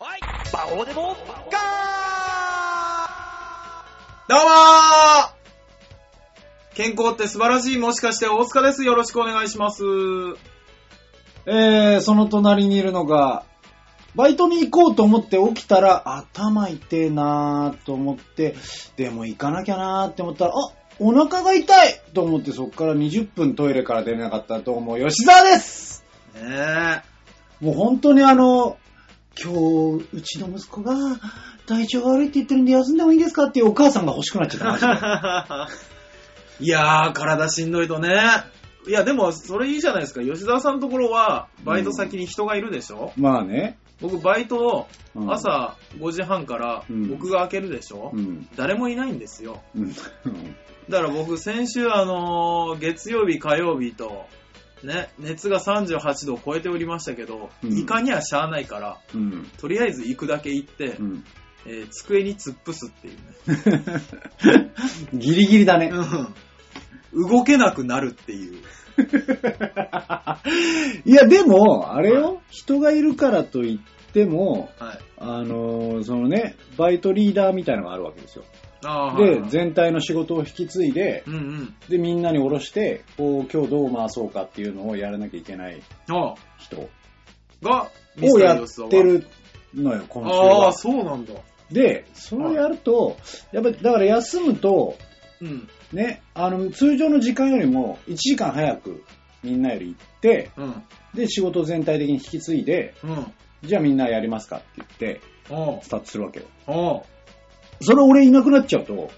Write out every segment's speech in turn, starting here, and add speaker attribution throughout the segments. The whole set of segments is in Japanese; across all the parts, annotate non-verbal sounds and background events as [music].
Speaker 1: バオデモガ
Speaker 2: どうもー健康って素晴らしいもしかして大塚です。よろしくお願いします。
Speaker 3: えー、その隣にいるのが、バイトに行こうと思って起きたら、頭痛えなーと思って、でも行かなきゃなーって思ったら、あお腹が痛いと思ってそっから20分トイレから出れなかったと思う吉沢です
Speaker 2: ね
Speaker 3: もう本当にあの、今日、うちの息子が体調が悪いって言ってるんで休んでもいいですかっていうお母さんが欲しくなっちゃったマ
Speaker 2: [laughs]
Speaker 3: ジで。
Speaker 2: [laughs] え。いやー、体しんどいとね。いや、でも、それいいじゃないですか。吉沢さんのところは、バイト先に人がいるでしょ、
Speaker 3: まあね。
Speaker 2: 僕、バイトを
Speaker 3: うん
Speaker 2: 朝5時半から
Speaker 3: うん
Speaker 2: 僕が開けるでしょ、
Speaker 3: うん。
Speaker 2: 誰もいないんですよ。
Speaker 3: うん。
Speaker 2: だから僕、先週、あのー月曜日、火曜日と、ね、熱が38度を超えておりましたけど、
Speaker 3: うん
Speaker 2: いかにはしゃあないから、
Speaker 3: うん。
Speaker 2: とりあえず行くだけ行って、
Speaker 3: うん。
Speaker 2: えー机に突っ伏すっていうね。
Speaker 3: ギリギリだね。
Speaker 2: うん動けなくなるっていう。
Speaker 3: いや、でも、あれ
Speaker 2: は
Speaker 3: よ、人がいるからといっても、
Speaker 2: はい。
Speaker 3: あのーそのね、バイトリーダーみたいなのがあるわけですよ。
Speaker 2: あ
Speaker 3: で、
Speaker 2: 全
Speaker 3: 全体の仕事を引き継いで、
Speaker 2: うんうん。
Speaker 3: で、みんなに下ろして、こう、今日どう回そうかっていうのをやらなきゃいけない
Speaker 2: あ
Speaker 3: 人
Speaker 2: あが、ミス
Speaker 3: を
Speaker 2: ター
Speaker 3: や
Speaker 2: ヨシザ
Speaker 3: っ
Speaker 2: ワ
Speaker 3: て。るのよ、今週
Speaker 2: ああ、
Speaker 3: は。
Speaker 2: そうなんだ。
Speaker 3: で、それをやると、やっぱり、だから休むと、
Speaker 2: うん。
Speaker 3: ね、あの、通常の時間よりも1時間早くみんなより行って、
Speaker 2: うん。
Speaker 3: で、仕事を全体的に引き継いで、
Speaker 2: うん。
Speaker 3: じゃあみんなやりますかって言って、
Speaker 2: おう
Speaker 3: スタートするわけよ。
Speaker 2: おう
Speaker 3: それ俺いなくなっちゃうと、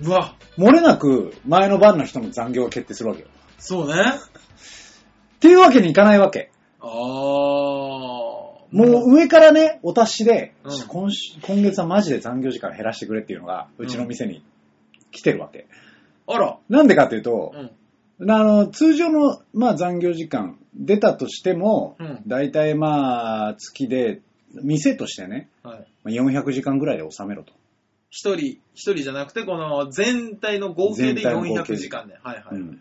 Speaker 2: うわ、
Speaker 3: 漏れなく前の晩の人の残業が決定するわけよ。
Speaker 2: そうね。あ
Speaker 3: っていうわけにいかないわけ。
Speaker 2: あ。も
Speaker 3: もう上からね、お達しで、
Speaker 2: うん
Speaker 3: 今週今月はマジで残業時間減らしてくれっていうのが、うちの店に来てるわけ。
Speaker 2: あら。
Speaker 3: なんでかっていうと
Speaker 2: う、ん。
Speaker 3: あの、通常の、まあ、残業時間出たとしても、
Speaker 2: うん
Speaker 3: だいたいまあ、月で、店としてね、
Speaker 2: はい。
Speaker 3: まあ400時間ぐらいで収めろと。
Speaker 2: 一人、一人じゃなくて、この全体の合計で
Speaker 3: 全体の合計
Speaker 2: 400
Speaker 3: で
Speaker 2: 時間ね。はいはい。
Speaker 3: うんっ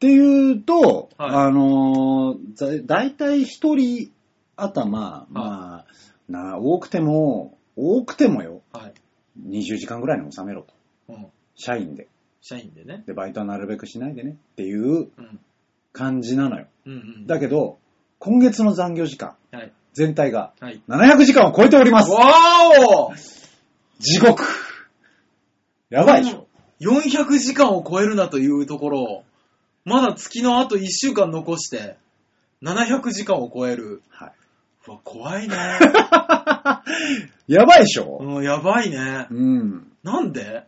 Speaker 3: ていうと、
Speaker 2: はい
Speaker 3: あのーだ、だいたい一人頭、
Speaker 2: い
Speaker 3: まあ、な多くても、多くてもよ、
Speaker 2: はい。
Speaker 3: 20時間ぐらいに収めろと。
Speaker 2: うん。
Speaker 3: 社員で。
Speaker 2: 社員でね。
Speaker 3: で、バイトはなるべくしないでねっていう
Speaker 2: うん。
Speaker 3: 感じなのよ。
Speaker 2: うんうん。
Speaker 3: だけど、今月の残業時間、
Speaker 2: はい。
Speaker 3: 全体が
Speaker 2: はい。
Speaker 3: 700時間を超えております。
Speaker 2: わーお
Speaker 3: 地獄。やばいでしょ。
Speaker 2: 400時間を超えるなというところを、まだ月のあと1週間残して、700時間を超える。
Speaker 3: は
Speaker 2: うわ、怖い
Speaker 3: [laughs]
Speaker 2: ね。
Speaker 3: い、やばいでしょ。
Speaker 2: うん、やばいね。
Speaker 3: うん。
Speaker 2: なんで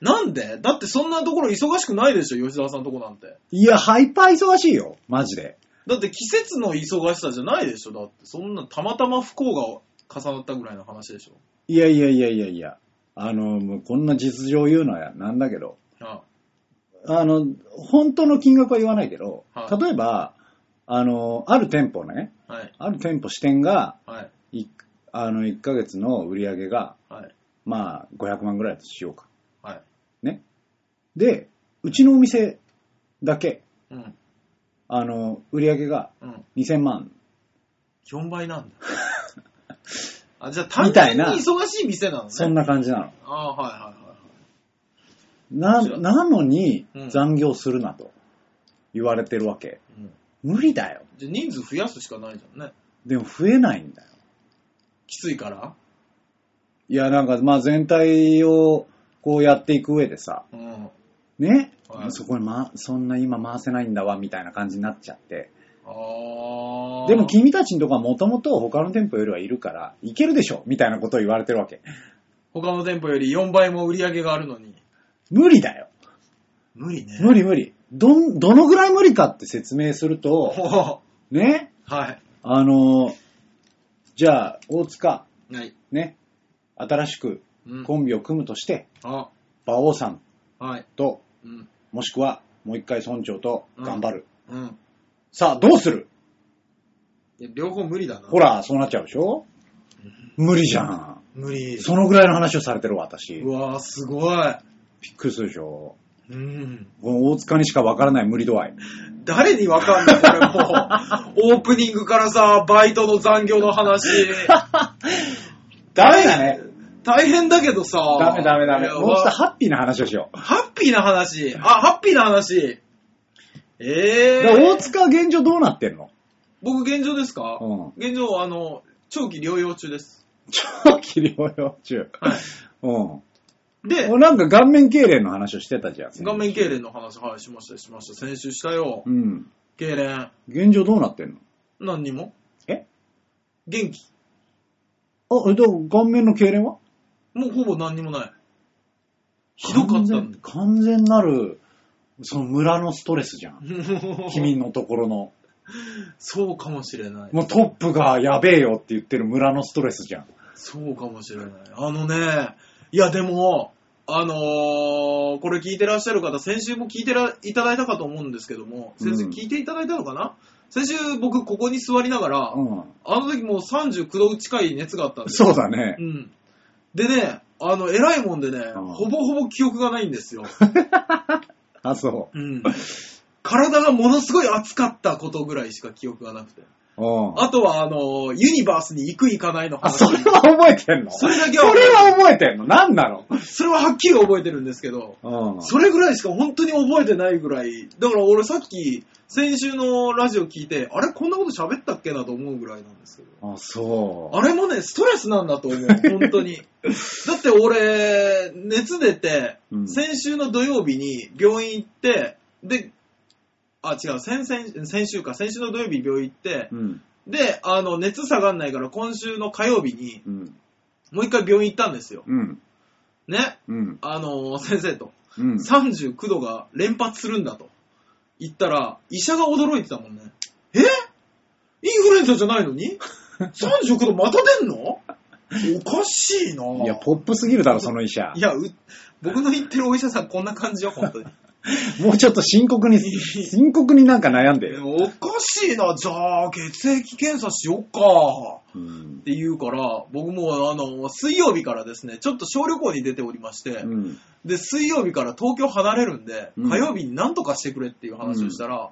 Speaker 2: なんでだってそんなところ忙しくないでしょ、吉沢さんのとこなんて。
Speaker 3: いや、ハイパー忙しいよ。マジで。
Speaker 2: だって季節の忙しさじゃないでしょ、だって。そんなたまたま不幸が重なったぐらいの話でしょ。
Speaker 3: いやいやいやいやいや、あの、もうこんな実情言うのはなんだけど、
Speaker 2: あ
Speaker 3: あの、本当の金額は言わないけど、
Speaker 2: はい
Speaker 3: 例えば、あの、ある店舗ね、
Speaker 2: はい、
Speaker 3: ある店舗支店が、
Speaker 2: はい、
Speaker 3: いあの、1ヶ月の売り上げが、
Speaker 2: はい、
Speaker 3: まあ、500万ぐらいだとしようか。
Speaker 2: はい。
Speaker 3: ね。で、うちのお店だけ、
Speaker 2: うん、
Speaker 3: あの、売り上げが
Speaker 2: うん。
Speaker 3: 2000万。
Speaker 2: 4倍なんだ。 [laughs] あ、じゃあ単
Speaker 3: みたい
Speaker 2: 純に
Speaker 3: な
Speaker 2: 忙しい店なのね。
Speaker 3: そんな感じなの。
Speaker 2: ああ、はいはいはい。
Speaker 3: な、なのに
Speaker 2: うん
Speaker 3: 残業するなと言われてるわけ。
Speaker 2: うん
Speaker 3: 無理だよ。
Speaker 2: じゃあ人数増やすしかないじゃんね。
Speaker 3: でも増えないんだよ。
Speaker 2: きついから。
Speaker 3: いや、なんか、まあ全体をこうやっていく上でさ、
Speaker 2: うん。
Speaker 3: ね、
Speaker 2: はい
Speaker 3: そこに、ま、そんな今回せないんだわ、みたいな感じになっちゃって。
Speaker 2: ああ。
Speaker 3: でも君たちのとこはもともと他の店舗よりはいるから、いけるでしょ、みたいなことを言われてるわけ。
Speaker 2: 他の店舗より4倍も売り上げがあるのに。
Speaker 3: 無理だよ。
Speaker 2: 無理ね。 [laughs]
Speaker 3: 無理無理。どん、どのぐらい無理かって説明すると、
Speaker 2: ほ
Speaker 3: ね、
Speaker 2: うはい。
Speaker 3: あの、じゃあ、大塚、
Speaker 2: はい。
Speaker 3: ね、新しく
Speaker 2: うん。
Speaker 3: コンビを組むとして、
Speaker 2: あ、
Speaker 3: 馬王さん
Speaker 2: はい。
Speaker 3: と、
Speaker 2: うん。
Speaker 3: もしくはもう一回村長と頑張る。
Speaker 2: うん。
Speaker 3: さあ、どうする
Speaker 2: いや両方無理だな。
Speaker 3: ほら、そうなっちゃうでしょ無理じゃん。
Speaker 2: 無理。
Speaker 3: そのぐらいの話をされてるわ私。
Speaker 2: う
Speaker 3: びっ
Speaker 2: わーすごい。
Speaker 3: くりするでしょ。
Speaker 2: うん。
Speaker 3: この大塚にしかわからない無理度合い。
Speaker 2: 誰にわかんない、こ
Speaker 3: [laughs]
Speaker 2: れもう。オープニングからさ、バイトの残業の話。
Speaker 3: ダメだね。
Speaker 2: 大変だけどさ。
Speaker 3: ダメダメダメ。
Speaker 2: いや
Speaker 3: もうちょっとハッピーな話をしよう。
Speaker 2: ハッピーな話。あ、ハッピーな話。ええ
Speaker 3: だから大塚は現状どうなってんの
Speaker 2: 僕現状ですか、
Speaker 3: うん
Speaker 2: 現状、あの、長期療養中です。
Speaker 3: 長期療養中。
Speaker 2: は
Speaker 3: うん。
Speaker 2: い。で
Speaker 3: もう、なんか顔面痙攣の話をしてたじゃん。
Speaker 2: 顔面痙攣の話、はい、しました、しました。先週したよ
Speaker 3: う。ん。
Speaker 2: 痙攣。
Speaker 3: 現状どうなってんの
Speaker 2: 何にも
Speaker 3: え
Speaker 2: 元気。
Speaker 3: あ、えっと、顔面の痙攣は
Speaker 2: もうほぼ何にもない。ひどかったんだ
Speaker 3: 完全完全なる、その村のストレスじゃん。
Speaker 2: もう
Speaker 3: [laughs] 君のところの。
Speaker 2: そうかもしれない。
Speaker 3: もうトップがやべえよって言ってる村のストレスじゃん。
Speaker 2: そうかもしれない。あのね、いやでも、あのーこれ聞いてらっしゃる方、先週も聞いてらいただいたかと思うんですけども、先週
Speaker 3: うん
Speaker 2: 聞いていただいたのかな、先週僕ここに座りながら、
Speaker 3: うん。
Speaker 2: あの時もう39度近い熱があったんですよ。
Speaker 3: そうだね
Speaker 2: う。ん。でね、あの、偉いもんでね、
Speaker 3: うん
Speaker 2: ほぼほぼ記憶がないんです
Speaker 3: [laughs]
Speaker 2: よ。
Speaker 3: あ、そ
Speaker 2: うん。体がものすごい熱かったことぐらいしか記憶がなくて。
Speaker 3: う。うん。
Speaker 2: あとは、あの、ユニバースに行く行かないの
Speaker 3: あ、
Speaker 2: 話。
Speaker 3: それは覚えてんの
Speaker 2: それだけは
Speaker 3: それは覚えてんのなんなの
Speaker 2: それははっきり覚えてるんですけど、
Speaker 3: うん。
Speaker 2: それぐらいしか本当に覚えてないぐらい、だから俺さっき、先週のラジオ聞いて、あれこんなこと喋ったっけなと思うぐらいなんですけど。
Speaker 3: あ、そう。
Speaker 2: あれもね、ストレスなんだと思う、本当
Speaker 3: [laughs]
Speaker 2: に。だって俺、熱出て、
Speaker 3: うん
Speaker 2: 先週の土曜日に病院行って、で、あ、違う、先々、先週か、先週の土曜日病院行って、
Speaker 3: うん。
Speaker 2: で、あの、熱下がんないから今週の火曜日に、
Speaker 3: うん。
Speaker 2: もう一回病院行ったんですよ。
Speaker 3: うん。
Speaker 2: ね。
Speaker 3: うん。
Speaker 2: あの、先生と。
Speaker 3: うん。
Speaker 2: 39度が連発するんだと言ったら、医者が驚いてたもんね。えインフルエンザじゃないの
Speaker 3: [laughs]
Speaker 2: に ?39 度また出んのおかしいない
Speaker 3: いや、ポップすぎるだろ、その医者。
Speaker 2: やう僕の言ってるお医者さんこんな感じよ、本当
Speaker 3: [laughs]
Speaker 2: に。
Speaker 3: もうちょっと深 [laughs] 刻に、深刻になんか悩んでる。
Speaker 2: おかしいな、じゃあ、血液検査しよっか。
Speaker 3: うん
Speaker 2: っ。て言うから、僕もあの、水曜日からですね、ちょっと小旅行に出ておりまして、
Speaker 3: うん。
Speaker 2: で、水曜日から東京離れるんで、
Speaker 3: うん
Speaker 2: 火曜日に何とかしてくれっていう話をしたら、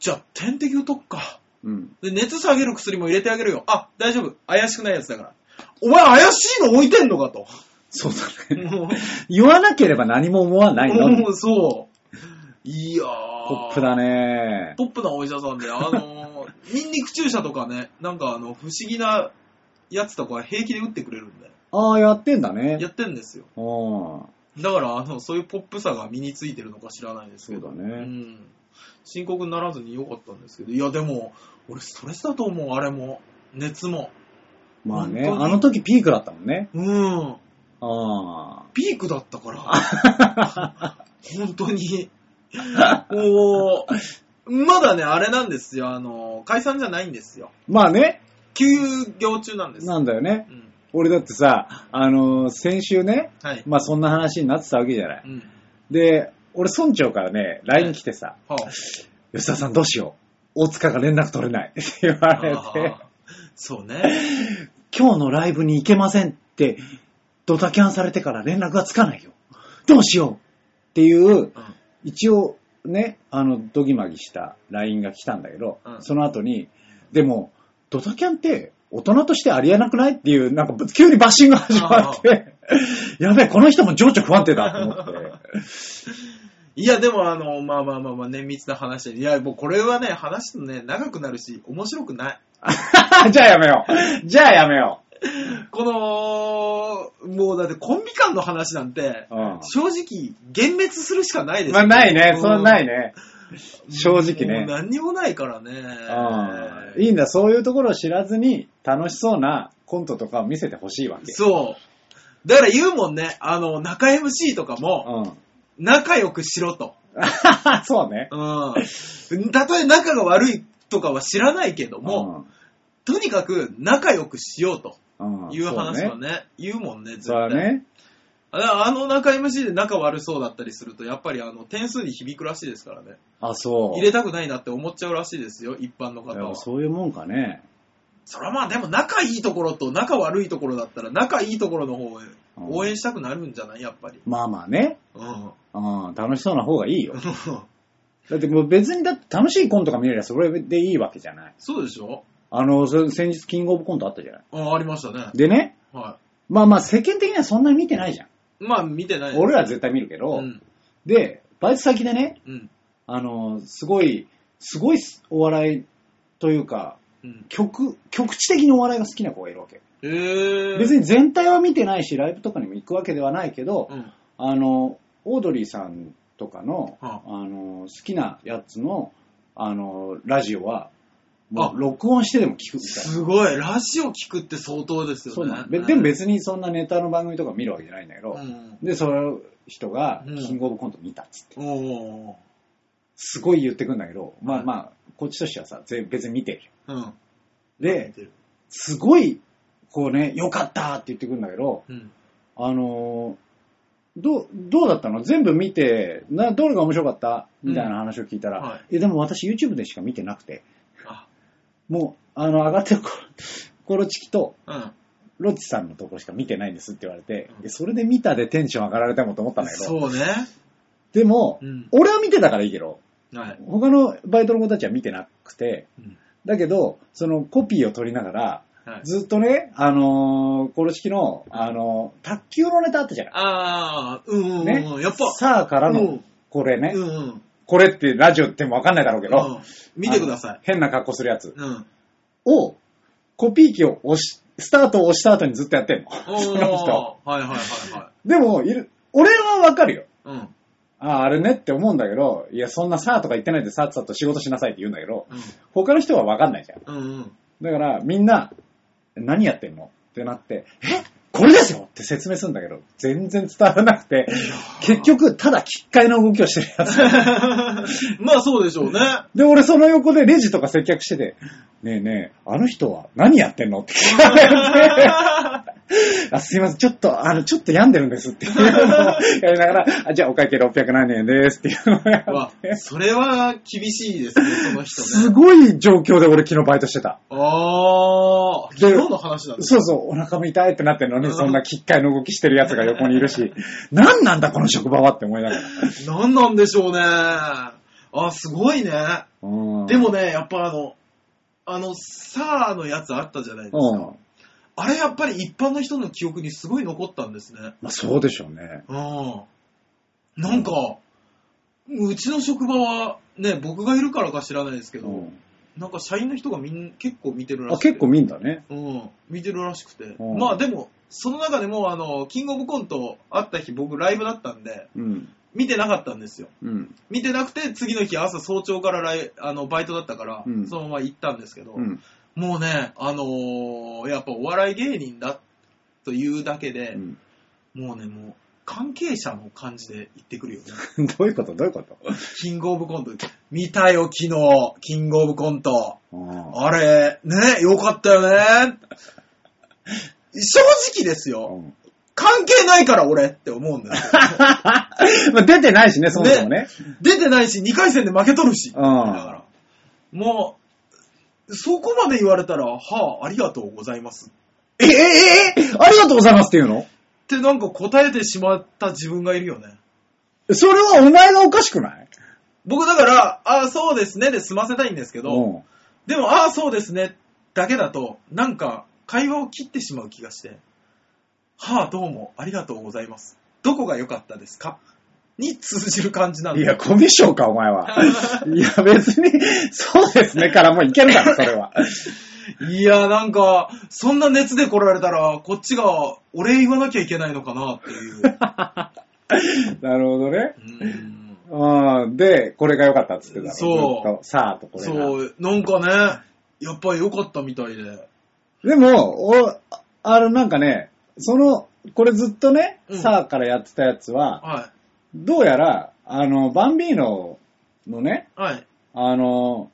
Speaker 2: じゃあ点滴打とっか。
Speaker 3: うん。
Speaker 2: で、熱下げる薬も入れてあげるよ。あ、大丈夫。怪しくないやつだから。お前怪しいの置いてんのかと。
Speaker 3: そうだね。
Speaker 2: も、
Speaker 3: 言わなければ何も思わないう
Speaker 2: も
Speaker 3: の。
Speaker 2: うそう。いやー。
Speaker 3: ポップだね。
Speaker 2: ポップなお医者さんで、あの
Speaker 3: [laughs]
Speaker 2: ー、ニンニク注射とかね、なんかあの、不思議なやつとか平気で打ってくれるんで、
Speaker 3: ああ、やってんだね。
Speaker 2: やってんですよ。
Speaker 3: うん。そ
Speaker 2: だから、あの、そういうポップさが身についてるのか知らないですけ
Speaker 3: う
Speaker 2: ど。
Speaker 3: だ
Speaker 2: う
Speaker 3: ね。
Speaker 2: ん、深刻にならずに良かったんですけど、いやでも、俺ストレスだと思う、あれも。熱も。
Speaker 3: まあね、
Speaker 2: 本当
Speaker 3: あ
Speaker 2: に
Speaker 3: の時ピークだったもんね。
Speaker 2: うん。
Speaker 3: あ
Speaker 2: ピークだったから。 [laughs] 本当 [laughs] に。もう、まだね、あれなんですよ。あの、解散じゃないんですよ
Speaker 3: あ。。まあね、
Speaker 2: 休業中なんです。
Speaker 3: なんだよね。
Speaker 2: うん。
Speaker 3: 俺だってさ、あのー先週ね、
Speaker 2: はい。
Speaker 3: まあそんな話になってたわけじゃない。
Speaker 2: うん。
Speaker 3: で、俺村長からね、LINE 来てさ、
Speaker 2: は
Speaker 3: 吉田さんどうしよう。大塚が連絡取れない。って言
Speaker 2: あ、
Speaker 3: われ
Speaker 2: あ
Speaker 3: て、
Speaker 2: ーそうね。
Speaker 3: 今日のライブに行けませんって、ドタキャンされてから連絡がつかないよ。どうしようっていう、
Speaker 2: うん
Speaker 3: 一応ね、あの、ドギマギした LINE が来たんだけど、
Speaker 2: うん
Speaker 3: その後に、でも、ドタキャンって大人としてありえなくないっていう、なんか急にバッシングが始まって、やべえ、この人も情緒不安定だと
Speaker 2: [laughs]
Speaker 3: 思って。
Speaker 2: いや、でも、あの、まあまあまあまあ、綿密な話で。いや、もうこれはね、話すとね、長くなるし、面白くない。
Speaker 3: じゃあやめよう。じゃあやめよ
Speaker 2: この、もうだってコンビ間の話なんて、
Speaker 3: う。うん
Speaker 2: 正直、幻滅するしかないですよ。
Speaker 3: まあ、ないね。それはないいね。正直
Speaker 2: もう
Speaker 3: ね。
Speaker 2: 何にもないから
Speaker 3: うん
Speaker 2: ね。
Speaker 3: いいんだ。そういうところを知らずに、楽しそうなコントとかを見せてほしいわけ。
Speaker 2: そう。だから言うもんね、あの、中 MC とかも、
Speaker 3: うん。
Speaker 2: 仲良くしろと。
Speaker 3: [laughs] そうね。
Speaker 2: うん。たとえ仲が悪いとかは知らないけども、とにかく仲良くしようと
Speaker 3: うん、うん
Speaker 2: いう話は
Speaker 3: そうね。
Speaker 2: ね、言うもんね、絶
Speaker 3: そうだ
Speaker 2: 対。
Speaker 3: ね。
Speaker 2: ああの中 MC で仲悪そうだったりすると、やっぱりあの点数に響くらしいですからね。
Speaker 3: あ、そう。
Speaker 2: 入れたくないなって思っちゃうらしいですよ、一般の方
Speaker 3: いや
Speaker 2: は。そ
Speaker 3: そういうもんかね。
Speaker 2: りゃまあでも仲いいところと仲悪いところだったら、仲いいところの方へ
Speaker 3: うん
Speaker 2: 応援したくなるんじゃないやっぱり。
Speaker 3: まあまあね。
Speaker 2: うん。
Speaker 3: うん、楽しそうな方がいいよ。だってもう別にだって楽しいコントが見れりゃそれでいいわけじゃない。
Speaker 2: [laughs] そうでしょ
Speaker 3: あの、そ先日キングオブコントあったじゃない。
Speaker 2: ああ、ありましたね。
Speaker 3: でね、
Speaker 2: は
Speaker 3: まあまあ世間的にはそんなに見てないじゃん。
Speaker 2: い。まあ、見てない。
Speaker 3: 俺らは絶対見るけど、
Speaker 2: うん。
Speaker 3: で、バイト先でね、
Speaker 2: うん。
Speaker 3: あの、すごい、すごいお笑いというか、
Speaker 2: うん。
Speaker 3: 局、局地的にお笑いが好きな子がいるわけ。
Speaker 2: えー。
Speaker 3: 別に全体は見てないし、ライブとかにも行くわけではないけど、
Speaker 2: うん。
Speaker 3: あの、オードリーさんとかの、
Speaker 2: は
Speaker 3: あの、好きなやつの、あの、ラジオは、も
Speaker 2: あ
Speaker 3: う録音してでも聞くみたいな。
Speaker 2: すごい。ラジオ聞くって相当ですよね。
Speaker 3: そうなのべでも
Speaker 2: に。
Speaker 3: 別にそんなネタの番組とか見るわけじゃないんだけ
Speaker 2: う
Speaker 3: ど、
Speaker 2: ん。
Speaker 3: で、その人が、
Speaker 2: うん
Speaker 3: キングオブコント見たっつって、
Speaker 2: おー。
Speaker 3: すごい言ってくんだけど、まあまあ、こっちとしてはさ、ぜ別に見てるよ。
Speaker 2: うん。見
Speaker 3: で、
Speaker 2: てる
Speaker 3: すごい、こうね、よかったって言ってくんだけど、
Speaker 2: うん。
Speaker 3: あのーどう、どうだったの全部見て、な、どれが面白かったみたいな話を聞いたら、
Speaker 2: うんはい
Speaker 3: え、でも私 YouTube でしか見てなくて、
Speaker 2: あ、
Speaker 3: もう、あの、上がってるコロ [laughs] コロチキと、
Speaker 2: うん。
Speaker 3: ロッチさんのとこしか見てないんですって言われて、
Speaker 2: うん
Speaker 3: えそれで見たでテンション上がられたもんと思ったんだけど、
Speaker 2: そうね。
Speaker 3: でも、
Speaker 2: うん。
Speaker 3: 俺は見てたからいいけど、
Speaker 2: はい。
Speaker 3: 他のバイトの子たちは見てなくて、
Speaker 2: うん
Speaker 3: だけど、そのコピーを取りながら、
Speaker 2: はい。
Speaker 3: ずっとね、あのーコロチキの、あのー卓球のネタあったじゃない。
Speaker 2: あー、うんうんうん。
Speaker 3: ね
Speaker 2: やっぱ、
Speaker 3: さあから
Speaker 2: う
Speaker 3: の
Speaker 2: ん、
Speaker 3: これね、
Speaker 2: うんうん。
Speaker 3: これってラジオってもわかんないだろうけど、
Speaker 2: うん見てくださ
Speaker 3: あの
Speaker 2: い。
Speaker 3: 変な格好するやつ
Speaker 2: うん。
Speaker 3: を、コピー機を押し、スタートを押した後にずっとやってんの。
Speaker 2: お
Speaker 3: その人。
Speaker 2: ー。はいはいはいはい。
Speaker 3: でも、いる、俺はわかるよ。
Speaker 2: うん。
Speaker 3: ああ、あれねって思うんだけど、いや、そんなさあとか言ってないでさっさと仕事しなさいって言うんだけど、他の人はわかんないじゃん。
Speaker 2: うん。うん
Speaker 3: [laughs]
Speaker 2: うん。
Speaker 3: だから、みんな、何やってんのってなって、えこれですよって説明するんだけど、全然伝わらなくて、結局、ただ奇怪な動きをしてるやつ。
Speaker 2: まあそうでしょうね。
Speaker 3: [laughs] で、俺その横でレジとか接客してて、ねえねえ、あの人は何やってんのって聞かれ [laughs] て、あすいません、ちょっと、あの、ちょっと病んでるん [laughs] ですっていうのをやりながら、あじゃあお会計600何円ですっていうのをや
Speaker 2: うわ
Speaker 3: って、
Speaker 2: それは厳しいですね、その人
Speaker 3: す
Speaker 2: ね。
Speaker 3: ごい状況で俺昨日バイトしてた。
Speaker 2: あー、昨日の話だね。
Speaker 3: [laughs] そうそう、お腹も痛いってなってるの
Speaker 2: う
Speaker 3: に、
Speaker 2: ん
Speaker 3: そんなきっかいの動きしてるやつが横にいるし、何なんだこの職場はって思いながら。
Speaker 2: 何なんでしょうね。あ、すごいね。
Speaker 3: うん
Speaker 2: で、もね、やっぱあの、あの、さあのやつあったじゃないです
Speaker 3: うん
Speaker 2: か。。あれやっぱり一般の人の記憶にすごい残ったんですね。
Speaker 3: まあそうでしょうね。
Speaker 2: うん。なんか、うちの職場は、ね、僕がいるからか知らないですけど、
Speaker 3: うん
Speaker 2: なんか社員の人がみん結構見てるら
Speaker 3: あ、
Speaker 2: しくて。
Speaker 3: 結構見んだね。
Speaker 2: うん、見てるらしくて。
Speaker 3: うん
Speaker 2: まあでも、その中でも、あの、キングオブコントあった日、僕ライブだったんで、
Speaker 3: うん。
Speaker 2: 見てなかったんですよ。
Speaker 3: うん。
Speaker 2: 見てなくて、次の日朝早朝からライあのバイトだったから、
Speaker 3: うん
Speaker 2: そのまま行ったんですけど、
Speaker 3: うん。
Speaker 2: もうね、あのーやっぱお笑い芸人だというだけで、もうね、もう、関係者の感じで行ってくるよね。
Speaker 3: うんどういうことどういうこと
Speaker 2: キングオブコント、見たよ、昨日、キングオブコント。
Speaker 3: うん
Speaker 2: あれ、ね、よかったよね。正直ですよ。
Speaker 3: うん [laughs]
Speaker 2: 関係ないから俺って思うんだよ。
Speaker 3: まあ出てないしね、そもそもね。
Speaker 2: 出てないし、2回戦で負けとるし。
Speaker 3: うん
Speaker 2: だから。もう、そこまで言われたら、はあ、ありがとうございます。
Speaker 3: え、え、え、え、ありがとうございますっていうの
Speaker 2: ってなんか答えてしまった自分がいるよね。
Speaker 3: それはお前がおかしくない
Speaker 2: 僕だから、ああ、そうですねで済ませたいんですけど、
Speaker 3: ん。
Speaker 2: でも、ああ、そうですねだけだと、なんか、会話を切ってしまう気がして、はあ、どうも、ありがとうございます。どこが良かったですかに通じる感じなん
Speaker 3: い
Speaker 2: だ
Speaker 3: や、コミュ障か、お前 [laughs] は。いや、別に、そうですね、からもういける [laughs] だろ、それは。
Speaker 2: いや、なんか、そんな熱で来られたら、こっちがお礼言わなきゃいけないのかなっていう。
Speaker 3: [laughs] なるほどね。
Speaker 2: うーん
Speaker 3: あーで、これが良かったっつってたの
Speaker 2: そう
Speaker 3: ずっとさあとこれが。
Speaker 2: そう、なんかね、やっぱり良かったみたいで。
Speaker 3: でも、おああの、なんかね、その、これずっとね、
Speaker 2: うん
Speaker 3: さあからやってたやつは、
Speaker 2: は
Speaker 3: どうやら、あの、バンビーノのね、
Speaker 2: い。はい。
Speaker 3: あの、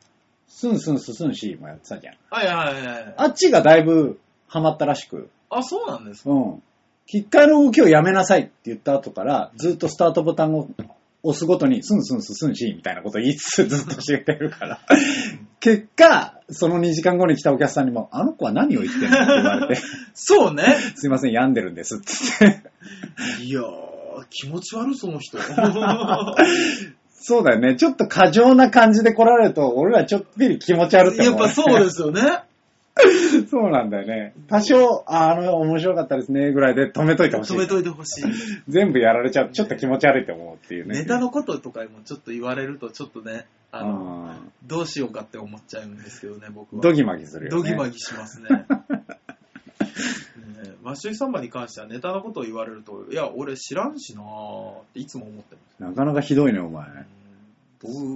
Speaker 3: スンスンススンシーもやってたじゃん。
Speaker 2: はいはいはい。あ、
Speaker 3: あっちがだいぶハマったらしく、
Speaker 2: そうなんですか。
Speaker 3: うん。きっかけの動きをやめなさいって言った後から、ずっとスタートボタンを押すごとに、スンスンススンシーみたいなことを言いつつずっと教えて
Speaker 2: [laughs]
Speaker 3: るから。結果、その2時間後に来たお客さんにも、あの子は何を言ってんのって言われて、 [laughs]
Speaker 2: そうね。
Speaker 3: すいません、病んでるんですって言って。
Speaker 2: [laughs] いやー、気持ち悪い、その人。
Speaker 3: そうだよね。ちょっと過剰な感じで来られると、俺らちょっぴり気持ち悪って
Speaker 2: やっ
Speaker 3: 思う
Speaker 2: ぱ
Speaker 3: ね
Speaker 2: そうです
Speaker 3: [laughs]
Speaker 2: よね。
Speaker 3: そうなんだよね。多少、ああの、面白かったですね、ぐらいで止めといてほし
Speaker 2: 止め
Speaker 3: い。
Speaker 2: といてほしい。
Speaker 3: 全部やられちゃう。ちょっと気持ち悪いって思うっていうね。
Speaker 2: ネタのこととかもちょっと言われると、ちょっとね、あの、
Speaker 3: うん
Speaker 2: どうしようかって思っちゃうんですけどね、僕は。
Speaker 3: ドギマギするよね。
Speaker 2: ドギマギしますね。ね
Speaker 3: [laughs]
Speaker 2: えマシュイサンバに関してはネタのことを言われると、いや、俺知らんしなーっていつも思ってます。
Speaker 3: なかなかひどいね、お前。
Speaker 2: うん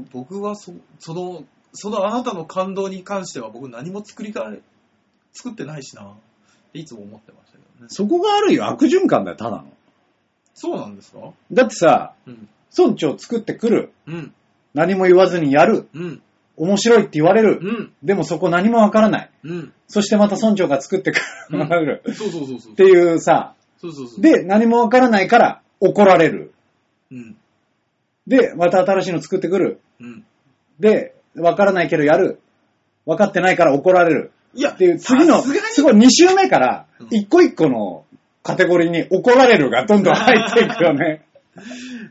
Speaker 2: 僕僕はそその、そのあなたの感動に関しては僕何も作りかえ、作ってないしなーっていつも思ってましたけどね。
Speaker 3: そこがあるよ、悪循環だよ、ただの。
Speaker 2: そうなんですか
Speaker 3: だってさ、
Speaker 2: うん。
Speaker 3: 村長作ってくる。
Speaker 2: うん。
Speaker 3: 何も言わずにやる。
Speaker 2: うん。
Speaker 3: 面白いって言われる。
Speaker 2: うん。
Speaker 3: でもそこ何もわからない。
Speaker 2: うん。
Speaker 3: そしてまた村長が作ってく
Speaker 2: うん
Speaker 3: る。
Speaker 2: そうそうそうそう
Speaker 3: っ。ていうさ、
Speaker 2: そうそうそう。、
Speaker 3: で、何もわからないから怒られる。
Speaker 2: うん。
Speaker 3: で、また新しいの作ってくる。
Speaker 2: うん。
Speaker 3: で、わからないけどやる。分かってないから怒られる。
Speaker 2: いや、
Speaker 3: っていう、次の、
Speaker 2: さすがに
Speaker 3: すごい2周目から
Speaker 2: うん、
Speaker 3: 一個一個のカテゴリーに怒られるがどんどん入っていく
Speaker 2: [laughs]
Speaker 3: よね。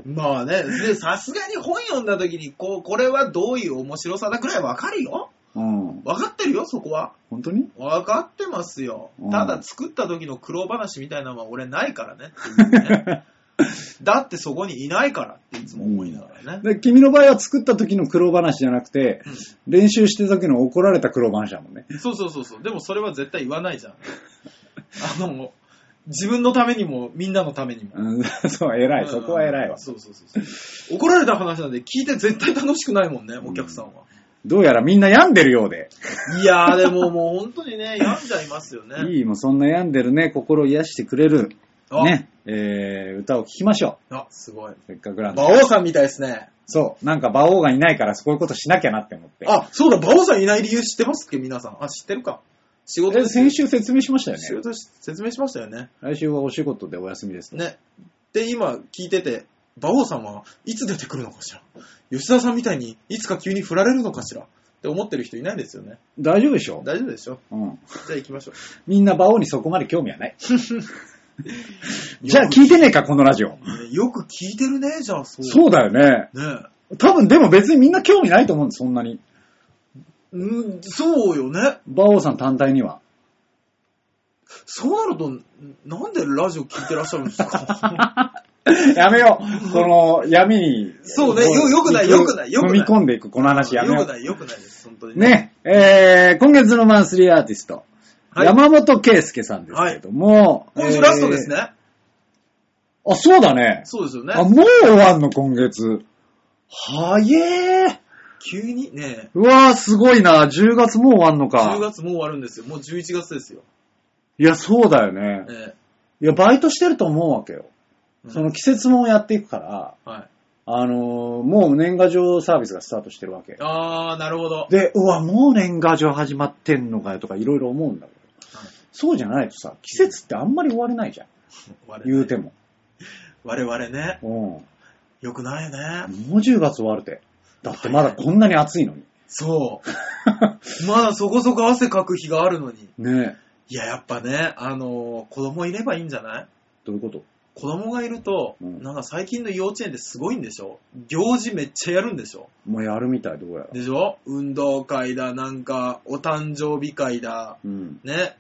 Speaker 2: まあね、で、さすがに本読んだ時に、こう、これはどういう面白さだくらいわかるよ。
Speaker 3: うん。
Speaker 2: わかってるよ、そこは。
Speaker 3: 本当に
Speaker 2: わかってますよ
Speaker 3: うん。
Speaker 2: ただ作った時の苦労話みたいなのは俺ないからねっていう
Speaker 3: [laughs]
Speaker 2: ねだってそこにいないからっていつも思いながらね。
Speaker 3: で君の場合は作った時の苦労話じゃなくて、練習してた時の怒られた苦労話だもんね。
Speaker 2: そうそうそうそう。でもそれは絶対言わないじゃん。あの、自分のためにも、みんなのためにも。
Speaker 3: うん、 [laughs] そう、偉い。そこは偉い
Speaker 2: う
Speaker 3: わ
Speaker 2: ん。そうそうそうそう。怒られた話なんで聞いて絶対楽しくないもんね、お客さんは。
Speaker 3: どうやらみんな病んでるようで。
Speaker 2: いやーでももう本当に
Speaker 3: [laughs]
Speaker 2: ね、病んじゃいますよね。
Speaker 3: いい、もうそんな病んでるね、心を癒してくれる、
Speaker 2: あ
Speaker 3: ね、えー、歌を聴きましょ
Speaker 2: あ、すごい。
Speaker 3: う。せっかくなんで
Speaker 2: 馬王さんみたいですね。
Speaker 3: そう、なんか馬王がいないから、そういうことしなきゃなって思って。
Speaker 2: あ、そうだ、馬王さんいない理由知ってますっけ皆さん。あ、知ってるか。仕事
Speaker 3: え
Speaker 2: です
Speaker 3: 先週説明しましたよ
Speaker 2: 仕
Speaker 3: ね。
Speaker 2: 事し説明しましたよね。
Speaker 3: 来週はお仕事でお休みです。
Speaker 2: ね。で、今聞いてて、馬王さんはいつ出てくるのかしら。吉田さんみたいにいつか急に振られるのかしら。って思ってる人いないですよね。
Speaker 3: 大丈夫でしょ
Speaker 2: 大丈夫でしょ
Speaker 3: うん。
Speaker 2: じゃあ行きましょう。
Speaker 3: みんな馬王にそこまで興味はない。じゃあ聞いてねえか、このラジオ。
Speaker 2: ねよく聞いてるね、じゃあそう。
Speaker 3: そうだよね。
Speaker 2: ね
Speaker 3: 多分でも別にみんな興味ないと思うんです、そんなに。
Speaker 2: うん、そうよね。
Speaker 3: 馬王さん単体には。
Speaker 2: そうなると、んなんでラジオ聞いてらっしゃるんですか
Speaker 3: やめよう。この闇に。
Speaker 2: そうねよよくないよくないよくない
Speaker 3: 踏み込んで [laughs] いく、この話やめよ
Speaker 2: よ
Speaker 3: う
Speaker 2: く。ない、よくないです、本当に。。
Speaker 3: ね、えー、今月のマンスリーアーティスト、
Speaker 2: はい
Speaker 3: 山本圭介さんですけども、
Speaker 2: 今週ラストです
Speaker 3: ね。
Speaker 2: ね。
Speaker 3: あ、そうだね。
Speaker 2: そうですよ
Speaker 3: あ、
Speaker 2: ね。
Speaker 3: もう終わんの、今月。はえー。
Speaker 2: 急にね、
Speaker 3: うわー、すごいな。10月もう終わんのか。
Speaker 2: 10月もう終わるんですよ。もう11月ですよ。
Speaker 3: いや、そうだよね。
Speaker 2: え
Speaker 3: いや、バイトしてると思うわけよ。
Speaker 2: え
Speaker 3: その、季節もんやっていくから、
Speaker 2: はい。
Speaker 3: あのーもう年賀状サービスがスタートしてるわけ。
Speaker 2: あー、なるほど。
Speaker 3: で、うわ、もう年賀状始まってんのかよとかいろいろ思うんだけど。
Speaker 2: はい
Speaker 3: そうじゃないとさ、季節ってあんまり終われないじゃん。
Speaker 2: 我々
Speaker 3: 言うても。
Speaker 2: 我々ね、
Speaker 3: うん。も
Speaker 2: よくないよね。
Speaker 3: う10月終わるて。だってまだこんなに暑いのに。 [laughs]
Speaker 2: そう。まだそこそこ汗かく日があるのに。
Speaker 3: ねえ。
Speaker 2: いや、やっぱね、あのー子供いればいいんじゃない
Speaker 3: どういうこと
Speaker 2: 子供がいると、
Speaker 3: うん
Speaker 2: なんか最近の幼稚園ですごいんでしょ行事めっちゃやるんでしょ
Speaker 3: もうやるみたい、どうやら。
Speaker 2: でしょ運動会だ、なんか、お誕生日会だ、
Speaker 3: うん。
Speaker 2: ね。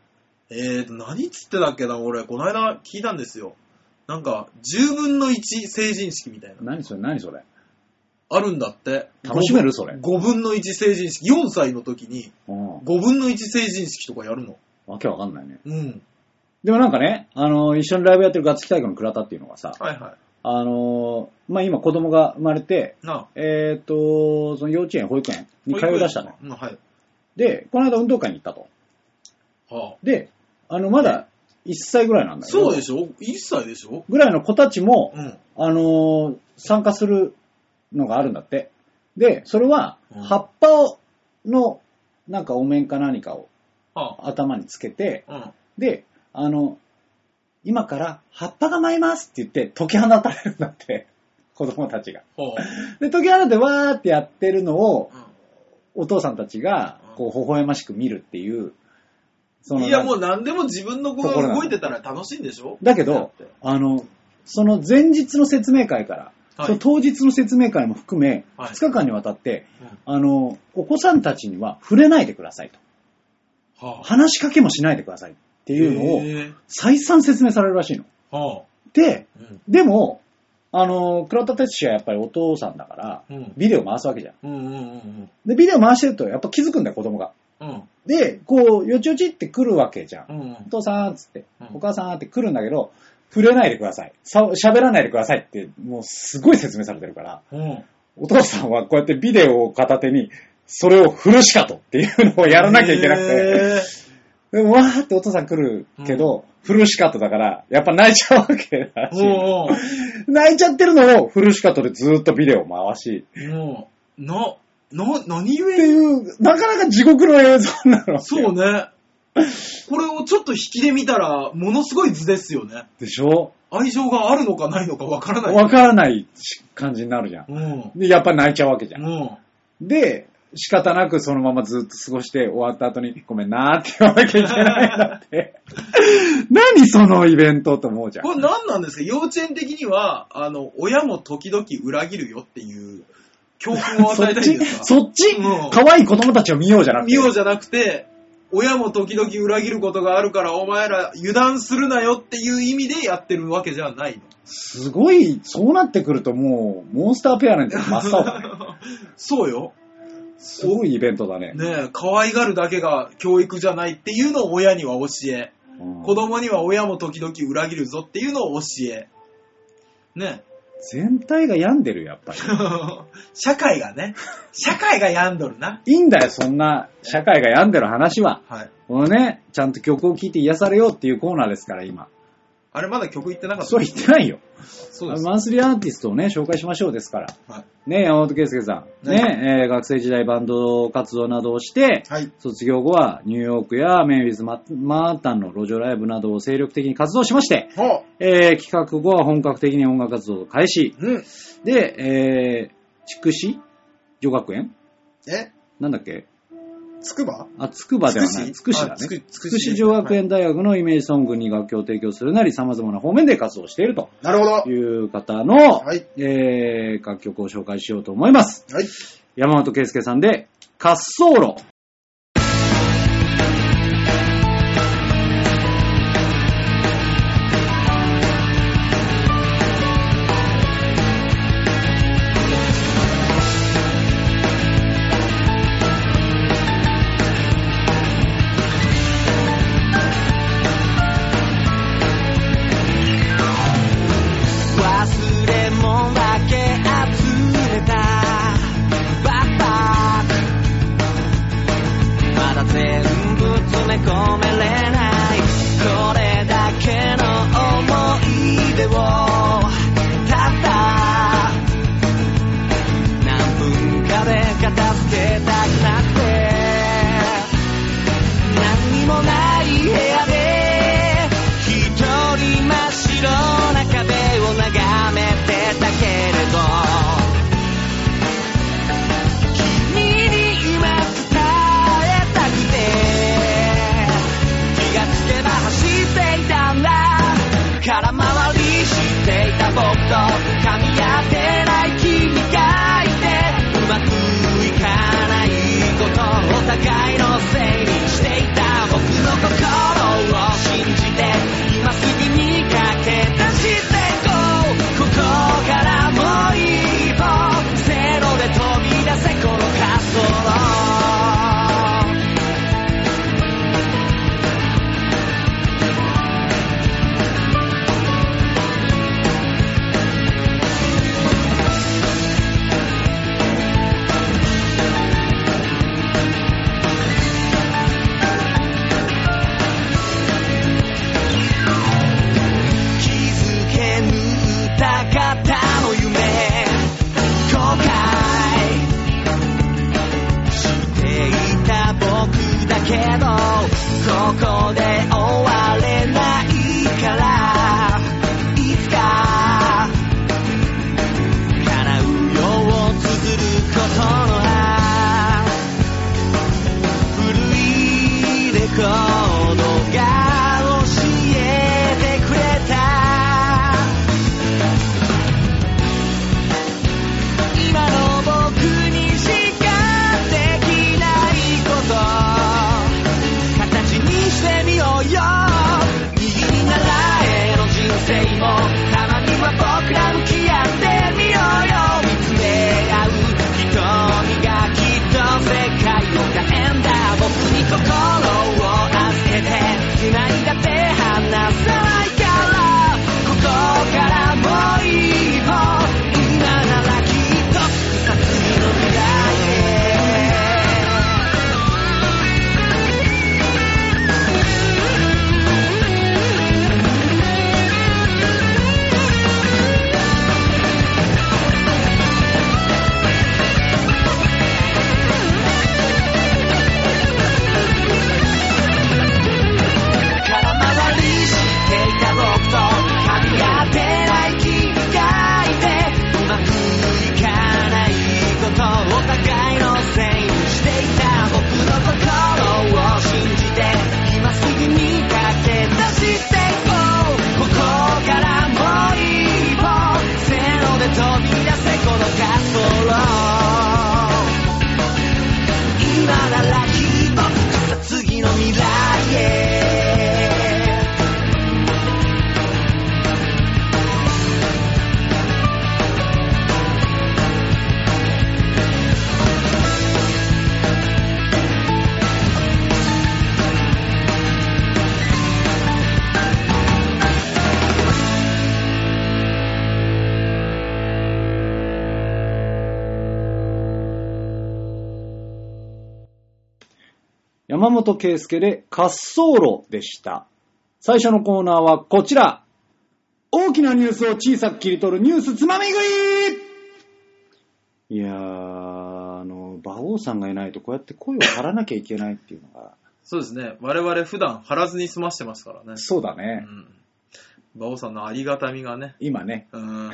Speaker 2: えーと、何つってたっけな、俺、この間聞いたんですよ。なんか、10分の1成人式みたいな。
Speaker 3: 何それ、何それ。
Speaker 2: あるんだって。
Speaker 3: 楽しめるそれ。
Speaker 2: ?5 分の1成人式。4歳の時に、
Speaker 3: うん。
Speaker 2: 5分の1成人式とかやるの。
Speaker 3: わけわかんないね。
Speaker 2: うん。
Speaker 3: でもなんかね、あの、一緒にライブやってるガッツキ大会の倉田っていうのがさ、
Speaker 2: はいは
Speaker 3: あの、まあ、今子供が生まれて、
Speaker 2: い。なあ。
Speaker 3: えっ、と、その幼稚園、保育園に通い出したの。
Speaker 2: うん、はい。
Speaker 3: で、この間運動会に行ったと。
Speaker 2: はあ。
Speaker 3: で、あの、まだ1歳ぐらいなんだけど、
Speaker 2: そうでしょ ?1 歳でしょ
Speaker 3: ぐらいの子たちも、
Speaker 2: うん。
Speaker 3: あの、参加するのがあるんだって。で、それは
Speaker 2: うん、
Speaker 3: 葉っぱを、の、なんかお面か何かを
Speaker 2: は
Speaker 3: 頭につけて、
Speaker 2: あ。うん。
Speaker 3: で、あの、今から葉っぱが舞いますって言って解き放たれるんだって、 [laughs] 子供たちが。
Speaker 2: は
Speaker 3: で、解き放てわーってやってるのを
Speaker 2: あ。、うん
Speaker 3: お父さんたちが、こう、微笑ましく見るっていう、その、
Speaker 2: いや、
Speaker 3: なん
Speaker 2: もう何でも自分の子が動いてたら楽しいんでしょ
Speaker 3: だけど
Speaker 2: って
Speaker 3: あの、その前日の説明会から、
Speaker 2: はい
Speaker 3: その当日の説明会も含め、
Speaker 2: はい
Speaker 3: 2日間にわたって、
Speaker 2: うん
Speaker 3: あの、お子さんたちには触れないでくださいと。
Speaker 2: はあ、っ
Speaker 3: 話しかけもしないでくださいっ
Speaker 2: て
Speaker 3: ていうのを、再三説明されるらしいの。
Speaker 2: は
Speaker 3: で、
Speaker 2: あ、うん
Speaker 3: でも、あの、倉田哲司はやっぱりお父さんだから、
Speaker 2: うん
Speaker 3: ビデオ回すわけじゃん。
Speaker 2: うんうんうん
Speaker 3: で、ビデオ回してると、やっぱ気づくんだよ、子供が。
Speaker 2: うん
Speaker 3: で、こう、よちよちって来るわけじゃん。
Speaker 2: うんうん
Speaker 3: お父さんっつって
Speaker 2: うん、
Speaker 3: お母さんって来るんだけど、触れないでください。さ喋らないでくださいって、もうすごい説明されてるから、
Speaker 2: うん
Speaker 3: お父さんはこうやってビデオを片手に、それを振るしかとっていうのをやらなきゃいけなくて、
Speaker 2: へえ
Speaker 3: でもわーってお父さん来るけど、振るしかとだから、やっぱ泣いちゃうわけだしい、
Speaker 2: も
Speaker 3: 泣いちゃってるのを振るしかとでずーっとビデオを回し、
Speaker 2: う、もう、な、な、何故
Speaker 3: って
Speaker 2: に
Speaker 3: いう、なかなか地獄の映像なの。
Speaker 2: そうね。これをちょっと引きで見たら、ものすごい図ですよね。
Speaker 3: でしょ
Speaker 2: 愛情があるのかないのかわからない。
Speaker 3: わからない感じになるじゃん。
Speaker 2: うん。
Speaker 3: で、やっぱ泣いちゃうわけじゃん。
Speaker 2: うん。
Speaker 3: で、仕方なくそのままずっと過ごして終わった後に、ごめんなーって言わなきゃいけないんだって。
Speaker 2: [laughs]
Speaker 3: 何そのイベントと思うじゃん
Speaker 2: こ。れ何なんですか幼稚園的には、あの、親も時々裏切るよっていう教訓を
Speaker 3: そ
Speaker 2: 与
Speaker 3: っ
Speaker 2: えたいん [laughs]
Speaker 3: ち
Speaker 2: ですか
Speaker 3: そっち
Speaker 2: うん
Speaker 3: 可愛い子供たちを見ようじゃなく
Speaker 2: 見
Speaker 3: て。
Speaker 2: ようじゃなくて、親も時々裏切ることがあるから、お前ら油断するなよっていう意味でやってるわけじゃないの。
Speaker 3: すごい、そうなってくるともう、モンスターペアレント真っ青だね。
Speaker 2: [laughs] そうよ。
Speaker 3: すごいイベントだね。
Speaker 2: ねえ、可愛がるだけが教育じゃないっていうのを親には教え。
Speaker 3: うん
Speaker 2: 子供には親も時々裏切るぞっていうのを教え。ねえ。
Speaker 3: 全体が病んでる、やっぱり。
Speaker 2: [laughs] 社会がね、社会が病んどるな。
Speaker 3: いいんだよ、そんな、社会が病んでる話は。
Speaker 2: はい。
Speaker 3: このね、ちゃんと曲を聴いて癒されようっていうコーナーですから、今。
Speaker 2: あれまだ曲言ってなかった。
Speaker 3: そう言ってないよ。
Speaker 2: そうです。
Speaker 3: マンスリーアーティストをね、紹介しましょうですから。
Speaker 2: はい。
Speaker 3: ね、山本圭介さん。ね、えー学生時代バンド活動などをして、
Speaker 2: はい。
Speaker 3: 卒業後はニューヨークやメンフィス・ママータンの路上ライブなどを精力的に活動しまして、
Speaker 2: ほ
Speaker 3: えー企画後は本格的に音楽活動を開始。
Speaker 2: う。うん。
Speaker 3: で、えー、筑紫女学園
Speaker 2: え
Speaker 3: なんだっけ
Speaker 2: つくば
Speaker 3: あ、筑波ではない。
Speaker 2: 筑
Speaker 3: 筑
Speaker 2: 紫
Speaker 3: 紫だ
Speaker 2: あつく
Speaker 3: ね。
Speaker 2: 筑
Speaker 3: 筑
Speaker 2: 紫
Speaker 3: 紫女学園大学のイメージソングに楽器を提供するなり、様々な方面で活動していると
Speaker 2: なるほど。は
Speaker 3: いう方の、
Speaker 2: い。
Speaker 3: えー、楽曲を紹介しようと思います。
Speaker 2: はい。
Speaker 3: 山本圭介さんで、滑走路。
Speaker 1: 忘れ物だけ集めたバックパックまだ全部詰め込めれないこれだけの思い出をたった何分かで片付けたくなくて何にもない部屋で一人真っ白な壁を眺めてたけれど君に今伝えたくて気がつけば走っていたんだ空回りしていた僕と噛み合ってない君がいてうまくいかない
Speaker 3: 山本圭介で滑走路でした。最初のコーナーはこちら。大きなニュースを小さく切り取るニュースつまみ食いいやー、あの、馬王さんがいないとこうやって声を張らなきゃいけないっていうのが、
Speaker 2: そうですね。我々普段張らずに済ましてますからね。
Speaker 3: そうだ
Speaker 2: う
Speaker 3: ね。
Speaker 2: ん。馬王さんのありがたみがね。
Speaker 3: 今ね、
Speaker 2: [laughs] うん。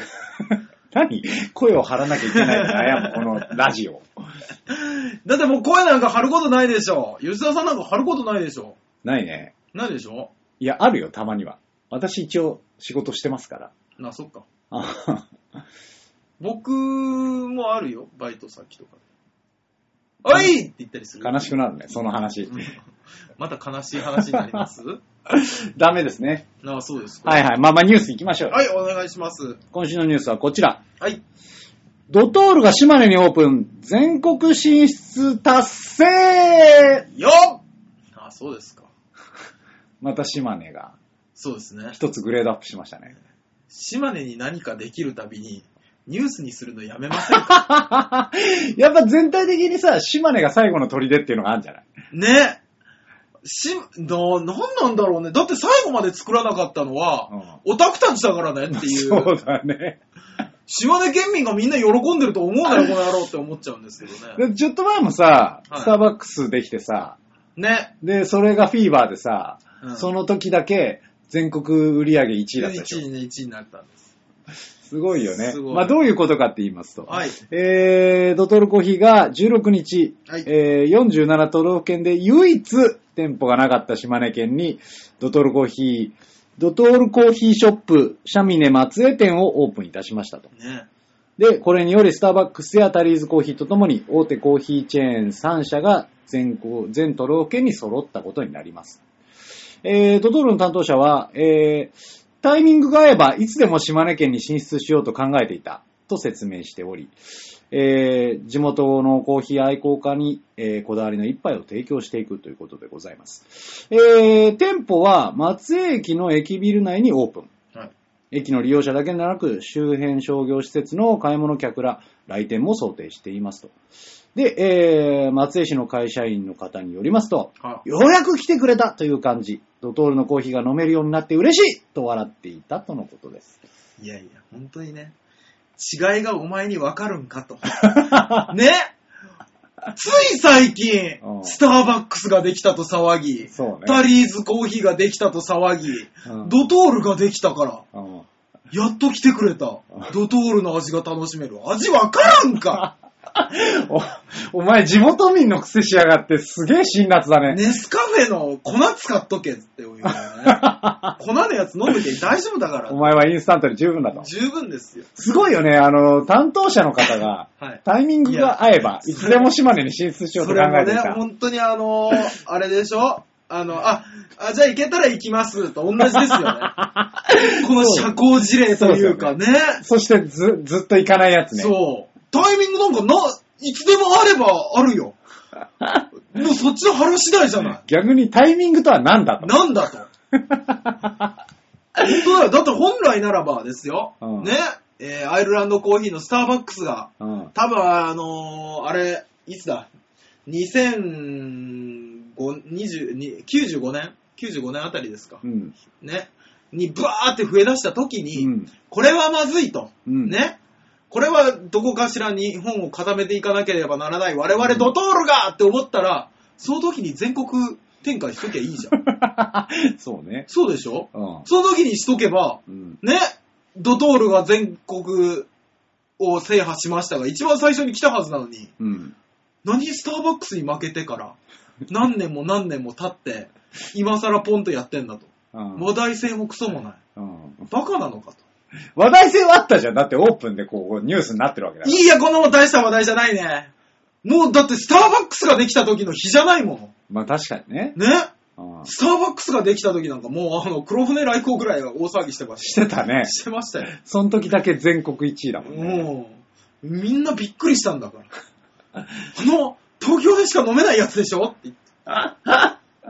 Speaker 3: 何 [laughs] 声を張らなきゃいけない [laughs] 悩む、このラジオ。
Speaker 2: だってもう声なんか張ることないでしょ。吉田さんなんか張ることないでしょ。
Speaker 3: ないね。
Speaker 2: ないでしょ
Speaker 3: いや、あるよ、たまには。私一応仕事してますから。
Speaker 2: な、そっか。
Speaker 3: あ
Speaker 2: 僕もあるよ。バイト先とかで。おいって言ったりする。
Speaker 3: 悲しくなるね、その話
Speaker 2: う。ん [laughs] また悲しい話になります
Speaker 3: [laughs] ダメですね。
Speaker 2: なあ、そうですか。
Speaker 3: はいはい。まあまあニュース行きましょう。
Speaker 2: はい、お願いします。
Speaker 3: 今週のニュースはこちら。
Speaker 2: はい。
Speaker 3: ドトールが島根にオープン、全国進出達成
Speaker 2: よっあ、そうですか。
Speaker 3: また島根が
Speaker 2: そうですね。
Speaker 3: 一つグレードアップしましたね。
Speaker 2: 島根に何かできるたびに、ニュースにするのやめません
Speaker 3: [laughs]
Speaker 2: か
Speaker 3: やっぱ全体的にさ、島根が最後の砦っていうのがあるんじゃない
Speaker 2: ねし、な、なんなんだろうね。だって最後まで作らなかったのは、オタクたちだからねってい
Speaker 3: そう
Speaker 2: う。
Speaker 3: だね。
Speaker 2: 島根県民がみんな喜んでると思うなよ、この野郎って思っちゃうんですけどね。
Speaker 3: でちょっと前もさ、
Speaker 2: はい
Speaker 3: スターバックスできてさ、
Speaker 2: ね。
Speaker 3: で、それがフィーバーでさ、
Speaker 2: うん
Speaker 3: その時だけ全国売り上げ1位だったでし
Speaker 2: 1
Speaker 3: ょ
Speaker 2: 位ね、1位になったんです。
Speaker 3: すごいよね
Speaker 2: すご。い
Speaker 3: まあどういうことかって言いますと、
Speaker 2: はい。
Speaker 3: えー、ドトールコーヒーが16日、
Speaker 2: はい
Speaker 3: えー47都道府県で唯一店舗がなかった島根県に、ドトールコーヒー、ドトールコーヒーショップ、シャミネ松江店をオープンいたしましたと。
Speaker 2: ね。
Speaker 3: で、これによりスターバックスやタリーズコーヒーとともに、大手コーヒーチェーン3社が全国全都道府県に揃ったことになります。えー、ドトールの担当者は、えー、タイミングが合えばいつでも島根県に進出しようと考えていたと説明しており、えー、地元のコーヒー愛好家に、えーこだわりの一杯を提供していくということでございます。えー、店舗は松江駅の駅ビル内にオープン。
Speaker 2: はい。
Speaker 3: 駅の利用者だけでなく、周辺商業施設の買い物客ら、来店も想定していますと。で、えー、松江市の会社員の方によりますと、
Speaker 2: は
Speaker 3: ようやく来てくれたという感じ。ドトールのコーヒーが飲めるようになって嬉しいと笑っていたとのことです。
Speaker 2: いやいや、本当にね、違いがお前にわかるんか
Speaker 3: [laughs]
Speaker 2: と。ねつい最近
Speaker 3: う、ん
Speaker 2: スターバックスができたと騒ぎ、
Speaker 3: そうね
Speaker 2: タリーズコーヒーができたと騒ぎ、
Speaker 3: うん
Speaker 2: ドトールができたから、
Speaker 3: うん
Speaker 2: やっと来てくれた。ドトールの味が楽しめる。味わからん
Speaker 3: [laughs]
Speaker 2: か
Speaker 3: おお前地元民の癖しやがってすげえ辛辣だね。
Speaker 2: ネスカフェの粉使っとけって言うよ
Speaker 3: [laughs]
Speaker 2: ね。粉のやつ飲むけ大丈夫だか
Speaker 3: お
Speaker 2: ら。
Speaker 3: 前はインスタントで十分だと。
Speaker 2: 十分ですよ。
Speaker 3: すごいよね、あの、担当者の方が、
Speaker 2: はい。
Speaker 3: タイミングが合えば、いつでも島根に進出しようと
Speaker 2: そ
Speaker 3: 考
Speaker 2: れも
Speaker 3: えてい
Speaker 2: ね、
Speaker 3: た。
Speaker 2: 本当にあの [laughs] ーあれでしょあの、あ、あ、じゃあ行けたら行きますと同じ
Speaker 3: [laughs]
Speaker 2: ですよね。この社交辞令というかね。
Speaker 3: [laughs] そしてず、ずっと行かないやつね。
Speaker 2: そう。タイミングなんかな、いつでもあればあ
Speaker 3: [laughs]
Speaker 2: るよ。もうそっちの腹次第じゃない。
Speaker 3: 逆にタイミングとは何だと。
Speaker 2: なんだと。本当だよ。だって本来ならばですよ。
Speaker 3: うん
Speaker 2: ね。えーアイルランドコーヒーのスターバックスが、
Speaker 3: うん。
Speaker 2: 多分あのーあれ、いつだ ?2005、20 95年 ?95 年あたりですか
Speaker 3: う。ん。
Speaker 2: ね。にブワーって増え出した時
Speaker 3: う
Speaker 2: に、
Speaker 3: ん。 [laughs]
Speaker 2: これはまずいと。
Speaker 3: うん
Speaker 2: ね。これはどこかしら日本を固めていかなければならない我々ドトールがって思ったら、その時に全国展開しときゃいいじゃん。
Speaker 3: [laughs] そうね。
Speaker 2: そうでしょ
Speaker 3: うん。
Speaker 2: その時にしとけば、
Speaker 3: うん。
Speaker 2: ね、ドトールが全国を制覇しましたが、一番最初に来たはずなのに、
Speaker 3: うん。
Speaker 2: 何スターバックスに負けてから、何年も何年も経って、今更ポンとやってんだと。
Speaker 3: うん
Speaker 2: 話題性もクソもない。
Speaker 3: うん
Speaker 2: バカなのかと。
Speaker 3: 話題性はあったじゃん。だってオープンでこう、ニュースになってるわけだから。
Speaker 2: いいや、こんなもん大した話題じゃないね。もうだってスターバックスができた時の日じゃないも
Speaker 3: まあ確かにね。
Speaker 2: ん。ね
Speaker 3: うん。
Speaker 2: スターバックスができた時なんかもうあの、黒船来航ぐらいは大騒ぎしてまし
Speaker 3: してたね
Speaker 2: た。。してましたよ。
Speaker 3: その時だけ全国1位だもんね。
Speaker 2: もう、みんなびっくりしたんだから。あの、東京でしか飲めないやつでしょって言って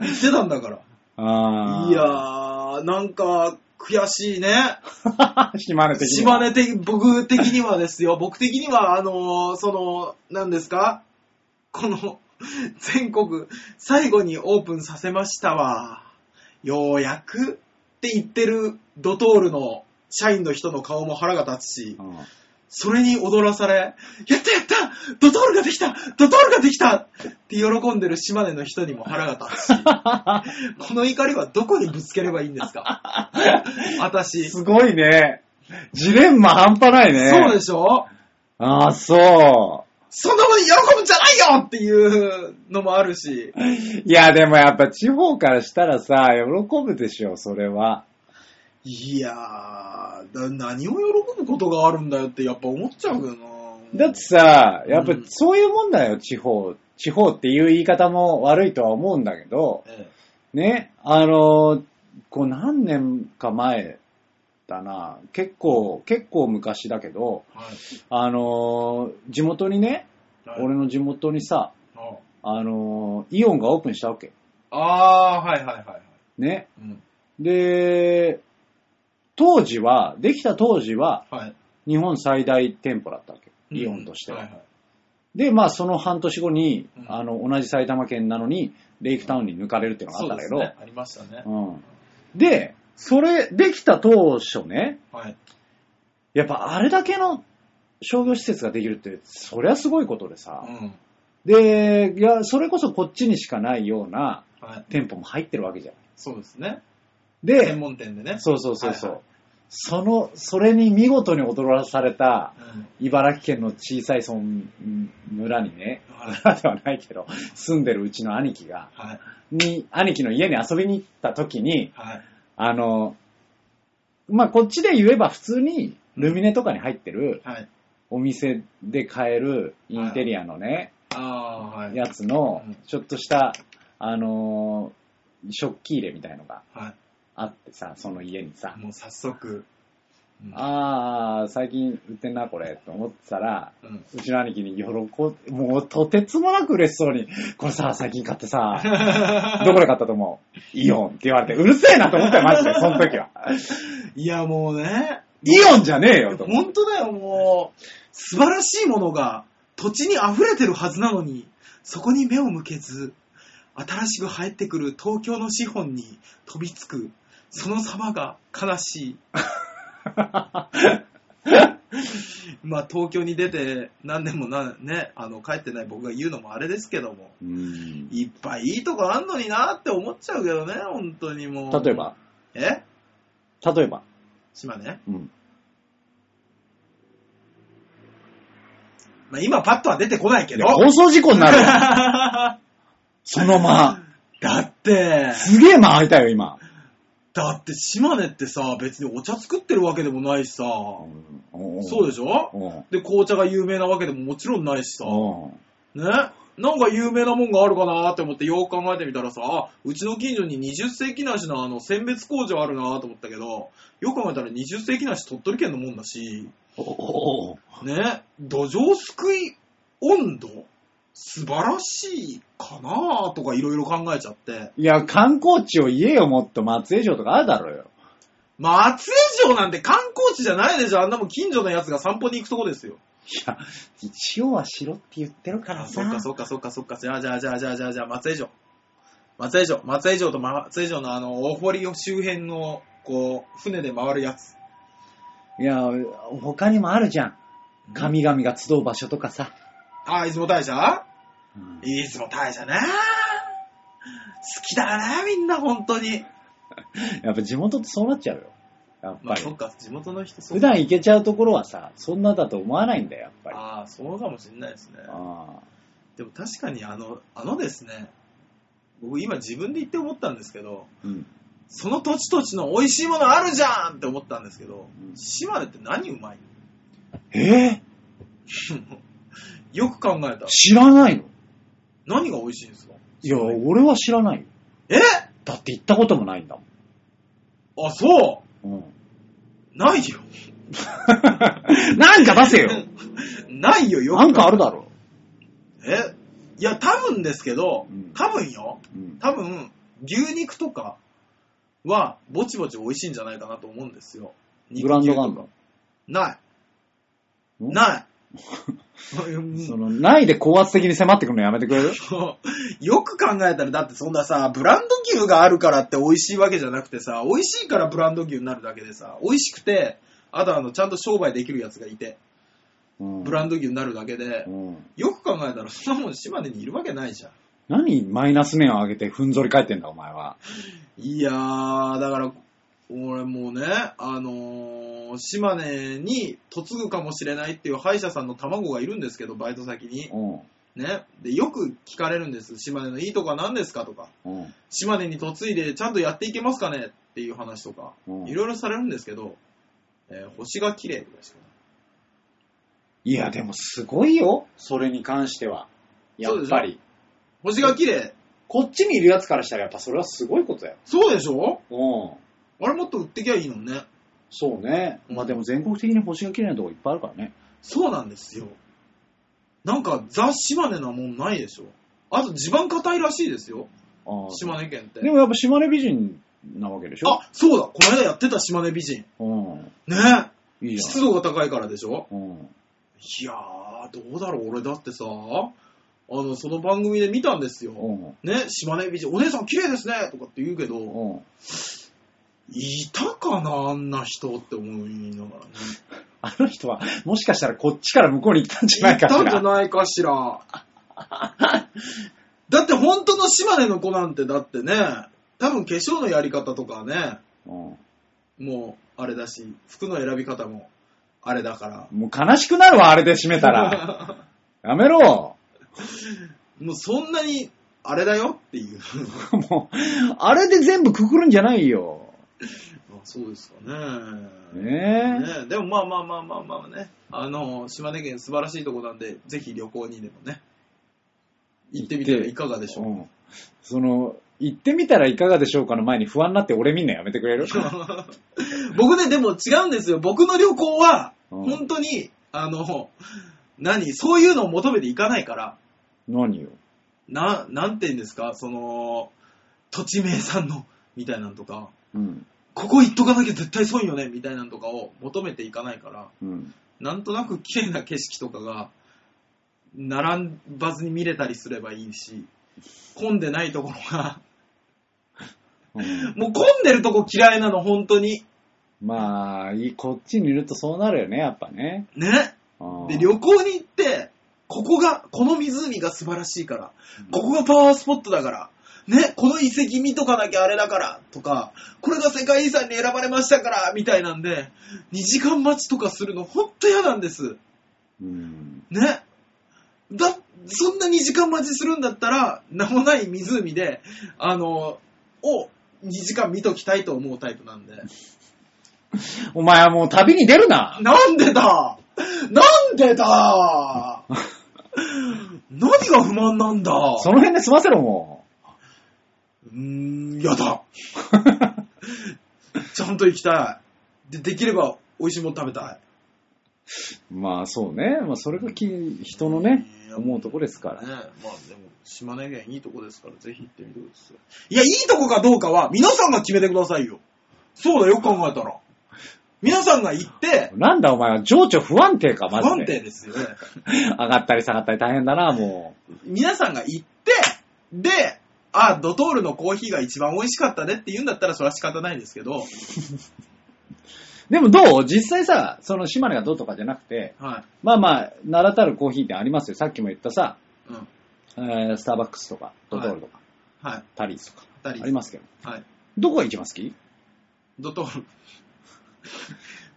Speaker 2: 言ってたんだから。
Speaker 3: あ
Speaker 2: いやー、なんか、悔しいね。
Speaker 3: ー。 [laughs] 島根的に。
Speaker 2: 島根的、僕的にはですよ。僕的には、あのーその、何ですかこの、全国最後にオープンさせましたわ。ようやくって言ってるドトールの社員の人の顔も腹が立つし、
Speaker 3: うん
Speaker 2: それに踊らされ、やったやったドトールができたドトールができたって喜んでる島根の人にも腹が
Speaker 3: [laughs]
Speaker 2: 立つし、この怒りはどこにぶつければいいんですか
Speaker 3: [laughs]
Speaker 2: 私。
Speaker 3: すごいね。ジレンマ半端ないね。。
Speaker 2: そうですしょ
Speaker 3: ああ、そ
Speaker 2: そんなもの喜ぶんじゃないよっていうのもあるし、
Speaker 3: う。いや、でもやっぱ地方からしたらさ、喜ぶでしょ、それは。
Speaker 2: いやー、だ何を喜ぶことがあるんだよってやっぱ思っちゃうけどな。
Speaker 3: だってさ、やっぱ
Speaker 2: うん
Speaker 3: そういうもんだよ、地方。地方っていう言い方も悪いとは思うんだけど、
Speaker 2: え
Speaker 3: ね、あの、こう何年か前だな、結構、結構昔だけど、
Speaker 2: え、はい
Speaker 3: あの、地元にね、
Speaker 2: はい
Speaker 3: 俺の地元にさ、
Speaker 2: あ
Speaker 3: あの、イオンがオープンしたわけ。
Speaker 2: あー、はいはいはいはい。
Speaker 3: ね。
Speaker 2: うん。
Speaker 3: で、当時は、できた当時は、
Speaker 2: はい。
Speaker 3: 日本最大店舗だったわけ。イオンとして
Speaker 2: うんは。
Speaker 3: はい
Speaker 2: はい
Speaker 3: で、まあ、その半年後に、
Speaker 2: うん
Speaker 3: あの、同じ埼玉県なのに、レイクタウンに抜かれるっていうのがあ
Speaker 2: そうで
Speaker 3: ったんだけ
Speaker 2: すね。
Speaker 3: ど、
Speaker 2: ありましたね。
Speaker 3: うん。で、それ、できた当初ね、
Speaker 2: はい。
Speaker 3: やっぱあれだけの商業施設ができるって、そりゃすごいことでさ
Speaker 2: う、ん。
Speaker 3: で、いや、それこそこっちにしかないような
Speaker 2: はい。
Speaker 3: 店舗も入ってるわけじゃん。
Speaker 2: そうですね。
Speaker 3: で
Speaker 2: 専、門店でね。
Speaker 3: そうそうそうそう。
Speaker 2: はいは
Speaker 3: その、それに見事に踊らされた、
Speaker 2: うん
Speaker 3: 茨城県の小さい村、ん村にね、
Speaker 2: はい
Speaker 3: 村ではないけど、住んでるうちの兄貴が、
Speaker 2: はい。
Speaker 3: に、兄貴の家に遊びに行った時に、
Speaker 2: はい。
Speaker 3: あの、まあ、こっちで言えば普通に、ルミネとかに入ってる、
Speaker 2: はい。
Speaker 3: お店で買えるインテリアのね、
Speaker 2: ああー、はい。
Speaker 3: やつの
Speaker 2: うん、
Speaker 3: ちょっとした、あのー食器入れみたいのが
Speaker 2: は
Speaker 3: あってさ、その家にさ、
Speaker 2: い。もう早速。うん
Speaker 3: ああ、最近売ってんな、これ、と思ってたら、
Speaker 2: うん。
Speaker 3: うちの兄貴に喜ん、もうとてつもなく嬉しそうに、これさ、最近買って
Speaker 2: [laughs]
Speaker 3: さ、どこで買ったと思うイオンって言われて、うるせえなと思ったよ、マジで、その
Speaker 2: [laughs]
Speaker 3: 時は。
Speaker 2: いや、もうね。
Speaker 3: イオンじゃねえよ、と思って。
Speaker 2: 本当だよ、もう。素晴らしいものが土地に溢れてるはずなのに、そこに目を向けず、新しく入ってくる東京の資本に飛びつく、その様が悲
Speaker 3: [laughs]
Speaker 2: しい。まあ、東京に出て何年もな、ね、あの、帰ってない僕が言うのもあれですけども、
Speaker 3: うん
Speaker 2: いっぱいいいとこあんのになって思っちゃうけどね、本当にもう。
Speaker 3: 例えば、
Speaker 2: え
Speaker 3: 例えば、
Speaker 2: 島根
Speaker 3: うん。
Speaker 2: まあ、今パッとは出てこないけ
Speaker 3: い
Speaker 2: ど
Speaker 3: や、。放送事故になるよ、
Speaker 2: [laughs]
Speaker 3: その間。
Speaker 2: だって、
Speaker 3: すげえ間空いたよ、今。
Speaker 2: だって島根ってさ、別にお茶作ってるわけでもないしさ、そうで
Speaker 3: し
Speaker 2: しょ
Speaker 3: ょ
Speaker 2: で、紅茶が有名なわけでももちろんないしさ、ね。
Speaker 3: うん。
Speaker 2: なんか有名なもんがあるかなって思ってよう考えてみたらさ、あうちの近所に20世紀梨のあの、選別工場あるなと思ったけど、よく考えたら20世紀梨鳥取県のもんだし、
Speaker 3: おー
Speaker 2: ね、土壌すくい温度素晴らしいかなとかいろいろ考えちゃって、
Speaker 3: いや、観光地を言えよ、もっと松江城とかあるだろうよ。
Speaker 2: 松江城なんて観光地じゃないでしょあんなもん近所のやつが散歩に行くとこですよ。
Speaker 3: いや、一応はしろって言ってるから
Speaker 2: あ、
Speaker 3: さ。
Speaker 2: そっかそっかそっかそっか。じゃあじゃあじゃあじゃあじゃあじゃあ松江城。松江城。松江城と松江城のあの、大堀周辺の、こう、船で回るやつ。
Speaker 3: いや、他にもあるじゃん。神々が集う場所とかさ。
Speaker 2: あ、出雲大社
Speaker 3: うん
Speaker 2: 出雲大社な好きだなみんな本当に。
Speaker 3: やっぱ地元ってそうなっちゃうよ。やっ
Speaker 2: ま
Speaker 3: ぱ
Speaker 2: あ
Speaker 3: り
Speaker 2: そ。っか、地元の人そう
Speaker 3: 普段行けちゃうところはさ、そんなだと思わないんだよ、やっぱり。
Speaker 2: ああ、そうかもしれないですね。
Speaker 3: あ
Speaker 2: でも確かにあの、あのですね、僕今自分で言って思ったんですけど、
Speaker 3: ーうん。
Speaker 2: その土地土地の美味しいものあるじゃんって思ったんですけど、
Speaker 3: うん
Speaker 2: 島根って何うまい
Speaker 3: え
Speaker 2: よく考えた
Speaker 3: ー、。知らないの
Speaker 2: 何が美味しいんですか
Speaker 3: いや、俺は知らないよ。
Speaker 2: え
Speaker 3: だって行ったこともないんだ
Speaker 2: あ、そ
Speaker 3: [laughs] もん。うん。
Speaker 2: うないよ。
Speaker 3: なんか出せよ。
Speaker 2: [laughs]
Speaker 3: [laughs]
Speaker 2: ないよ、よく
Speaker 3: なんかあるだろ。
Speaker 2: えいや、多分ですけど
Speaker 3: うん、
Speaker 2: 多分よ。
Speaker 3: うん。
Speaker 2: 多分、牛肉とかは、ぼちぼち美味しいんじゃないかなと思うんですよ。
Speaker 3: ブランドがある
Speaker 2: 肉牛
Speaker 3: の
Speaker 2: とかない。
Speaker 3: ん
Speaker 2: ない。
Speaker 3: [laughs] その、ないで高圧的に迫ってくるのやめてくれる
Speaker 2: [laughs] よく考えたら、だってそんなさ、ブランド牛があるからって美味しいわけじゃなくてさ、美味しいからブランド牛になるだけでさ、美味しくて、あとあの、ちゃんと商売できるやつがいて、ブラ
Speaker 3: ン
Speaker 2: ンド牛になるだけで
Speaker 3: う、ん。
Speaker 2: よく考えたら、そんなもん島根にいるわけないじゃん。
Speaker 3: 何マイナス面を上げてふんぞり返ってんだ、お前は。
Speaker 2: いやー、だから、俺もうね、あのー島根に嫁ぐかもしれないっていう歯医者さんの卵がいるんですけど、バイト先に。
Speaker 3: うん。
Speaker 2: ね。で、よく聞かれるんです。島根のいいとこは何ですかとか。
Speaker 3: うん。
Speaker 2: 島根に嫁いでちゃんとやっていけますかねっていう話とか、
Speaker 3: うん
Speaker 2: いろいろされるんですけど、えー星が綺麗ぐらいしかない。
Speaker 3: いや、でもすごいよ。それに関しては。やっ
Speaker 2: そう
Speaker 3: ぱ
Speaker 2: で
Speaker 3: り。
Speaker 2: 星が綺麗
Speaker 3: こっちにいるやつからしたらやっぱそれはすごいことだよ。
Speaker 2: そうでしょ
Speaker 3: うん。
Speaker 2: あれもっと売ってきゃいいのにね。
Speaker 3: そうね。まあでも全国的に星が綺麗なとこいっぱいあるからね。
Speaker 2: そうなんですよ。なんか、ザ・島根なもんないでしょ。あと、地盤硬いらしいですよ。
Speaker 3: ああ
Speaker 2: 島根県って
Speaker 3: で。もやっぱ島根美人なわけでしょ
Speaker 2: あ、そうだ、この間やってた島根美人。
Speaker 3: うん。
Speaker 2: ね
Speaker 3: いいじゃん。
Speaker 2: 湿度が高いからでしょ
Speaker 3: うん。
Speaker 2: いやー、どうだろう、俺だってさ、あの、その番組で見たんですよ。
Speaker 3: うん。
Speaker 2: ね、島根美人、お姉さん綺麗ですねとかって言うけど、
Speaker 3: うん。
Speaker 2: いたかな、あんな人って思いながらね。
Speaker 3: あの人は、もしかしたらこっちから向こうに行ったんじ
Speaker 2: い
Speaker 3: ゃないか
Speaker 2: た
Speaker 3: し
Speaker 2: んじゃ
Speaker 3: ら。
Speaker 2: ないかし
Speaker 3: [laughs]
Speaker 2: ら。だって本当の島根の子なんてだってね、多分化粧のやり方とかね、
Speaker 3: うん
Speaker 2: もうあれだし、服の選び方もあれだから。
Speaker 3: もう悲しくなるわ、あれで締めたら。 [laughs] やめろ。
Speaker 2: もうそんなに、あれだよっていう。 [laughs]
Speaker 3: もう、あれで全部くくるんじゃないよ。
Speaker 2: あそうですかね。
Speaker 3: ねえ。
Speaker 2: ねでもまあまあまあまあまあね。あの、島根県素晴らしいとこなんで、ぜひ旅行にでもね、行ってみてはいかがでしょ
Speaker 3: う
Speaker 2: う。 [laughs]
Speaker 3: んその、行ってみたらいかがでしょうかの前に不安になって俺見んのやめてくれ [laughs] る
Speaker 2: 僕ね、でも違うんですよ。僕の旅行は、
Speaker 3: うん
Speaker 2: 本当に、あの、何、そういうのを求めていかないから、
Speaker 3: 何よ。
Speaker 2: な、なんて言うんですか、その、土地名産の、みたいなんとか、
Speaker 3: うん。
Speaker 2: ここ行っとかなきゃ絶対損よね、みたいなんとかを求めていかないから、
Speaker 3: うん。
Speaker 2: なんとなく綺麗な景色とかが、並ばずに見れたりすればいいし、混んでないところ
Speaker 3: [laughs]
Speaker 2: が、
Speaker 3: うん
Speaker 2: もう混んでるとこ嫌いなの、本当に。
Speaker 3: まあ、いこっちにいるとそうなるよね、やっぱね。
Speaker 2: ね。
Speaker 3: うん
Speaker 2: で、旅行に行って、ここが、この湖が素晴らしいから、ここがパワースポットだから、ね、この遺跡見とかなきゃあれだから、とか、これが世界遺産に選ばれましたから、みたいなんで、2時間待ちとかするの、ほんと嫌なんです。
Speaker 3: うん。
Speaker 2: ね。だ、そんな2時間待ちするんだったら、名もない湖で、あの、を2時間見ときたいと思うタイプなんで。
Speaker 3: お前はもう旅に出るな。
Speaker 2: なんでだなんでだ何が不満なんだ
Speaker 3: その辺で済ませろ、も
Speaker 2: うーん、やだ。
Speaker 3: う。
Speaker 2: ちゃんと行きたい。で、できれば美味しいもの食べたい。
Speaker 3: まあそうね。まあそれがき人のね
Speaker 2: い、や
Speaker 3: 思うとこですか
Speaker 2: ね
Speaker 3: ら。
Speaker 2: まあでも、島根県いいとこですから、ぜひ行ってみてください。いや、いいとこかどうかは、皆さんが決めてくださいよ。そうだよ、考えたら。皆さんが行って、
Speaker 3: なんだお前は情緒不安定か、
Speaker 2: 不
Speaker 3: マジで。
Speaker 2: 安定ですよね。
Speaker 3: 上がったり下がったり大変だな、も
Speaker 2: 皆さんが行って、で、あ、ドトールのコーヒーが一番美味しかったねって言うんだったら、それは仕方ないですけど、
Speaker 3: う。でもどう実際さ、その島根がどうとかじゃなくて、
Speaker 2: は
Speaker 3: まあまあ、名だたるコーヒーってありますよ。さっきも言ったさ、
Speaker 2: い。うん。
Speaker 3: えースターバックスとか、ドトールとか、
Speaker 2: はい。
Speaker 3: タリーズとか、
Speaker 2: あ
Speaker 3: ありますけど。
Speaker 2: はい。
Speaker 3: どこが一番好き
Speaker 2: ドトール。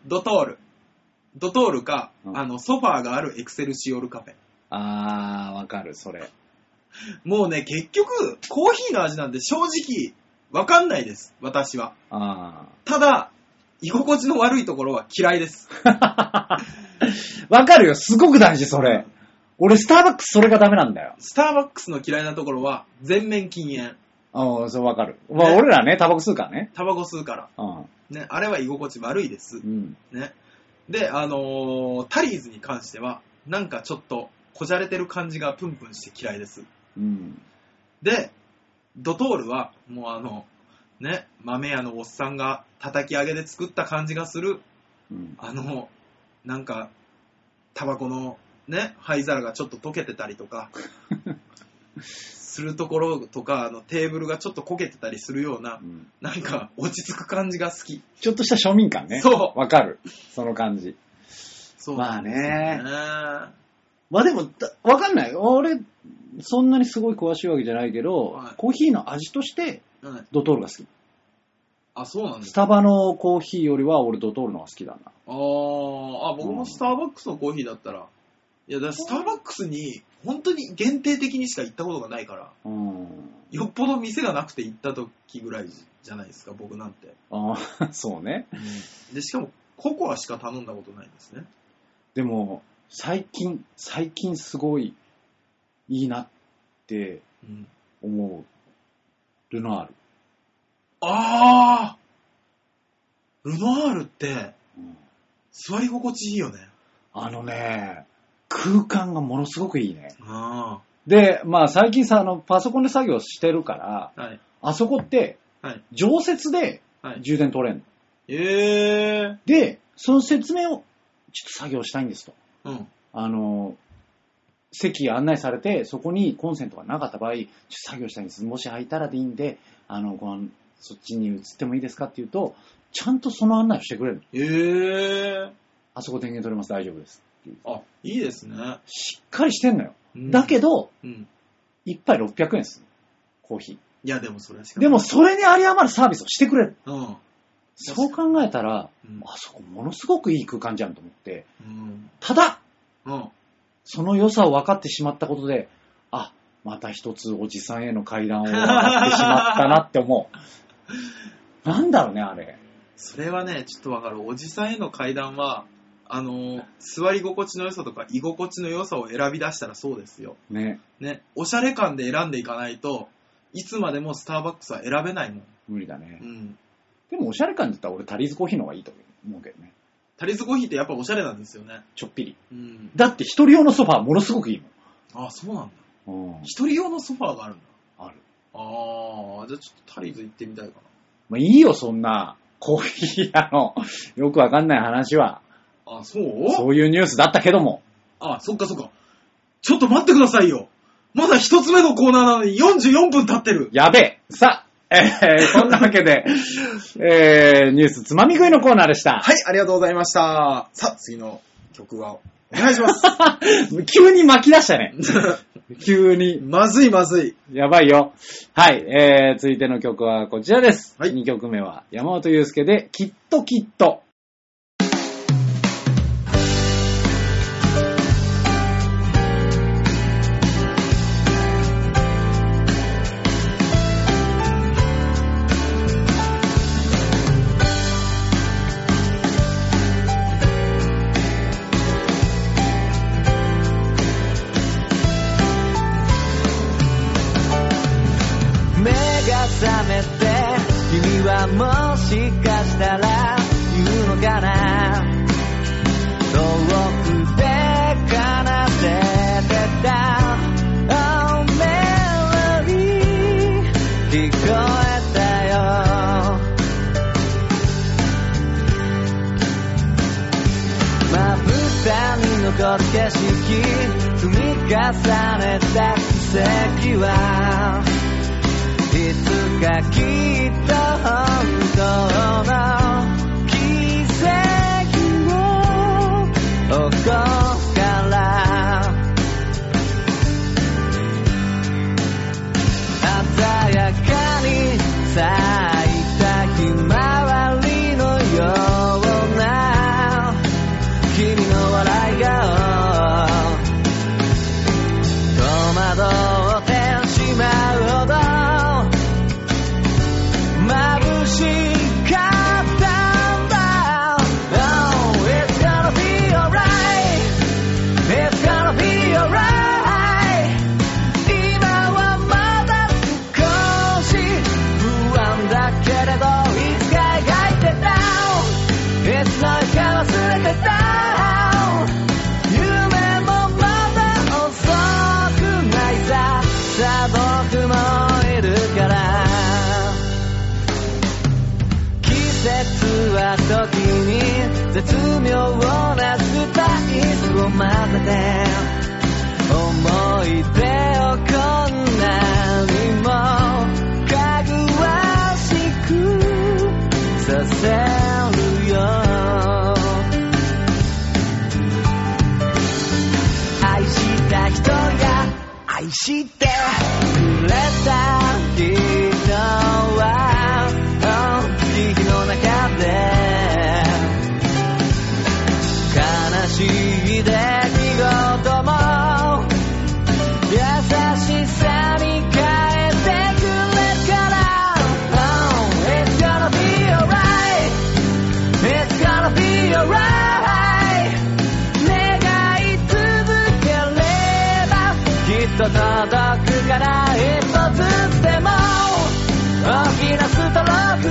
Speaker 2: ドトール。ドトールか、
Speaker 3: うん
Speaker 2: あの、ソファーがあるエクセルシオールカフェ。
Speaker 3: あー、わかる、それ。
Speaker 2: もうね、結局、コーヒーの味なんて正直、わかんないです。私は。
Speaker 3: あ
Speaker 2: ただ、居心地の悪いところは嫌いです。
Speaker 3: ー。 [laughs] わかるよ、すごく大事、それ。俺、スターバックスそれがダメなんだよ。
Speaker 2: スターバックスの嫌いなところは、全面禁煙。
Speaker 3: ああ、そうわかる。まあ、俺らね、タバコ吸うからね。
Speaker 2: タバコ吸うから。
Speaker 3: うん。
Speaker 2: ね、あれは居心地悪いです
Speaker 3: う。ん。
Speaker 2: ね。で、あのータリーズに関しては、なんかちょっと、こじゃれてる感じがプンプンして嫌いです。
Speaker 3: うん。
Speaker 2: で、ドトールは、もうあの、ね、豆屋のおっさんが叩き上げで作った感じがする、
Speaker 3: うん。
Speaker 2: あの、なんか、タバコのね、灰皿がちょっと溶けてたりとか、するところとか、あの、テーブルがちょっと焦げてたりするような
Speaker 3: う、ん
Speaker 2: なんか、落ち着く感じが好き。
Speaker 3: ちょっとした庶民感ね。
Speaker 2: そ
Speaker 3: わかる。その感じ。
Speaker 2: そう。
Speaker 3: まあ
Speaker 2: ね
Speaker 3: ね。まあでも、だわかんない。俺、そんなにすごい詳しいわけじゃないけど、
Speaker 2: はい
Speaker 3: コーヒーの味として
Speaker 2: うん
Speaker 3: ドトールが好き。
Speaker 2: あ、そうなんです
Speaker 3: ス
Speaker 2: か。
Speaker 3: タバのコーヒーよりは俺ドトールの方が好きだな。
Speaker 2: あーあ、僕もスターバックスのコーヒーだったら、いや、だからスターバックスに、本当に限定的にしか行ったことがないから、
Speaker 3: うん。
Speaker 2: よっぽど店がなくて行った時ぐらいじゃないですか、僕なんて。
Speaker 3: ああ、 [laughs] そうね。
Speaker 2: で、しかも、ココアしか頼んだことないんですね。
Speaker 3: でも、最近、最近すごいいいなって
Speaker 2: うん、
Speaker 3: 思う。ルナール。
Speaker 2: ああルノアールって、
Speaker 3: うん
Speaker 2: 座り心地いいよね。
Speaker 3: あのね、空間がものすごくいいね。
Speaker 2: あ
Speaker 3: で、まあ最近さ、あの、パソコンで作業してるから、
Speaker 2: あ。はい。
Speaker 3: あそこって、
Speaker 2: はい。
Speaker 3: 常設で
Speaker 2: はい。
Speaker 3: 充電取れんの。
Speaker 2: ええ
Speaker 3: で、その説明を、ちょっと作業したいんですと。
Speaker 2: うん。
Speaker 3: あの、席案内されて、そこにコンセントがなかった場合、ちょっと作業したいんです。もし空いたらでいいんで、あの、ご案そっちに移ってもいいですかっていうと、ちゃんとその案内をしてくれるの。
Speaker 2: ええ
Speaker 3: あそこ電源取れます、大丈夫です。
Speaker 2: あ、いいですね。
Speaker 3: しっかりしてんのよ。
Speaker 2: うん
Speaker 3: だけど、
Speaker 2: うん。
Speaker 3: 一杯600円です。コーヒ
Speaker 2: いや、でもそれはし
Speaker 3: ー。
Speaker 2: か
Speaker 3: でも、それにあり余るサービスをしてくれる。
Speaker 2: うん。
Speaker 3: そう考えたら、
Speaker 2: うん
Speaker 3: あそこものすごくいい空間じゃんと思って。
Speaker 2: うん。
Speaker 3: ただ、
Speaker 2: うん。
Speaker 3: その良さを分かってしまったことで、あ、また一つおじさんへの階段を上がってしまったなって思 [laughs] う。なんだろうね、あれ。
Speaker 2: それはね、ちょっとわかる。おじさんへの階段は、あのー、座り心地の良さとか居心地の良さを選び出したらそうですよ。
Speaker 3: ね、
Speaker 2: ね、おしゃれ感で選んでいかないと、いつまでもスターバックスは選べないもん。
Speaker 3: 無理だね
Speaker 2: う。ん。
Speaker 3: でもおしゃれ感だったら俺タリーズコーヒーの方がいいと思うけどね。
Speaker 2: タリズコーヒーってやっぱおしゃれなんですよね。
Speaker 3: ちょっぴり。
Speaker 2: うん。
Speaker 3: だって一人用のソファーものすごくいい
Speaker 2: あ、そうなんだ。
Speaker 3: もん。うん。
Speaker 2: 一人用のソファーがあるんだ。
Speaker 3: ある。
Speaker 2: ああ、じゃあちょっとタリーズ行ってみたいか
Speaker 3: まあいいよ、そんな。コーヒー屋の、よくわかんない話は。
Speaker 2: な。あ、そう
Speaker 3: そういうニュースだったけども。
Speaker 2: あ、そっかそっか。ちょっと待ってくださいよ。まだ一つ目のコーナーなのに44分経ってる。
Speaker 3: やべえ。さあ、えー、そんなわけで、えー、ニュースつまみ食いのコーナーでした。
Speaker 2: はい、ありがとうございました。さあ、次の曲は、お願いします。
Speaker 3: [laughs] 急に巻き出したね。急に。
Speaker 2: [laughs] まずいまずい。
Speaker 3: やばいよ。はい。えー、続いての曲はこちらです。
Speaker 2: はい
Speaker 3: 2曲目は山本祐介で、きっときっと。
Speaker 1: 目が覚めて君はもしかしたら言うのかな遠くで奏でてた Oh melody 聞こえたよまぶたに残る景色積み重ねた奇跡はいつかきっと本当の奇跡を起こすから鮮やかに咲いたひまわりのような君の笑い顔戸惑ってしまうほど眩しかった時に絶妙なスパイスを混ぜて思い出をこんなにもかぐわしくさせるよ愛した人が愛してくれた人は悲劇の中で悲しい出来事も優しさに変えてくれるから Oh, It's gonna be alright It's gonna be alright 願い続ければきっと届くから一歩ずつでも大きなストロークで踏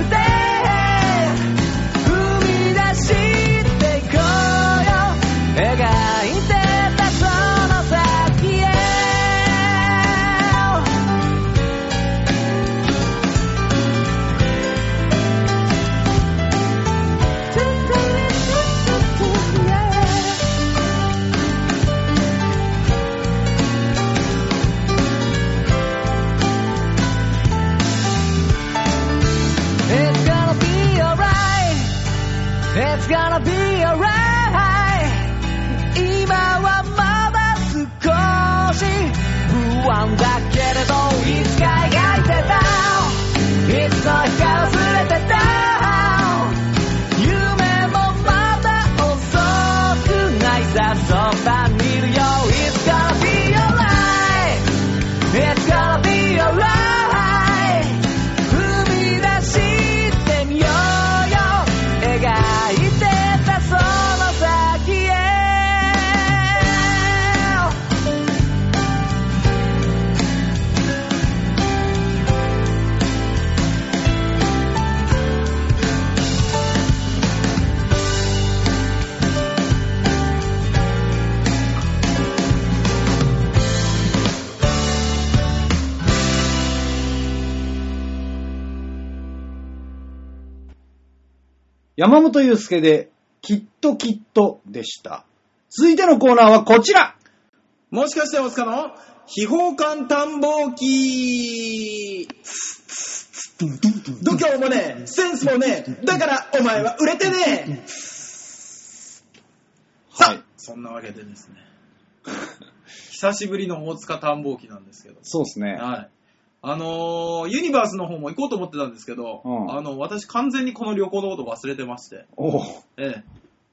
Speaker 1: み出していこうよ描いてたその先へ「It's gonna be alright」It's gonna be alright 今はまだ少し不安だけれどいつか描いてたいつの日か忘れてた夢もまだ遅くないさそばにいるよ It's gonna be alright It's gonna be alright 踏み出してみようよ描いてたその先へ
Speaker 3: 山本祐介で、きっときっとでした。続いてのコーナーはこちら
Speaker 2: もしかして大塚の秘宝館探訪記度胸もねえ、センスもねえ、だからお前は売れてねえさあ、
Speaker 3: はい
Speaker 2: そんなわけでですね。久しぶりの大塚探訪記なんですけど。
Speaker 3: そうですね。
Speaker 2: はい。あのーユニバースの方も行こうと思ってたんですけど、
Speaker 3: うん
Speaker 2: あの、私完全にこの旅行のこと忘れてまして、
Speaker 3: おう。
Speaker 2: ええ。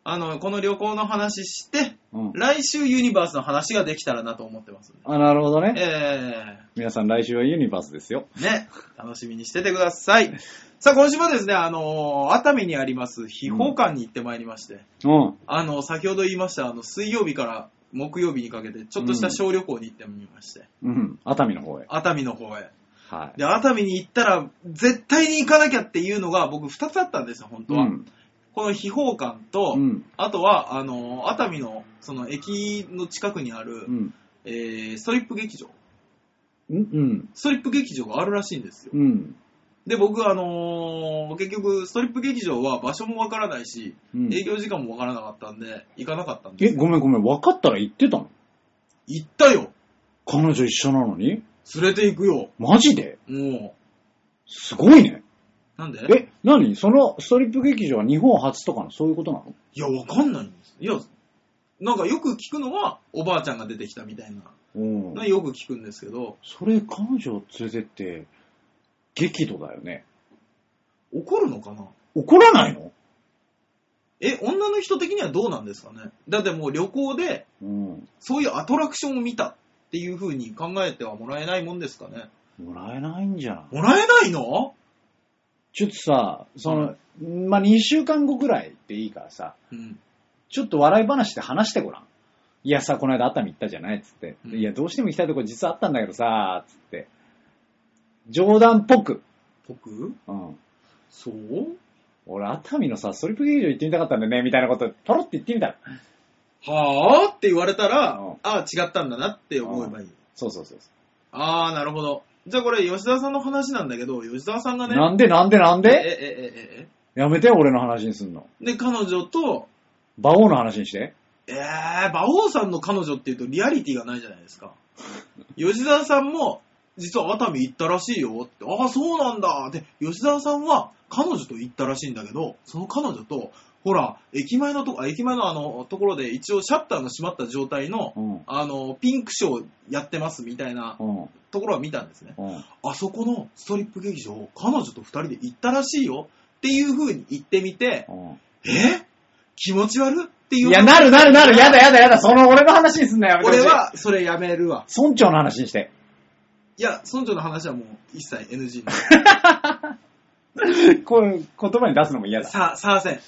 Speaker 2: あの、この旅行の話して、
Speaker 3: うん。
Speaker 2: 来週ユニバースの話ができたらなと思ってますんで。
Speaker 3: あ、なるほどね。
Speaker 2: え
Speaker 3: 皆さん来週はユニバースですよ。
Speaker 2: えね、楽しみにしててください。さあ、今週もですね、あのー熱海にあります、秘宝館に行ってまいりまして、
Speaker 3: うん。
Speaker 2: あの、先ほど言いました、あの、水曜日から木曜日にかけて、ちょっとした小旅行に行ってみまして、
Speaker 3: うん。熱海の方へ。
Speaker 2: 熱海の方へ。
Speaker 3: はい。
Speaker 2: で、熱海に行ったら、絶対に行かなきゃっていうのが、僕2つあったんですよ、本当
Speaker 3: う
Speaker 2: は。
Speaker 3: ん。
Speaker 2: この秘宝館と、
Speaker 3: うん。
Speaker 2: あとは、あのー熱海の、その、駅の近くにある、
Speaker 3: うん。
Speaker 2: えー、ストリップ劇場。
Speaker 3: うん。
Speaker 2: ストリップ劇場があるらしいんですよ。
Speaker 3: うん。
Speaker 2: で、僕、あのー結局、ストリップ劇場は場所もわからないし、
Speaker 3: うん。
Speaker 2: 営業時間もわからなかったんで、行かなかったんで
Speaker 3: え、
Speaker 2: すよ。
Speaker 3: ごめんごめん。分かったら言ってたの
Speaker 2: 行ったよ
Speaker 3: 彼女一緒なのに
Speaker 2: 連れて行くよ
Speaker 3: マジで
Speaker 2: も
Speaker 3: すごいね。
Speaker 2: う。なんで
Speaker 3: え、何そのストリップ劇場は日本初とかのそういうことなの
Speaker 2: いや、わかんないんです。いや、なんかよく聞くのは、おばあちゃんが出てきたみたいな、
Speaker 3: うん。
Speaker 2: よく聞くんですけど、
Speaker 3: それ彼女を連れてって、激怒だよね。
Speaker 2: 怒るのかな
Speaker 3: 怒らないの
Speaker 2: え、女の人的にはどうなんですかねだってもう旅行で、
Speaker 3: うん。
Speaker 2: そういうアトラクションを見たっていう風に考えてはもらえないもんですかね
Speaker 3: もらえないんじゃん。
Speaker 2: もらえないの
Speaker 3: ちょっとさ、その、まあ、2週間後ぐらいでいいからさ、
Speaker 2: うん。
Speaker 3: ちょっと笑い話で話してごらん。いやさ、この間熱海行ったじゃないっつって。
Speaker 2: うん
Speaker 3: いや、どうしても行きたいとこ実はあったんだけどさ、つって。冗談っぽく。
Speaker 2: 僕
Speaker 3: うん。
Speaker 2: そう
Speaker 3: 俺、熱海のさ、ストリップ劇場行ってみたかったんだよね、みたいなこと、ポロって言ってみたら。
Speaker 2: はぁって言われたら
Speaker 3: うん、
Speaker 2: ああ、違ったんだなって思えばいい。
Speaker 3: そうそうそうそ
Speaker 2: ああ、なるほど。じゃあこれ、吉沢さんの話なんだけど、吉沢さんが
Speaker 3: う。
Speaker 2: ね、
Speaker 3: なんでなんでなん
Speaker 2: ええ
Speaker 3: で
Speaker 2: ええええ
Speaker 3: やめて、俺の話にすんの。
Speaker 2: で、彼女と、
Speaker 3: 馬王の話にして。
Speaker 2: えー、馬王さんの彼女っていうとリアリティがないじゃない [laughs] ですか。吉沢さんも、実は熱海行ったらしいよって、ああ、そうなんだ。で、吉沢さんは彼女と行ったらしいんだけど、その彼女と、ほら、駅前のとこ、あ駅前のあの、ところで一応シャッターの閉まった状態の、
Speaker 3: うん。うん。
Speaker 2: あの、ピンクショーやってますみたいな
Speaker 3: うん。
Speaker 2: ところは見たんですね。
Speaker 3: うん。
Speaker 2: あそこのストリップ劇場、彼女と二人で行ったらしいよっていう風に言ってみて、え気持ち悪っていう。
Speaker 3: いや、なるなるなる、やだやだやだ、その俺の話にすんなやめてほしい
Speaker 2: 俺、はそれやめるわ。
Speaker 3: 村長の話にして。
Speaker 2: いや、村長の話はもう一切 NG
Speaker 3: [laughs]
Speaker 2: な
Speaker 3: こういう言葉に出すのも嫌
Speaker 2: の。
Speaker 3: だ。
Speaker 2: さ、さあせん。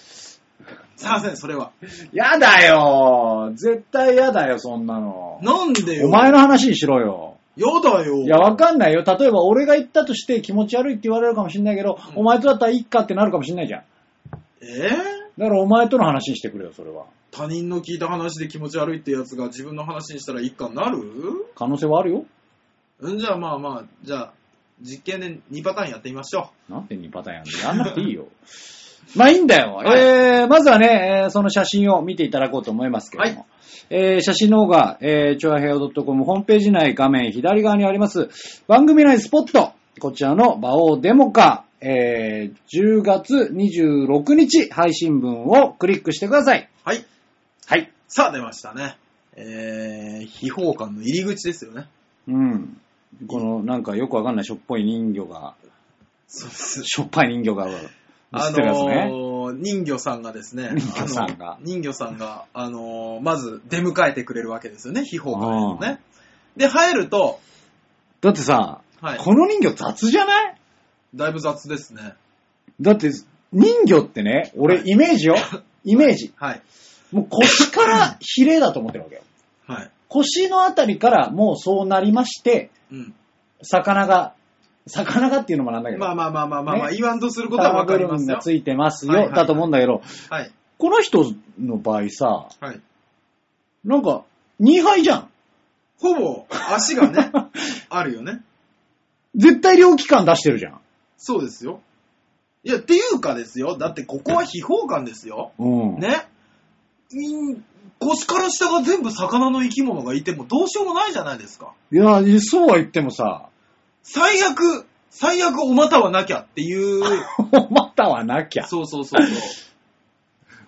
Speaker 2: さあせん、それは。
Speaker 3: やだよ絶対やだよ、そんなの。
Speaker 2: なんでよ。
Speaker 3: お前の話にしろよ。
Speaker 2: やだよ。
Speaker 3: いや、わかんないよ。例えば俺が言ったとして気持ち悪いって言われるかもしんないけど、
Speaker 2: うん
Speaker 3: お前とだったらいいかってなるかもしんないじゃん。
Speaker 2: えー
Speaker 3: だからお前との話にしてくれよ、それは。
Speaker 2: 他人の聞いた話で気持ち悪いってやつが自分の話にしたら一家になる
Speaker 3: 可能性はあるよ。
Speaker 2: うん、じゃあまあまあ、じゃあ、実験で2パターンやってみましょ
Speaker 3: なんで2パターンやんのやんなくてい
Speaker 2: [laughs]
Speaker 3: いよ。まあいいんだよ。
Speaker 2: はい
Speaker 3: えー、まずはね、えーその写真を見ていただこうと思いますけれども。
Speaker 2: は
Speaker 3: えー、写真の方が、えー、ちょやへよ .com ホームページ内画面左側にあります、番組内スポット、こちらの馬王デモカ、えー、10月26日配信分をクリックしてください。
Speaker 2: う。はい。
Speaker 3: はい。
Speaker 2: さあ、出ましたね。えー、秘宝館の入り口ですよね。
Speaker 3: うん。この、なんかよくわかんないしょっぽい人魚が、
Speaker 2: そうです。
Speaker 3: しょっぱい人魚が、映
Speaker 2: あ
Speaker 3: ってるやつね。
Speaker 2: のー、人魚さんがですね、
Speaker 3: 人魚さんが
Speaker 2: あの人魚さんが、あのー、まず出迎えてくれるわけですよね、秘宝館へのね。で、入ると、
Speaker 3: だってさ、
Speaker 2: はい、
Speaker 3: この人魚雑じゃない
Speaker 2: だいぶ雑ですね。
Speaker 3: だって、人魚ってね、俺、イメ
Speaker 2: [laughs]
Speaker 3: ージよ。イメージ。
Speaker 2: はい。
Speaker 3: もう腰からヒレだと思ってるわけよ。
Speaker 2: はい。
Speaker 3: 腰のあたりからもうそうなりまして、
Speaker 2: うん。
Speaker 3: 魚が、魚がっていうのもなんだけど、
Speaker 2: まあまあまあまあまあ、まあ
Speaker 3: ね
Speaker 2: 言わんとすることは
Speaker 3: サ
Speaker 2: わ
Speaker 3: ーブ
Speaker 2: かり
Speaker 3: ル
Speaker 2: ま
Speaker 3: ーン
Speaker 2: すよ
Speaker 3: が。ついてますよ、
Speaker 2: はいはいはい
Speaker 3: だと思うんだけど、
Speaker 2: はい。
Speaker 3: この人の場合さ、
Speaker 2: はい。
Speaker 3: なんか、2杯じゃん。
Speaker 2: ほぼ足が
Speaker 3: [laughs]
Speaker 2: ね、あるよね。
Speaker 3: 絶対量期間出してるじゃん。
Speaker 2: そうですよ。いや、っていうかですよ。だってここは秘宝館ですよ。
Speaker 3: うん。
Speaker 2: ね、うん腰から下が全部魚の生き物がいてもどうしようもないじゃないですか。
Speaker 3: いや、そうは言ってもさ、 [laughs]
Speaker 2: 最悪、最悪お股はなきゃっていう、
Speaker 3: お股はなき
Speaker 2: [laughs]
Speaker 3: ゃ。
Speaker 2: そうそうそうそう。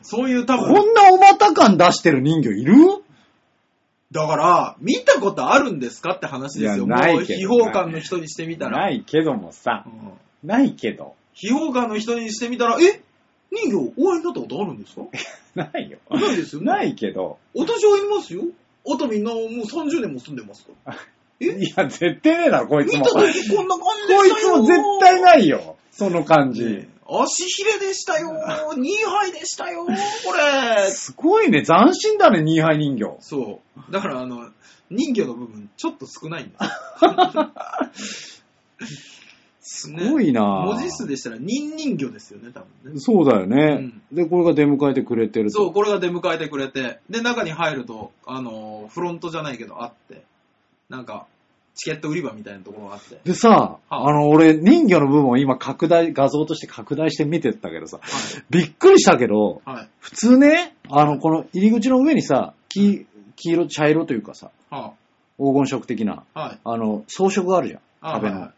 Speaker 2: そういう多
Speaker 3: こ
Speaker 2: 分、
Speaker 3: んなお股感出してる人魚いる
Speaker 2: だから、見たことあるんですかって話ですよ。
Speaker 3: いやない
Speaker 2: もう、
Speaker 3: けど
Speaker 2: 秘宝館の人にしてみたら。
Speaker 3: いけどもさ
Speaker 2: う、ん
Speaker 3: ないけど。
Speaker 2: 秘宝館の人にしてみたら、え人魚お会いになったことあるんです [laughs] か
Speaker 3: ないよ。
Speaker 2: ないですよね。
Speaker 3: ないけど。
Speaker 2: 私はいますよ。熱海な、もう30年も住んでますから。え
Speaker 3: いや、絶対ねえだろ、こい
Speaker 2: 見
Speaker 3: つも。
Speaker 2: た
Speaker 3: こい
Speaker 2: 時こんな感じでした
Speaker 3: つ
Speaker 2: よ。
Speaker 3: も絶対ないよ。その感じ
Speaker 2: ね。足ひれでした [laughs] よ。2杯でしたよ。これ。
Speaker 3: すごいね、斬新だね、ニーハイ人形。
Speaker 2: そう。だから、あの、人魚の部分、ちょっと少ないん [laughs] です。す
Speaker 3: すごいな
Speaker 2: 文字数でしたら、人人魚ですよね、多分ね。
Speaker 3: そうだよね。で、これが出迎えてくれてる
Speaker 2: そう、
Speaker 3: と。
Speaker 2: これが出迎えてくれて、で、中に入ると、あの、フロントじゃないけど、あって、なんか、チケット売り場みたいなところがあって、
Speaker 3: でさ、
Speaker 2: は
Speaker 3: あの、俺、人魚の部分を今拡大、画像として拡大して見てったけどさ、
Speaker 2: は
Speaker 3: びっくりしたけど、
Speaker 2: い、はい、
Speaker 3: 普通ね、あの、この入り口の上にさ、黄黄色、茶色というかさ、
Speaker 2: は
Speaker 3: 黄金色的な、
Speaker 2: あ、はい、
Speaker 3: あの、装飾があるじゃん。
Speaker 2: あ
Speaker 3: 壁
Speaker 2: は
Speaker 3: の
Speaker 2: い。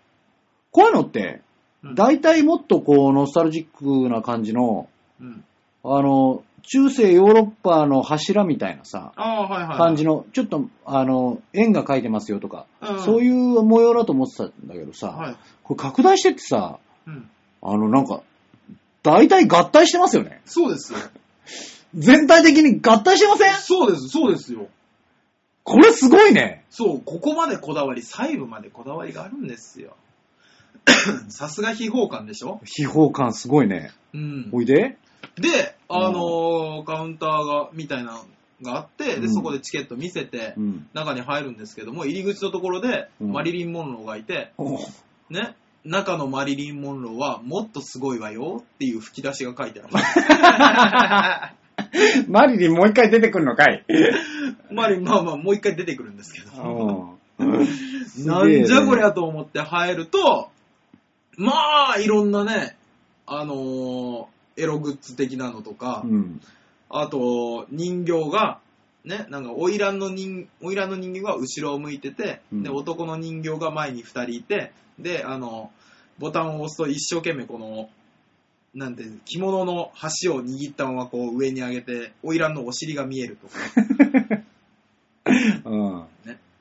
Speaker 3: こういうのって、
Speaker 2: うん
Speaker 3: 大体もっとこう、ノスタルジックな感じの、
Speaker 2: うん。
Speaker 3: あの、中世ヨーロッパの柱みたいなさ、
Speaker 2: ああ、はい、はい。
Speaker 3: 感じの、ちょっと、あの、円が描いてますよとか、
Speaker 2: うん、
Speaker 3: そういう模様だと思ってたんだけどさ、
Speaker 2: はい。
Speaker 3: これ拡大してってさ、
Speaker 2: うん。
Speaker 3: あの、なんか、大体合体してますよね。
Speaker 2: そうですよ。
Speaker 3: 全体的に合体してません
Speaker 2: そうです、そうですよ。
Speaker 3: これすごいね。
Speaker 2: そう、ここまでこだわり、細部までこだわりがあるんですよ。 [coughs] さすが秘宝館でしょ
Speaker 3: 秘宝感すごいね。
Speaker 2: うん。
Speaker 3: おいで。
Speaker 2: で、あのーカウンターが、みたいなのがあって、
Speaker 3: う
Speaker 2: で、
Speaker 3: ん
Speaker 2: そこでチケット見せて
Speaker 3: う、ん。
Speaker 2: 中に入るんですけども、入り口のところで、
Speaker 3: うん
Speaker 2: マリリン・モンローがいて、
Speaker 3: おう
Speaker 2: ね、中のマリリン・モンローは、もっとすごいわよっていう吹き出しが書いて
Speaker 3: [laughs]
Speaker 2: あ
Speaker 3: マリリンもう一回出てくるのかい。
Speaker 2: る。マリン、まあまあ、もう一回出てくるんですけど。
Speaker 3: うん
Speaker 2: [laughs] なんじゃこり
Speaker 3: ゃ。
Speaker 2: ゃと思って入ると、まあ、いろんなね、あのーエログッズ的なのとか、
Speaker 3: うん。
Speaker 2: あと、人形が、ね、なんか、花魁の人、花魁の人形が後ろを向いてて、
Speaker 3: うん
Speaker 2: で、男の人形が前に二人いて、で、あの、ボタンを押すと一生懸命この、なんていうの、着物の端を握ったままこう上に上げて、花魁のお尻が見えるとか。
Speaker 3: うん。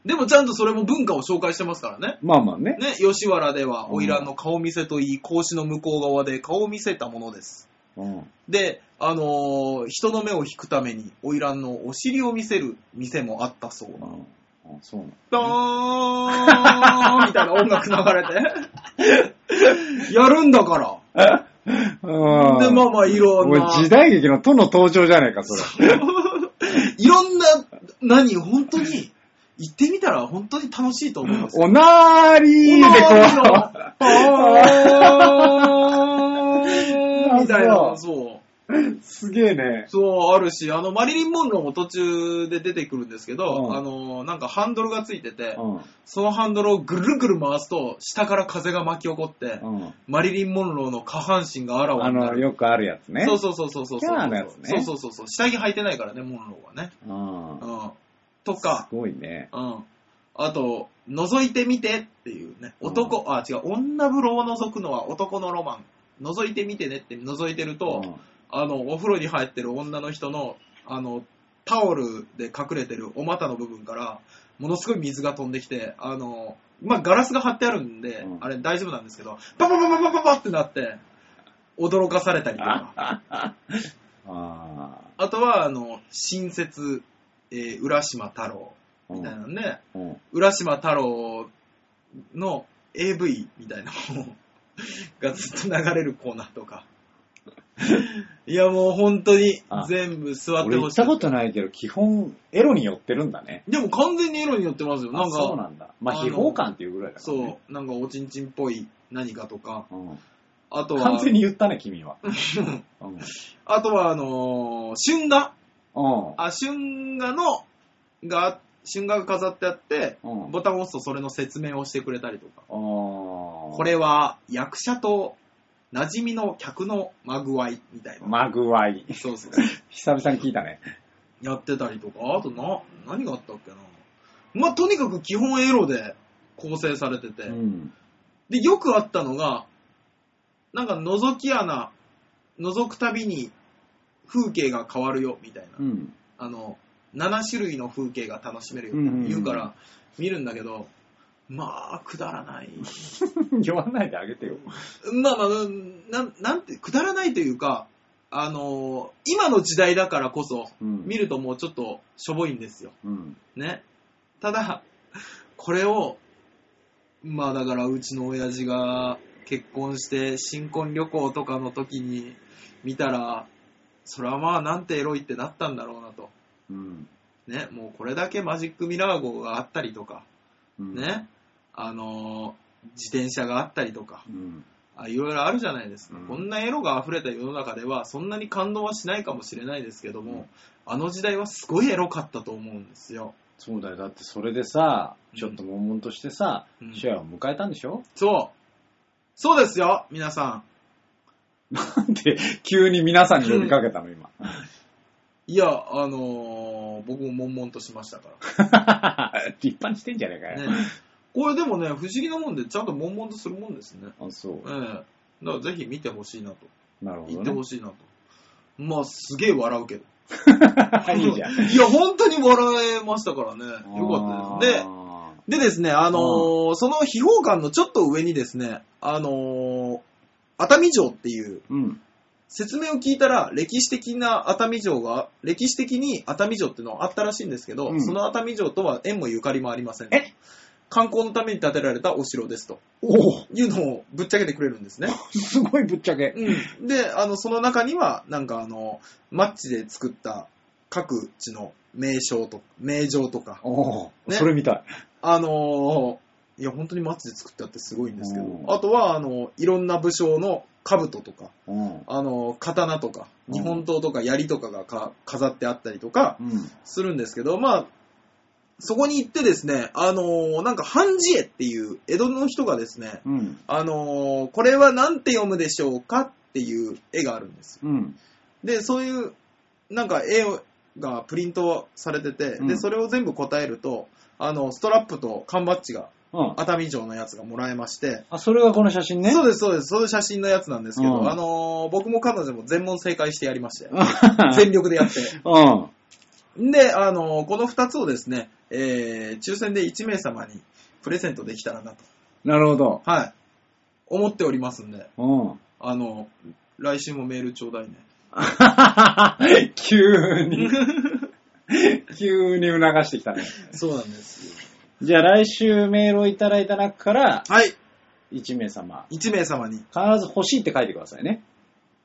Speaker 2: でもちゃんとそれも文化を紹介してますからね。
Speaker 3: まあまあね。
Speaker 2: ね、吉原では、
Speaker 3: うん
Speaker 2: 花魁の顔見せといい、格子の向こう側で顔を見せたものです。
Speaker 3: うん。
Speaker 2: で、あのー人の目を引くために、花魁のお尻を見せる店もあったそう
Speaker 3: う
Speaker 2: な。
Speaker 3: んあそうなの。
Speaker 2: ド [laughs] ーンみたいな音楽流れ [laughs] て。やるんだから。
Speaker 3: うん。
Speaker 2: で、まあまあ、いろん
Speaker 3: もう
Speaker 2: な。
Speaker 3: 時代劇の都の登場じゃないか、それ。
Speaker 2: いろんな、何、本当に、行ってみたら本当に楽しいと思いますよ。
Speaker 3: おなーりー
Speaker 2: [laughs]
Speaker 3: でこう。
Speaker 2: ーンみたいな、そう。
Speaker 3: [laughs] すげえね。
Speaker 2: そう、あるし、あの、マリリン・モンローも途中で出てくるんですけど、
Speaker 3: うん
Speaker 2: あの、なんかハンドルがついてて、
Speaker 3: うん。
Speaker 2: そのハンドルをぐるぐる回すと、下から風が巻き起こって、
Speaker 3: うん。
Speaker 2: マリリン・モンローの下半身があらわ
Speaker 3: あ
Speaker 2: にな
Speaker 3: の、
Speaker 2: る。
Speaker 3: よくあるやつね。
Speaker 2: そうそうそうそうそう
Speaker 3: キ
Speaker 2: そう
Speaker 3: ャーのやつね
Speaker 2: そうそうそうそう。下着履いてないからね、モンローはね。
Speaker 3: うん。
Speaker 2: うん。と
Speaker 3: す
Speaker 2: か、
Speaker 3: ごいね。
Speaker 2: うん。あと、覗いてみてっていうね、男、あ、違う、女風呂を覗くのは男のロマン。覗いてみてねって覗いてると、あの、お風呂に入ってる女の人の、あの、タオルで隠れてるお股の部分から、ものすごい水が飛んできて、あの、まあ、ガラスが張ってあるんで、
Speaker 3: うん
Speaker 2: あれ大丈夫なんですけど、パパパパパパパってなって、驚かされたりとか、
Speaker 3: [laughs] うん。あ
Speaker 2: あとは、あの、新説、えー浦島太郎
Speaker 3: ー
Speaker 2: みたいなね、
Speaker 3: うんうん
Speaker 2: 浦島太郎の AV みたいなのをがずっと流れるコーナーとか。いやもう本当に
Speaker 3: あ
Speaker 2: 全部座って
Speaker 3: 俺行
Speaker 2: ほ
Speaker 3: っ
Speaker 2: しい
Speaker 3: た。ことないけど、基本、エロに寄ってるんだね。
Speaker 2: でも完全に色に寄ってますよ。なん
Speaker 3: あそう
Speaker 2: か、
Speaker 3: なんだ。まあ、
Speaker 2: あの
Speaker 3: 秘宝感っていうぐらいだからね。
Speaker 2: そう、なんかおちんちんっぽい何かとか、
Speaker 3: うん。
Speaker 2: あとは
Speaker 3: 完、全に言ったね、君は。うん。
Speaker 2: あとはあのー春画。
Speaker 3: うん。
Speaker 2: あ、春画の、が、春画が飾ってあって、
Speaker 3: うん
Speaker 2: ボタンを押すとそれの説明をしてくれたりとか。こ
Speaker 3: こ
Speaker 2: れは役者と馴染みの客のまぐわいみたいな。
Speaker 3: マグワイ。
Speaker 2: そうそうそう。
Speaker 3: 久々に聞いたね。
Speaker 2: やってたりとか、あとな、何があったっけな。まあ、とにかく基本エロで構成されてて。
Speaker 3: うん。
Speaker 2: で、よくあったのが、なんか覗き穴、覗くたびに風景が変わるよ、みたいな。
Speaker 3: うん。
Speaker 2: あの、7種類の風景が楽しめるよ、
Speaker 3: うんうんうん
Speaker 2: 言うから見るんだけど、まあ、くだらない。
Speaker 3: 言わないであげてよ。
Speaker 2: まあまあ、うんなん、なんて、くだらないというか、あのー今の時代だからこそ、
Speaker 3: うん
Speaker 2: 見るともうちょっとしょぼいんですよ。
Speaker 3: うん。
Speaker 2: ね。ただ、これを、まあだからうちの親父が結婚して新婚旅行とかの時に見たら、それはまあなんてエロいってなったんだろうなと。
Speaker 3: うん。
Speaker 2: ね、もうこれだけマジックミラー号があったりとか、
Speaker 3: うん。
Speaker 2: ね、あのー自転車があったりとか、
Speaker 3: うん。
Speaker 2: あいろいろあるじゃないですか、
Speaker 3: うん
Speaker 2: こんなエロが溢れた世の中ではそんなに感動はしないかもしれないですけども、
Speaker 3: うん
Speaker 2: あの時代はすごいエロかったと思うんですよ
Speaker 3: そうだよ。だってそれでさ、ちょっと悶々としてさ
Speaker 2: うん、
Speaker 3: シェアを迎えたんでしょ
Speaker 2: そうそうですよ皆さ
Speaker 3: なんで、急に皆さんに呼びかけた
Speaker 2: [laughs]
Speaker 3: の、今。
Speaker 2: んいやあのー僕も悶々としましたか、
Speaker 3: 立派にしてんじゃねえからよ。
Speaker 2: ね、これでもね不思議なもんでちゃんと悶々とするもんですね
Speaker 3: あ、そう
Speaker 2: ええ。だからぜひ見てほしいなと
Speaker 3: なるほ
Speaker 2: 言
Speaker 3: ど
Speaker 2: って
Speaker 3: ね
Speaker 2: ほ。しいなとまあすげえ笑うけど
Speaker 3: いいじゃん。
Speaker 2: [laughs]
Speaker 3: よ
Speaker 2: いや本当に笑えましたからねよかったですででですね、あのーその秘宝館のちょっと上にですね、あのー熱海城っていう、
Speaker 3: うん。
Speaker 2: 説明を聞いたら、歴史的な熱海城が、歴史的に熱海城っていうのはあったらしいんですけど、
Speaker 3: うん
Speaker 2: その熱海城とは縁もゆかりもありません。
Speaker 3: え
Speaker 2: 観光のために建てられたお城ですと
Speaker 3: おお
Speaker 2: いうのをぶっちゃけてくれるんですね。
Speaker 3: すごいぶっちゃけ。
Speaker 2: うん、で、あの、その中には、なんかあの、マッチで作った各地の名称と、名城とか、
Speaker 3: おお、
Speaker 2: ね
Speaker 3: それみたい。
Speaker 2: あのーいや、本当に松で作ってあってすごいんですけ
Speaker 3: う
Speaker 2: ど、
Speaker 3: ん
Speaker 2: あとは、あの、いろんな武将の兜とか、
Speaker 3: うん。
Speaker 2: あの、刀とか、
Speaker 3: うん
Speaker 2: 日本刀とか槍とかがか飾ってあったりとか
Speaker 3: うん。
Speaker 2: するんですけど、まあ、そこに行ってですね、あのーなんか、半字絵っていう江戸の人がですね、
Speaker 3: うん。
Speaker 2: あのーこれは何て読むでしょうかっっていう絵があるんですよ。
Speaker 3: うん。
Speaker 2: で、そういう、なんか絵をがプリントされてて、
Speaker 3: うん
Speaker 2: で、それを全部答えると、あの、ストラップと缶バッジが、
Speaker 3: うん。
Speaker 2: 熱海城のやつがもらえまして、
Speaker 3: あ、それがこの写真ね。
Speaker 2: そう
Speaker 3: う
Speaker 2: です、そうです。そういう写真のやつなんですけど、
Speaker 3: うん、
Speaker 2: あのー僕も彼女も全問正解してやりまして全
Speaker 3: 全
Speaker 2: 力でやって。
Speaker 3: うん。
Speaker 2: で、あのーこの2つをですね、えー、抽選で1名様にプレゼントできたらなと、
Speaker 3: なるほど。
Speaker 2: はい、思っておりますんで、
Speaker 3: うん。 [laughs]
Speaker 2: あのー来週もメールちょうだいね。
Speaker 3: 急 [laughs] に、急に促してきたね。
Speaker 2: そうなんですよ。
Speaker 3: じゃあ来週メールをいただいた中から
Speaker 2: はい、
Speaker 3: 1名様、
Speaker 2: 1名様に、
Speaker 3: 必ず欲しいって書いてくださいね。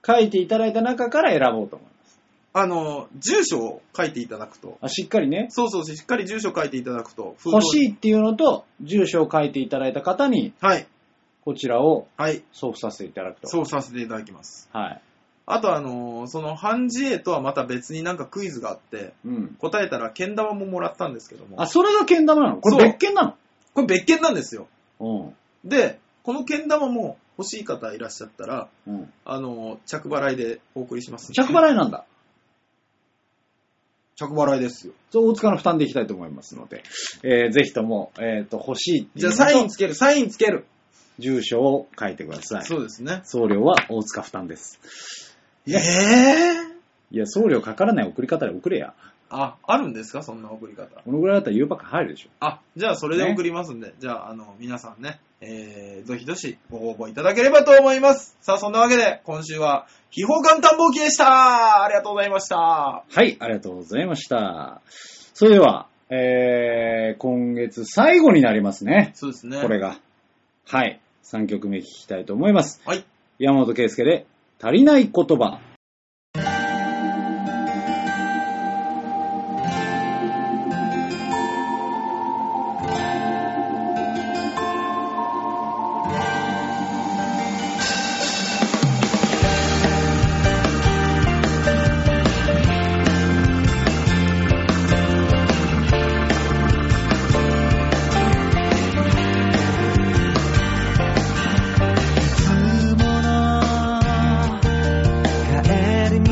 Speaker 3: 書いていただいた中から選ぼうと思います。
Speaker 2: あのー住所を書いていただくと、
Speaker 3: あ、しっかりね。
Speaker 2: そうそう、しっかり住所書いていただくと、
Speaker 3: 欲
Speaker 2: い
Speaker 3: しいっていうのと、住所を書いていただいた方に、
Speaker 2: はい、
Speaker 3: こちらを
Speaker 2: はい、
Speaker 3: 送付させていただくと。
Speaker 2: そうさせていただきます。
Speaker 3: はい。
Speaker 2: あとあのーそのハンジエとはまた別になんかクイズがあって、
Speaker 3: うん。
Speaker 2: 答えたらけん玉ももらったんですけども
Speaker 3: あ、、それがけん玉なのこ
Speaker 2: そ
Speaker 3: れ
Speaker 2: う
Speaker 3: 別件な
Speaker 2: これ別件なんですよ。
Speaker 3: の
Speaker 2: で、このけん玉も欲しい方いらっしゃったら、
Speaker 3: うん。うん。
Speaker 2: あのー着払いでお送りしますんで。
Speaker 3: 着払いなんだ。
Speaker 2: 着払いですよ。
Speaker 3: そう、大塚の負担でいきたいと思いますので、えー、ぜひとも、えっ、と、欲しいっていう
Speaker 2: じゃあサイン
Speaker 3: のと
Speaker 2: つける、サインつける。
Speaker 3: 住所を書いてください。
Speaker 2: そうですね。
Speaker 3: 送料は大塚負担です。
Speaker 2: えー、
Speaker 3: いや、送料かからない送り方で送れや。
Speaker 2: あ、あるんですかそんな送り方。
Speaker 3: このぐらいだったら誘惑入るでしょ。
Speaker 2: あ、じゃあそれで送りますんで、じゃあ、あの、皆さんね、えー、どひどしご応募いただければと思います。さあ、そんなわけで、今週は、秘宝館探訪記でしたありがとうございました
Speaker 3: はい、ありがとうございました。それでは、えー、今月最後になりますね。
Speaker 2: そうですね。
Speaker 3: これが。はい、3曲目聞きたいと思います。
Speaker 2: はい。
Speaker 3: 山本圭介で、足りない言葉。
Speaker 1: いつもの帰り道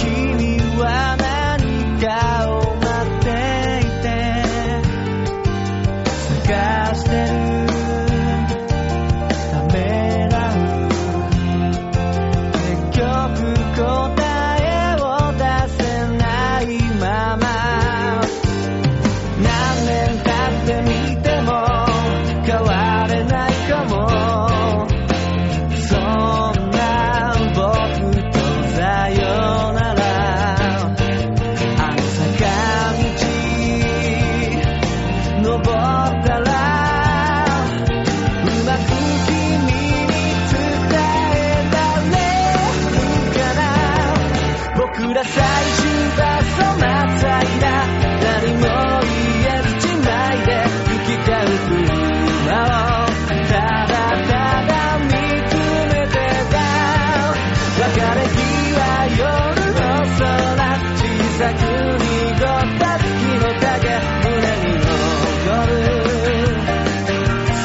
Speaker 1: 君は何かを待っていて探してるためらう結局答えを出せないまま何年経ってみても変われないかもそんな僕とさよならあの坂道登ったらうまく君に伝えられるかな僕ら最終バスの真っ平ら何も言えずじまいで行き交う車をただただ見つめてた別れ際夜の空小さく濁った月の影胸に残る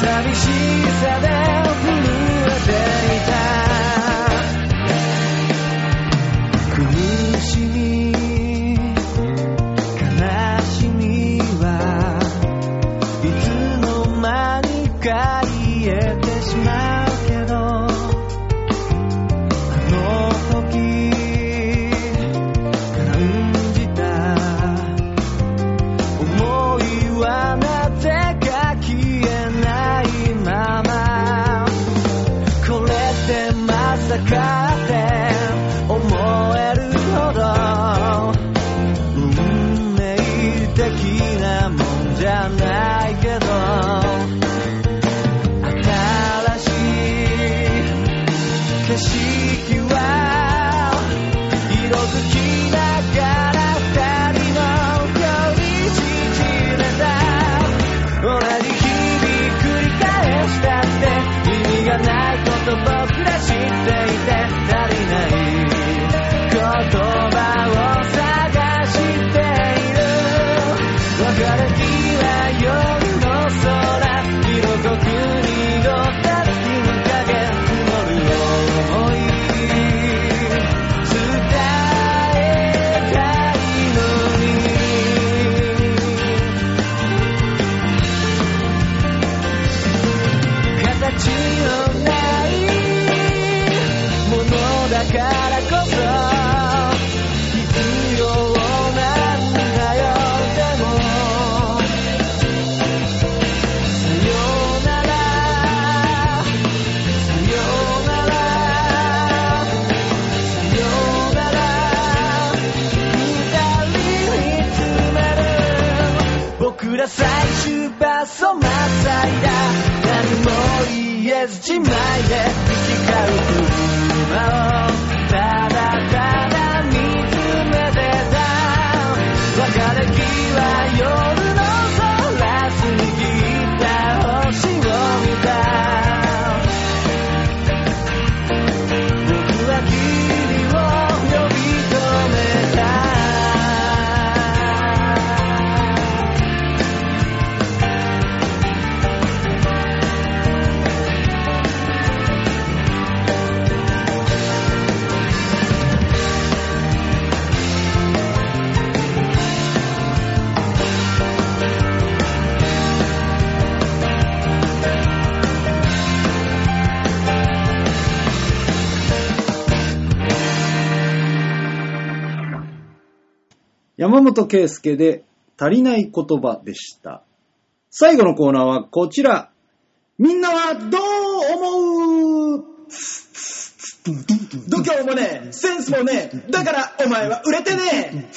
Speaker 1: 寂しさで震えていた苦しみ悲しみはいつの間にか言えてしまうけどあの時感じた思いはなぜか消えないままこれってまさかって思えるほど運命的なもんじゃないけどそ満載だ何も言えず自前で行き交う馬をただただ見つめてた別れ際夜の空過ぎた星を見た僕は君を呼び止めた
Speaker 3: 山本圭介で足りない言葉でした。最後のコーナーはこちら。みんなはどう思う
Speaker 2: 度胸もねえ、センスもねえ、だからお前は売れてね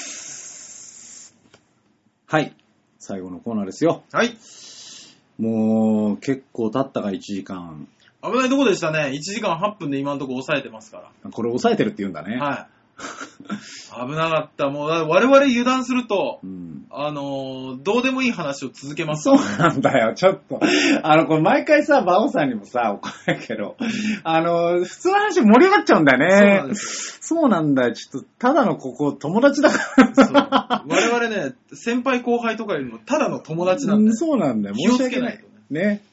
Speaker 3: はい。最後のコーナーですよ。
Speaker 2: えはい。
Speaker 3: もう、結構経ったか1時間。
Speaker 2: 危ないとこでしたね。1時間8分で今のとこ抑えてますか
Speaker 3: これ抑えてるって言うんだね。
Speaker 2: ら。はい。危なかった。もう、だ我々油断すると
Speaker 3: う、ん。
Speaker 2: あのーどうでもいい話を続けます
Speaker 3: そう。なんだよ、ちょっと。あの、これ毎回さ、バオさんにもさ、怒るけど、あの、普通の話盛り上がっちゃうんだよ
Speaker 2: そうな
Speaker 3: ね。
Speaker 2: んです
Speaker 3: そうなんだよ、ちょっと、ただのここ、友達だから。
Speaker 2: そう我々ね、先輩後輩とかよりもただの友達なん
Speaker 3: う
Speaker 2: で
Speaker 3: ん。そうなんだよ。
Speaker 2: 気を
Speaker 3: 申
Speaker 2: つ
Speaker 3: し
Speaker 2: け
Speaker 3: 訳ない
Speaker 2: ないと。
Speaker 3: ね。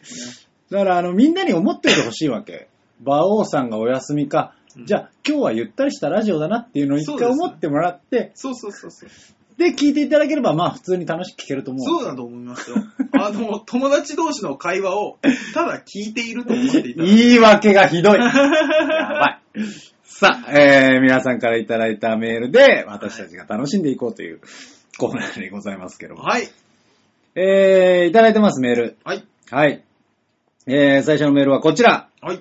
Speaker 3: だから、あの、みんなに思っててほしいわけ。馬王さんがお休みか、
Speaker 2: うん
Speaker 3: じゃあ今日はゆったりしたラジオだなっていうのを一回思ってもらって、
Speaker 2: そうそうそうそう。
Speaker 3: で聞いていただければ、まあ普通に楽しく聞けると思う。
Speaker 2: そうだと思います
Speaker 3: [laughs]
Speaker 2: よ。あの、友達同士の会話を、ただ聞いていると思っていただいて
Speaker 3: 言い訳が
Speaker 2: [laughs]
Speaker 3: ひどい。やばい。さあ、えー、皆さんからいただいたメールで、私たちが楽しんでいこうというコーナーでございますけども。
Speaker 2: はい。
Speaker 3: えー、いただいてます、メール。
Speaker 2: はい。
Speaker 3: はい。えー、最初のメールはこちら。
Speaker 2: はい。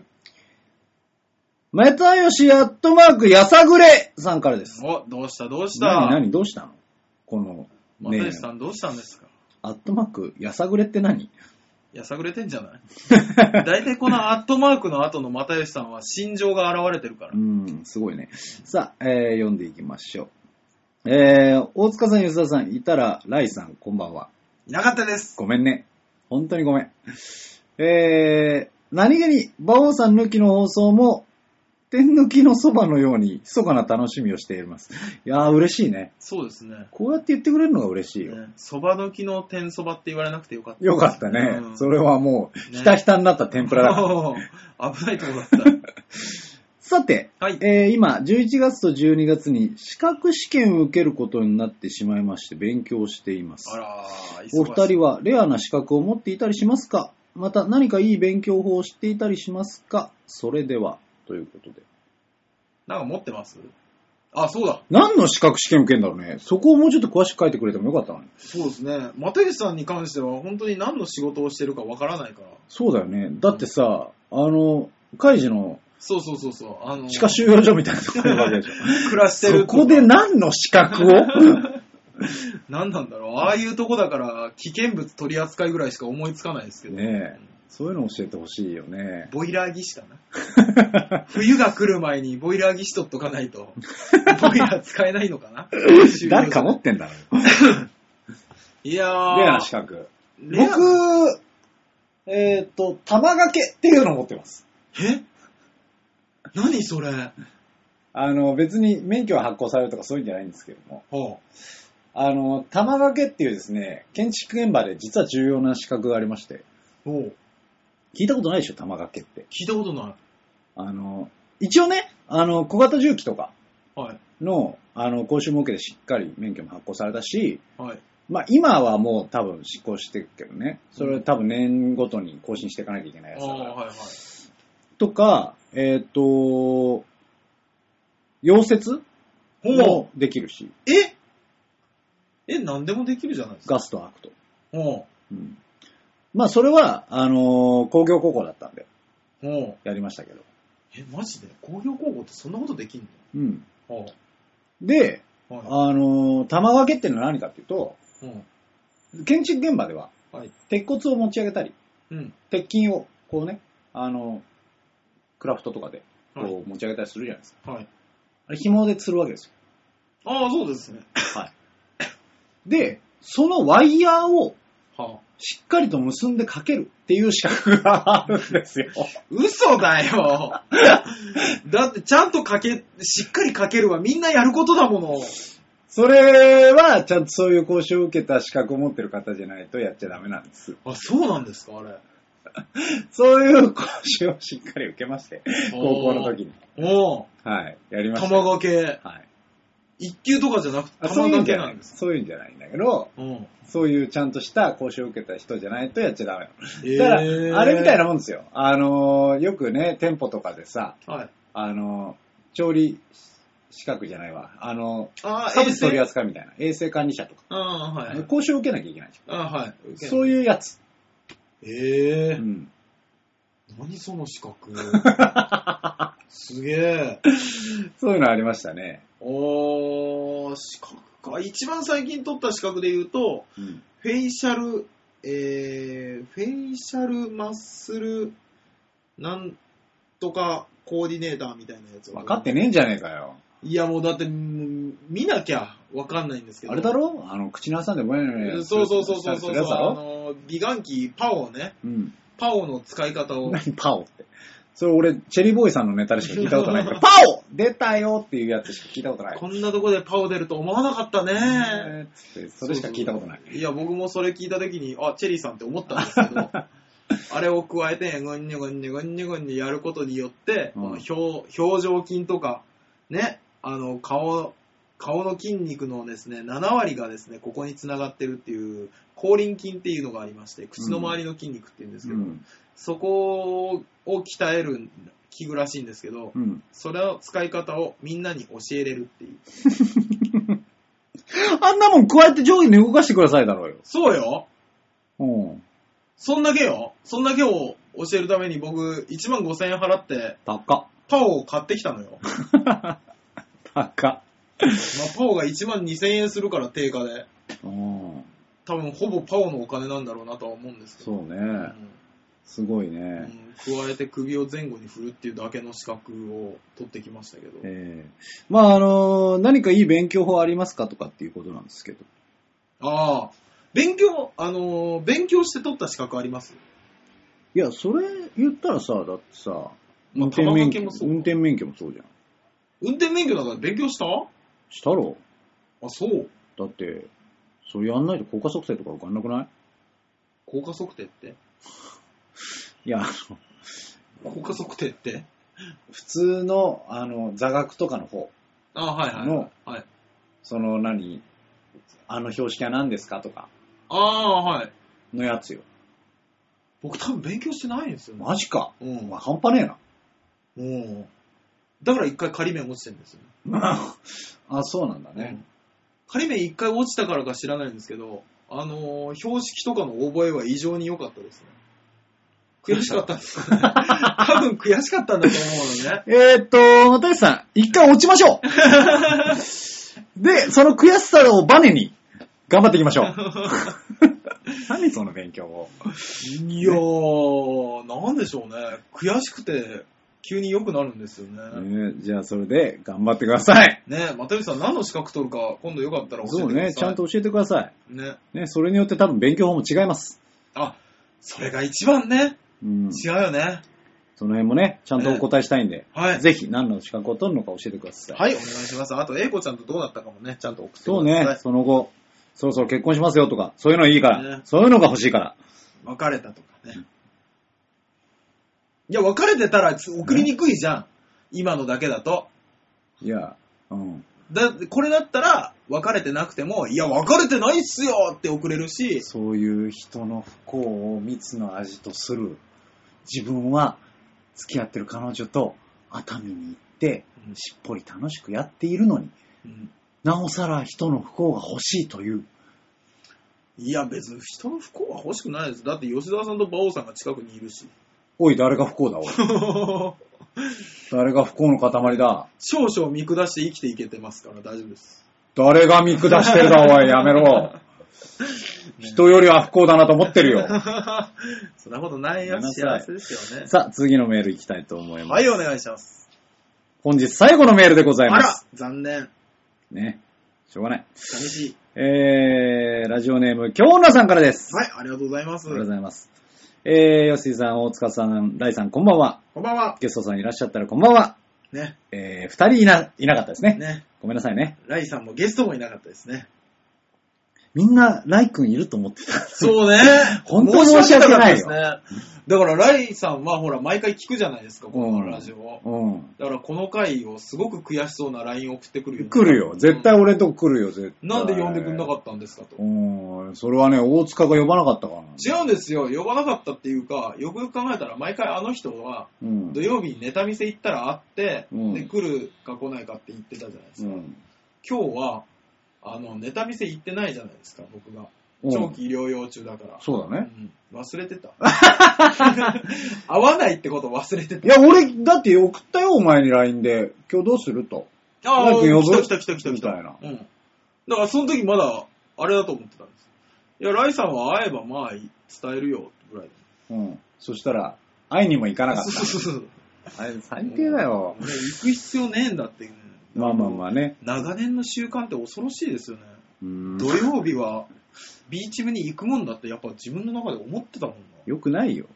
Speaker 3: メタヨシアットマークやさぐれさんからです。
Speaker 2: お、どうしたどうした
Speaker 3: 何、何、どうしたのこの、
Speaker 2: まさ
Speaker 3: ね
Speaker 2: しさんどうしたんですか
Speaker 3: アットマークやさぐれって
Speaker 2: [laughs]
Speaker 3: 何
Speaker 2: いや、探れてんじゃない大体このアットマークの後の又吉さんは心情が現れてるから
Speaker 3: う。ん、すごいね。さあ、えー読んでいきましょう。えー、大塚さん、吉田さん、いたら、ライさん、こんばんは。
Speaker 2: いなかったです。
Speaker 3: ごめんね。本当にごめん。えー、何気に、馬王さん抜きの放送も、天抜きのそばのように、密かな楽しみをしています。いやー、嬉しいね。
Speaker 2: そうですね。
Speaker 3: こうやって言ってくれるのが嬉しいよ。
Speaker 2: そば抜きの天そばって言われなくてよかった。
Speaker 3: よかったね。
Speaker 2: うん
Speaker 3: それはもう、
Speaker 2: ね
Speaker 3: ひたひたになった天ぷらだ
Speaker 2: [laughs]
Speaker 3: から。
Speaker 2: 危ないとこだった。
Speaker 3: さて、
Speaker 2: はい
Speaker 3: えー今、11月と12月に資格試験を受けることになってしまいまして、勉強しています
Speaker 2: あ。らー、忙しい
Speaker 3: お二人はレアな資格を持っていたりしますかまた何かいい勉強法を知っていたりしますかそれでは、ということで。
Speaker 2: なんか持ってますあ、そうだ。
Speaker 3: 何の資格試験受けんだろうね。そこをもうちょっと詳しく書いてくれてもよかったのに。
Speaker 2: そうですね。又吉さんに関しては本当に何の仕事をしてるかわからないから。
Speaker 3: そうだよね。だってさ、あの、カイジの
Speaker 2: そうそうそうそう。あの、
Speaker 3: 歯科収容所みたいなところがあるわけでしょ。
Speaker 2: 暮らしてる
Speaker 3: そこで何の資格を
Speaker 2: 何なんだろう。ああいうとこだから、危険物取り扱いぐらいしか思いつかないですけど。
Speaker 3: ねえ。そういうの教えてほしいよね。
Speaker 2: ボイラー技師か [laughs] な。冬が来る前にボイラー技師取っとかない [laughs] と、ボイラー使えないのか [laughs] な。
Speaker 3: 誰か持ってんだろう。
Speaker 2: いやー。
Speaker 3: レアな資格。
Speaker 2: レア
Speaker 3: 僕、えっ、と、玉掛けっていうのを持ってます。
Speaker 2: え何それ。
Speaker 3: あの、別に免許は発行されるとかそういうんじゃないんですけども、
Speaker 2: ほ
Speaker 3: あの、玉掛けっていうですね、建築現場で実は重要な資格がありまして、
Speaker 2: う。おう
Speaker 3: 聞いたことないでしょ、玉掛けって。
Speaker 2: 聞いたことない。
Speaker 3: あの、一応ね、あの、小型重機とか
Speaker 2: はい。
Speaker 3: の、あの、講習も受けてしっかり免許も発行されたし、
Speaker 2: はい。
Speaker 3: まあ今はもう多分執行してるけどね、それ多分年ごとに更新していかなきゃいけないや
Speaker 2: あ
Speaker 3: つだ
Speaker 2: あ、
Speaker 3: から。
Speaker 2: はいはい。
Speaker 3: とか、えっ、と、溶接
Speaker 2: ほう
Speaker 3: も。できるし、
Speaker 2: ええ、何でもできるじゃないですか。
Speaker 3: ガスとアクト。
Speaker 2: ほ
Speaker 3: うんまあ、それは、あのー工業高校だったんで、
Speaker 2: う。ほう。
Speaker 3: やりましたけど。
Speaker 2: え、マジで工業高校ってそんなことできんの
Speaker 3: うん。
Speaker 2: ほ
Speaker 3: で、
Speaker 2: う。はい。
Speaker 3: あのー玉掛けっていうのは何かっていうと、
Speaker 2: うん。
Speaker 3: 建築現場では、
Speaker 2: はい。
Speaker 3: 鉄骨を持ち上げたり、
Speaker 2: うん。
Speaker 3: 鉄筋をこうね、あの、クラフトとかで
Speaker 2: はい
Speaker 3: こう持ち上げたりするじゃないですか。
Speaker 2: はい。
Speaker 3: あれ紐で吊るわけですよ。
Speaker 2: ああ、そうですね。
Speaker 3: で、そのワイヤーを
Speaker 2: はあ。
Speaker 3: しっかりと結んでかけるっていう資格があるんですよ。
Speaker 2: 嘘だよ [laughs] だって、ちゃんとかけ、しっかりかけるはみんなやることだもの。
Speaker 3: それは、ちゃんとそういう講習を受けた資格を持ってる方じゃないとやっちゃダメなんです。
Speaker 2: あ、そうなんですか、あれ。
Speaker 3: そういう講習をしっかり受けまして、高校の時に。
Speaker 2: おお。
Speaker 3: はい、やりました。
Speaker 2: 玉掛け。
Speaker 3: はい。
Speaker 2: 一級とかじゃなくて、
Speaker 3: あ
Speaker 2: 玉
Speaker 3: そういう
Speaker 2: 掛
Speaker 3: んじ
Speaker 2: け
Speaker 3: ゃな
Speaker 2: ないんです。
Speaker 3: そういうんじゃないんだけど、
Speaker 2: うん。
Speaker 3: そういうちゃんとした講習を受けた人じゃないとやっちゃダメなの。
Speaker 2: え
Speaker 3: だから、あれみたい
Speaker 2: な。
Speaker 3: なもんですよ。あのー、よくね、店舗とかでさ、
Speaker 2: はい。
Speaker 3: あのー、調理資格じゃないわ。あのー、
Speaker 2: ああ、
Speaker 3: サ
Speaker 2: 衛
Speaker 3: ブス取り
Speaker 2: 生。
Speaker 3: 扱いみたいな。衛生管理者とか。
Speaker 2: ああ、はいはい。
Speaker 3: 講習を受けなきゃいけないじ
Speaker 2: ああ、はい
Speaker 3: ゃん。。
Speaker 2: う
Speaker 3: そういうやつ。
Speaker 2: ええ
Speaker 3: うん。
Speaker 2: 何その資
Speaker 3: [laughs]
Speaker 2: 格すげえ。
Speaker 3: そういうのありましたね。
Speaker 2: おー、資格か。一番最近取った資格で言うと、
Speaker 3: うん。
Speaker 2: フェイシャル、えー、フェイシャルマッスル、なんとかコーディネーターみたいなやつを
Speaker 3: 分かってねえんじゃねえかよ。
Speaker 2: いや、もうだって、もう見なきゃわかんないんですけど。
Speaker 3: あれだろあの、口に挟んでもやのや
Speaker 2: そうそうそうそうそう。
Speaker 3: やつだ
Speaker 2: あ
Speaker 3: ろ
Speaker 2: の、美顔器、パオね。
Speaker 3: うん。
Speaker 2: パオの使い方
Speaker 3: [laughs]
Speaker 2: を。
Speaker 3: 何パオって。それ俺、チェリーボーイさんのネタでしか聞いたことない
Speaker 2: [laughs]
Speaker 3: から、パオ出たよっていうやつしか聞いたことない。
Speaker 2: こんなとこでパオ出ると思わなかったね。
Speaker 3: えーつってそれしか聞いたことない。
Speaker 2: いや、僕もそれ聞いたときに、あ、チェリーさんって思ったんですけど、あれを加えて、ゴンニョゴンニョゴンニョゴンニョやることによって、
Speaker 3: うん
Speaker 2: この表表情筋とか、ね、あの、顔、顔の筋肉のですね、7割がですね、ここに繋がってるっていう、口輪筋っていうのがありまして、口の周りの筋肉っていうんです
Speaker 3: う
Speaker 2: けど、
Speaker 3: ん。
Speaker 2: そこを鍛える器具らしいんですけど
Speaker 3: う、ん。
Speaker 2: それの使い方をみんなに教えれるっていう。
Speaker 3: あんなもん、こうやって上下に動かしてくださいだろうよ。
Speaker 2: そうよ
Speaker 3: うん。
Speaker 2: そんだけよ。そんだけを教えるために僕、1万5000円払って、
Speaker 3: 高
Speaker 2: パオを買ってきたのよ。まあ、
Speaker 3: っ。 [laughs]
Speaker 2: パ
Speaker 3: 高
Speaker 2: オが1万2000円するから定価で。
Speaker 3: っ。うん。
Speaker 2: 多分、ほぼパオのお金なんだろうなとは思うんですけど。
Speaker 3: そう
Speaker 2: う
Speaker 3: ね。
Speaker 2: ん
Speaker 3: すごいね。
Speaker 2: うん加えて首を前後に振るっていうだけの資格を取ってきましたけど。
Speaker 3: ええまあ、あの何かいい勉強法ありますかとかっていうことなんですけど。
Speaker 2: ああ、勉強、あのー勉強して取った資格あります
Speaker 3: いや、それ言ったらさ、だってさ、
Speaker 2: まあ
Speaker 3: 運転免
Speaker 2: 玉掛け
Speaker 3: 許
Speaker 2: も
Speaker 3: も
Speaker 2: そう
Speaker 3: 運転免許もそうじゃん。
Speaker 2: 運転免許だから勉強したあ、
Speaker 3: したろ
Speaker 2: そう。
Speaker 3: だって、そうやんないと効果測定とか受かんなくない
Speaker 2: 効果測定って
Speaker 3: いや、あの
Speaker 2: 効果測定って
Speaker 3: 普通の、あの、座学とかの方、
Speaker 2: ああ、はいはい。
Speaker 3: の
Speaker 2: はい、
Speaker 3: その何、あの標識は何ですかとか、
Speaker 2: ああ、はい。
Speaker 3: のやつよ。
Speaker 2: 僕多分勉強してないんですよね。
Speaker 3: マジか。
Speaker 2: うん
Speaker 3: お前半端ね
Speaker 2: うん。だから一回仮面落ちてるんですよ
Speaker 3: えな。 [laughs] あ、そうなんだ
Speaker 2: ね。
Speaker 3: ね。
Speaker 2: 仮面一回落ちたからか知らないんですけど、あのー標識とかの覚えは異常に良かったですね。悔しかったんです [laughs] かね。多分悔しかったんだと思うのね。
Speaker 3: えーっと、又吉さん、一回落ちましょ [laughs] うで、その悔しさをバネに、頑張っていきましょ [laughs] う。何その勉強を。
Speaker 2: いやー、なんでしょうね。悔しくて、急に良くなるんですよね。
Speaker 3: じゃあ、それで、頑張ってください。
Speaker 2: ね又吉さん何の資格取るか、今度よかったら教え
Speaker 3: そ
Speaker 2: て
Speaker 3: う
Speaker 2: ください。
Speaker 3: ね、ちゃんと教えてくださ
Speaker 2: ね。
Speaker 3: い。ね、それによって多分勉強法も違います。
Speaker 2: あ、それが一番ね、
Speaker 3: うん。
Speaker 2: 違うよね。
Speaker 3: その辺もね、ちゃんとお答えしたいんで、
Speaker 2: はい。
Speaker 3: ぜひ何の資格を取るのか教えてください。
Speaker 2: はい、お願いします。あと、英子ちゃんとどうなったかもね、ちゃんと送ってください。
Speaker 3: そうね、その後、そろそろ結婚しますよとか、そういうのいいから、
Speaker 2: ね
Speaker 3: そういうのが欲しいから。
Speaker 2: 別れたとかね。いや、別れてたら送りにくいじゃん。今のだけだと。
Speaker 3: いや、うん。
Speaker 2: だこれだったら、別れてなくても、いや、別れてないっすよって送れるし、
Speaker 3: そういう人の不幸を蜜の味とする。自分は付き合ってる彼女と熱海に行って、しっぽり楽しくやっているのに、
Speaker 2: うん
Speaker 3: なおさら人の不幸が欲しいという。
Speaker 2: いや、別に人の不幸は欲しくないです。だって吉沢さんと馬王さんが近くにいるし。 [laughs]
Speaker 3: おい、誰が不幸だ、おい。
Speaker 2: 少
Speaker 3: 誰が不幸の塊だ。
Speaker 2: 々見下して生きていけてますから大丈夫です。
Speaker 3: 誰が見下してるだ、おい、やめろ。人よりは不幸だなと思ってるよ。
Speaker 2: [laughs] そんなことないよ。
Speaker 3: ごめんなさい
Speaker 2: 幸せですよね。
Speaker 3: [laughs] さあ、次のメールいきたいと思いま
Speaker 2: は
Speaker 3: す。
Speaker 2: い、お願いします。
Speaker 3: 本日最後のメールでござ
Speaker 2: あ
Speaker 3: いま
Speaker 2: ら
Speaker 3: す。
Speaker 2: 残念。
Speaker 3: ね。しょうがない。
Speaker 2: 寂し
Speaker 3: えー、ラジオネーム、京女さんからで
Speaker 2: い。
Speaker 3: す。
Speaker 2: はい、ありがとうございます
Speaker 3: あり。がとうございます。えー、吉井さん、大塚さん、ライさん、こんばんは。
Speaker 2: こんばんは。
Speaker 3: ゲストさんいらっしゃったらこんばんは。
Speaker 2: ね。
Speaker 3: えー、二人いな、いなかったですね。
Speaker 2: ね。
Speaker 3: ごめんなさいね。
Speaker 2: ライさんもゲストもいなかったですね。
Speaker 3: みんな、ライ君いると思ってた。
Speaker 2: そうね。
Speaker 3: [laughs] 本当に申し訳ないよ
Speaker 2: 申し訳かったですね。だから、ライさんはほら、毎回聞くじゃないですか、こ
Speaker 3: う
Speaker 2: の
Speaker 3: ん
Speaker 2: ラジオを。
Speaker 3: うん。
Speaker 2: だから、この回をすごく悔しそうな LINE 送ってくるよね。
Speaker 3: 来るよ。絶対俺んとこ来るよ、絶対。
Speaker 2: なんで呼んでくんなか
Speaker 3: っ
Speaker 2: ったんですかと
Speaker 3: う。ん。それはね、大塚が呼ばなかったからな。
Speaker 2: 違うんですよ。呼ばなかったっていうか、よくよく考えたら、毎回あの人は、
Speaker 3: うん
Speaker 2: 土。曜日にネタ見せ行ったら会って、
Speaker 3: うん
Speaker 2: で、来るか来ないかって言ってたじゃないです
Speaker 3: う
Speaker 2: か。
Speaker 3: ん。
Speaker 2: 今日は、あの、ネタ見せ行ってないじゃないですか、僕が。長期療養中だから。
Speaker 3: そうだね。
Speaker 2: うん忘れてた。 [laughs] 会わないってこと忘れて
Speaker 3: い
Speaker 2: た。
Speaker 3: や、俺、だって送ったよ、お前に LINE で。今日どうすると。
Speaker 2: ああ、
Speaker 3: 早く呼
Speaker 2: 来た
Speaker 3: ぶ
Speaker 2: 来た来た来た来
Speaker 3: み
Speaker 2: た。
Speaker 3: たいな。
Speaker 2: うん。だからその時まだ、あれだと思ってたんです。いや、ライさんは会えばまあ、伝えるよ、ぐらいで。
Speaker 3: うん。そしたら、会いにも行かなかっ
Speaker 2: [laughs] そうそうそうそう。
Speaker 3: た。あれ、最低だよ。
Speaker 2: 俺、行く必要ねえんだっていう。
Speaker 3: まあまあまあね。
Speaker 2: 長年の習慣って恐ろしいですよね。
Speaker 3: うーん
Speaker 2: 土曜日は、ビーチ部に行くもんだって、やっぱ自分の中で思ってたもんな。
Speaker 3: よくないよ。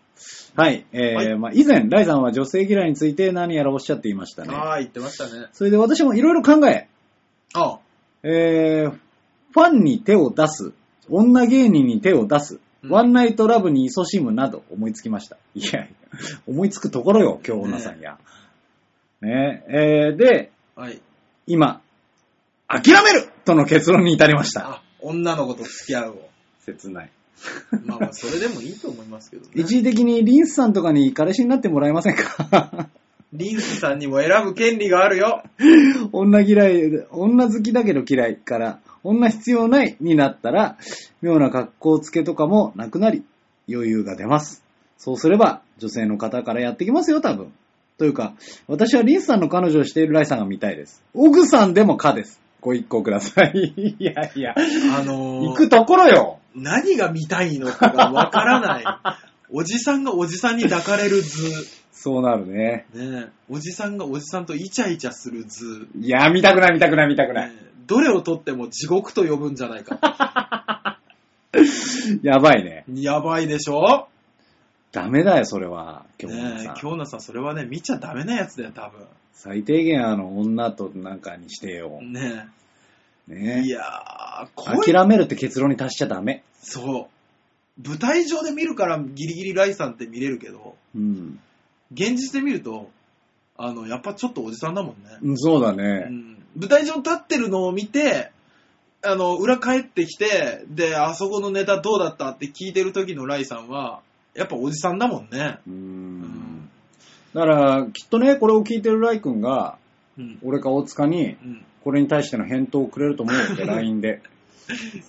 Speaker 3: はい。えー
Speaker 2: は
Speaker 3: まあ、以前、ライさんは女性嫌いについて何やらおっしゃっていましたね。
Speaker 2: ああ、言ってましたね。
Speaker 3: それで私もいろいろ考え、
Speaker 2: ああ、
Speaker 3: えーファンに手を出す、女芸人に手を出す、
Speaker 2: うん
Speaker 3: ワンナイトラブに勤しむなど思いつきました。いやいや、思いつくところよ、今日女さんや。ねえーで、
Speaker 2: はい。
Speaker 3: 今、諦めるとの結論に至りました。
Speaker 2: あ、女の子と付き合うを。
Speaker 3: 切ない。
Speaker 2: [laughs] まあまあ、それでもいいと思いますけどね。
Speaker 3: 一時的にリンスさんとかに彼氏になってもらえませんか
Speaker 2: リンスさんにも選ぶ権利があるよ。
Speaker 3: 女嫌い、女好きだけど嫌いから、女必要ないになったら、妙な格好つけとかもなくなり、余裕が出ます。そうすれば、女性の方からやってきますよ、多分。というか、私はリンスさんの彼女をしているライさんが見たいです。オグさんでもかです。ご一行ください。 [laughs] いやいや、
Speaker 2: あのー
Speaker 3: 行くところよ。
Speaker 2: 何が見たいのかがわからない。おじさんがおじさんに抱かれる図。
Speaker 3: そうなるね。
Speaker 2: ねえおじさんがおじさんとイチャイチャする図。
Speaker 3: いや、見たくない、見たくない、見たくない。
Speaker 2: ねえどれを取っても地獄と呼 [laughs] ぶんじゃないか。
Speaker 3: やばいね。
Speaker 2: やばいでしょ
Speaker 3: ダメだよ、それは。今日の
Speaker 2: ねえ
Speaker 3: さん、
Speaker 2: 京奈さん、それはね、見ちゃダメなやつだよ、多
Speaker 3: 最低限、あの、女となんかにしてよ。
Speaker 2: 分。ねえ
Speaker 3: ね
Speaker 2: いやー、こい
Speaker 3: 諦めるって結論に達しちゃダメ。
Speaker 2: そう。舞台上で見るからギリギリライさんって見れるけど、
Speaker 3: うん。
Speaker 2: 現実で見ると、あの、やっぱちょっとおじさんだもんね。
Speaker 3: そうだ
Speaker 2: う
Speaker 3: ね。
Speaker 2: ん舞台上に立ってるのを見て、あの、裏帰ってきて、で、あそこのネタどうだったって聞いてる時のライさんは、やっぱおじさんだもんね。
Speaker 3: う
Speaker 2: うんん。。
Speaker 3: だから、きっとね、これを聞いてるライ君が、
Speaker 2: うん。
Speaker 3: 俺か大塚に、
Speaker 2: うん。
Speaker 3: これに対しての返答をくれると思う [laughs] よ、LINE で。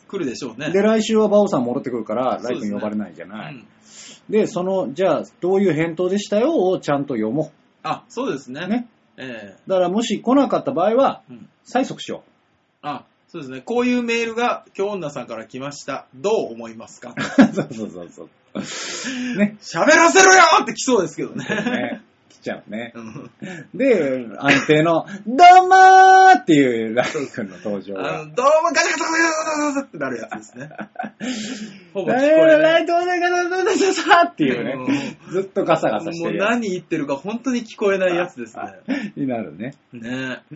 Speaker 2: 来るでしょうね。
Speaker 3: で、来週はバオさん戻ってくるから、
Speaker 2: そう
Speaker 3: ラ
Speaker 2: で
Speaker 3: イ
Speaker 2: すね
Speaker 3: 君呼ばれないじゃ
Speaker 2: う
Speaker 3: ない。
Speaker 2: ん。
Speaker 3: で、その、じゃあ、どういう返答でしたよをちゃんと読も
Speaker 2: あ、そうですね。
Speaker 3: う。ね。
Speaker 2: え
Speaker 3: だから、もし来なかった場合は、
Speaker 2: えうん。
Speaker 3: 催促しよ
Speaker 2: あ、そうですね。こういうメールが、京女さんから来ました。どう思います [laughs] か
Speaker 3: う。 [laughs] そうそうそうそう。 [laughs] ね。
Speaker 2: 喋らせろよって来そうですけどね。
Speaker 3: ね。来ちゃうね。
Speaker 2: うん
Speaker 3: で、安定の、どうもーっていうライ君の登場
Speaker 2: あ
Speaker 3: が。
Speaker 2: のどうもガチャガチャガチャガチャガチャってなるやつですね。 [laughs] ほぼ聞こえない
Speaker 3: ラ。イトでガサガサガサっていうね、ずっとガサガサし
Speaker 2: も
Speaker 3: て
Speaker 2: う
Speaker 3: るや
Speaker 2: 何言ってるか本当に聞こえないやつですね。
Speaker 3: つになるね。
Speaker 2: ねえ。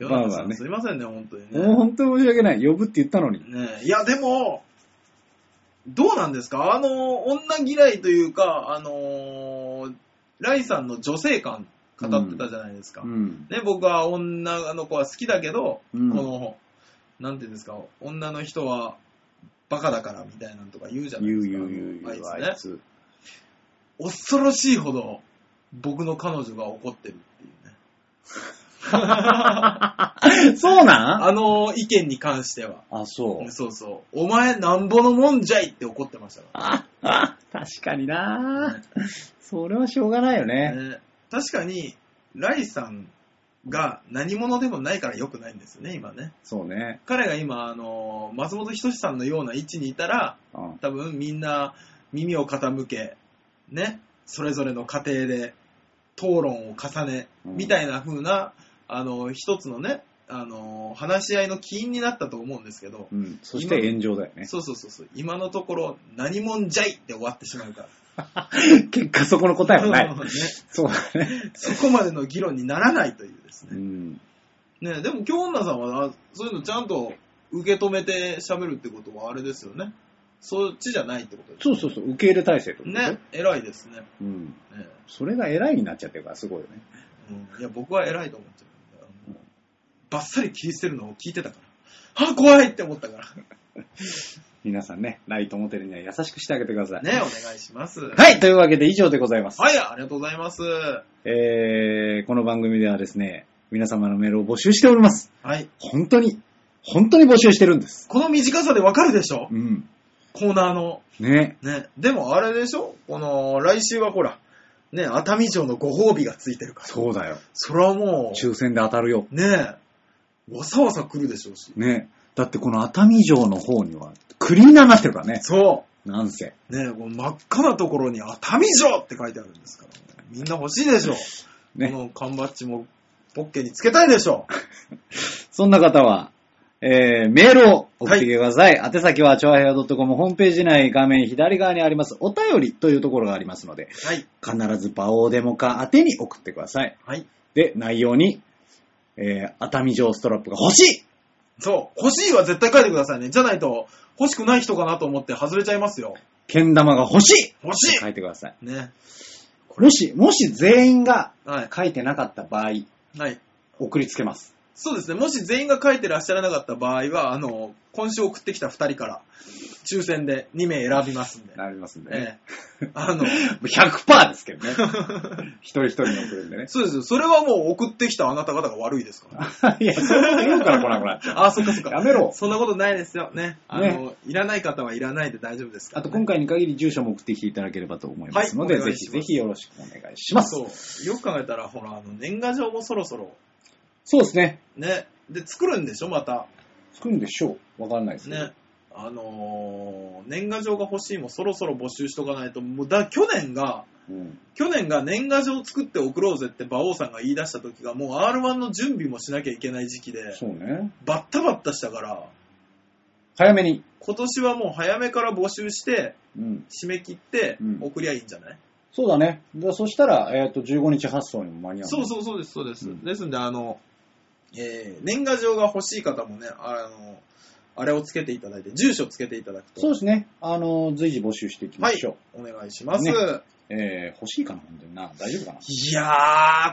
Speaker 2: 世
Speaker 3: まあ
Speaker 2: の
Speaker 3: まあ
Speaker 2: 中
Speaker 3: ね
Speaker 2: すいませんね、本当に
Speaker 3: もう
Speaker 2: ね。
Speaker 3: 本当に申し訳ない。呼ぶって言ったのに。
Speaker 2: ねえいや、でも、どうなんですかあの、女嫌いというか、あの、ライさんの女性感語ってたじゃないですか。
Speaker 3: うん。
Speaker 2: ね、僕は女の子は好きだけど、
Speaker 3: うん
Speaker 2: この、なんていうんですか、女の人はバカだからみたいなのとか言うじゃない
Speaker 3: 言
Speaker 2: で
Speaker 3: う
Speaker 2: すか。
Speaker 3: 言う言う言う。
Speaker 2: あい
Speaker 3: あい
Speaker 2: つね。
Speaker 3: つ。
Speaker 2: 恐ろしいほど僕の彼女が怒ってるっていうね。
Speaker 3: そうなん
Speaker 2: あの意見に関しては。
Speaker 3: あ、そう。
Speaker 2: そうそう。お前なんぼのもんじゃいって怒ってましたか
Speaker 3: あ、あ、確かに
Speaker 2: ら
Speaker 3: な
Speaker 2: ね
Speaker 3: それはしょうがないよね。
Speaker 2: ね確かに、ライさんが何者でもないから良くないんですよね、今ね。
Speaker 3: そうね。
Speaker 2: 彼が今、あの、松本人志さんのような位置にいたら、
Speaker 3: うん。
Speaker 2: 多分みんな耳を傾け、ね、それぞれの家庭で討論を重ね、
Speaker 3: うん
Speaker 2: みたいな風な、あの、一つのね、あの、話し合いの起因になったと思うんですけど、
Speaker 3: うん。そして炎上だよね。
Speaker 2: そうそうそうそう、今のところ何もんじゃいって終わってしまうから。
Speaker 3: 結果そこの答えはない
Speaker 2: [laughs] ね。
Speaker 3: そうだね。
Speaker 2: そこまでの議論にならないというです
Speaker 3: う
Speaker 2: ね。
Speaker 3: ん。
Speaker 2: ねでも京女さんはなそういうのちゃんと受け止めて喋るってことはあれですよね。そっちじゃないってことです
Speaker 3: そうそうそう。受け入れ体制ってことでしょ
Speaker 2: ね。。偉いですね。
Speaker 3: うん。
Speaker 2: ね
Speaker 3: それが偉いになっちゃってるからすごいよね。
Speaker 2: うんいや、僕は偉いと思っちゃう。もうバッサリ切り捨てるのを聞いてたから。 [laughs] あ、怖いって思ったから。
Speaker 3: 皆さんね、ライトモテルには優しくしてあげてください。
Speaker 2: ね、お願いします。 [laughs] はい、
Speaker 3: はい、というわけで以上でございます。
Speaker 2: ありがとうございます。は
Speaker 3: えー、この番組ではですね、皆様のメールを募集しております。
Speaker 2: い。
Speaker 3: 本当に、本当に募集してるんです。
Speaker 2: この短さでわかるでしょ
Speaker 3: うん。
Speaker 2: コーナーの。
Speaker 3: ね。
Speaker 2: ね。でもあれでしょこの、来週はほら、ね、熱海城のご褒美がついてるから。
Speaker 3: そうだよ。
Speaker 2: それはもう、
Speaker 3: 抽選で当たるよ。
Speaker 2: ねえ、わさわさ来るでしょうし。
Speaker 3: ね。だってこの熱海城の方には、クリーナーになってるからね。
Speaker 2: そ
Speaker 3: なんせ。
Speaker 2: う。ねえ、この真っ赤なところに熱海城って書いてあるんですから、ね、みんな欲しいでしょう。こ
Speaker 3: ね。
Speaker 2: の缶バッジもポッケにつけたいでしょ
Speaker 3: そんな方は、えー、メールを送ってきてください。宛先は、超平洋 .com ホームページ内画面左側にあります、お便りというところがありますので、
Speaker 2: う。はい。
Speaker 3: 必ず場をデモか宛てに送ってください。
Speaker 2: はい。
Speaker 3: で、内容に、えー、熱海城ストラップが欲しい
Speaker 2: そう。欲しいは絶対書いてくださいね。じゃないと、欲しくない人かなと思って外れちゃいますよ。
Speaker 3: けん玉が欲しい
Speaker 2: 欲し
Speaker 3: 書いてください。
Speaker 2: いね。
Speaker 3: もし、もし全員が
Speaker 2: はい。
Speaker 3: 書いてなかった場合、
Speaker 2: はい。
Speaker 3: 送りつけます。
Speaker 2: そうですね。もし全員が書いてらっしゃらなかった場合は、あの、今週送ってきた2人から、抽選で2名選びますんで。
Speaker 3: なりますんで、ね。
Speaker 2: ええ。あの、。
Speaker 3: 100%ですけどね。 [laughs] 一人一人に送るんでね
Speaker 2: そうですよ。それはもう送ってきたあなた方が悪いですから。
Speaker 3: [laughs] いや、そんな言うから来なくなっちゃう。
Speaker 2: あ、そっかそっか。
Speaker 3: やめろ
Speaker 2: そんなことないですよ。ね。あの、いらない方はいらないで大丈夫ですか
Speaker 3: あ
Speaker 2: ら、
Speaker 3: と今回に限り住所も送ってきていただければと思いますので、
Speaker 2: はいお願
Speaker 3: ぜ
Speaker 2: いし
Speaker 3: ひ
Speaker 2: ます
Speaker 3: ぜひよろしくお願いします。そう
Speaker 2: そう。よく考えたら、ほら、あの、年賀状もそろそろ、
Speaker 3: ですね。
Speaker 2: ね。で、作るんでしょ、また。
Speaker 3: 作るんでしょうわかんないですね。
Speaker 2: ね。あのー年賀状が欲しいもそろそろ募集しとかないと、もう、だ、去年が、
Speaker 3: うん
Speaker 2: 去年が年賀状作って送ろうぜって馬王さんが言い出した時が、もう R1 の準備もしなきゃいけない時期で、
Speaker 3: そうね。
Speaker 2: バッタバッタしたから、
Speaker 3: 早めに。
Speaker 2: 今年はもう早めから募集して、
Speaker 3: うん。
Speaker 2: 締め切って
Speaker 3: うん
Speaker 2: 送りゃいいんじゃない、
Speaker 3: そうだね。だそしたら、えっ、と、15日発送にも間に合う。
Speaker 2: そうそうそうです、そうです。
Speaker 3: うん
Speaker 2: ですんで、あの、えー年賀状が欲しい方もね、あの、あれをつけていただいて、住所をつけていただくと。
Speaker 3: そうですね。あの、随時募集していきま
Speaker 2: はい
Speaker 3: しょ、
Speaker 2: お願いします。
Speaker 3: ねう。えー、欲しいかな本当にな。大丈夫かない
Speaker 2: や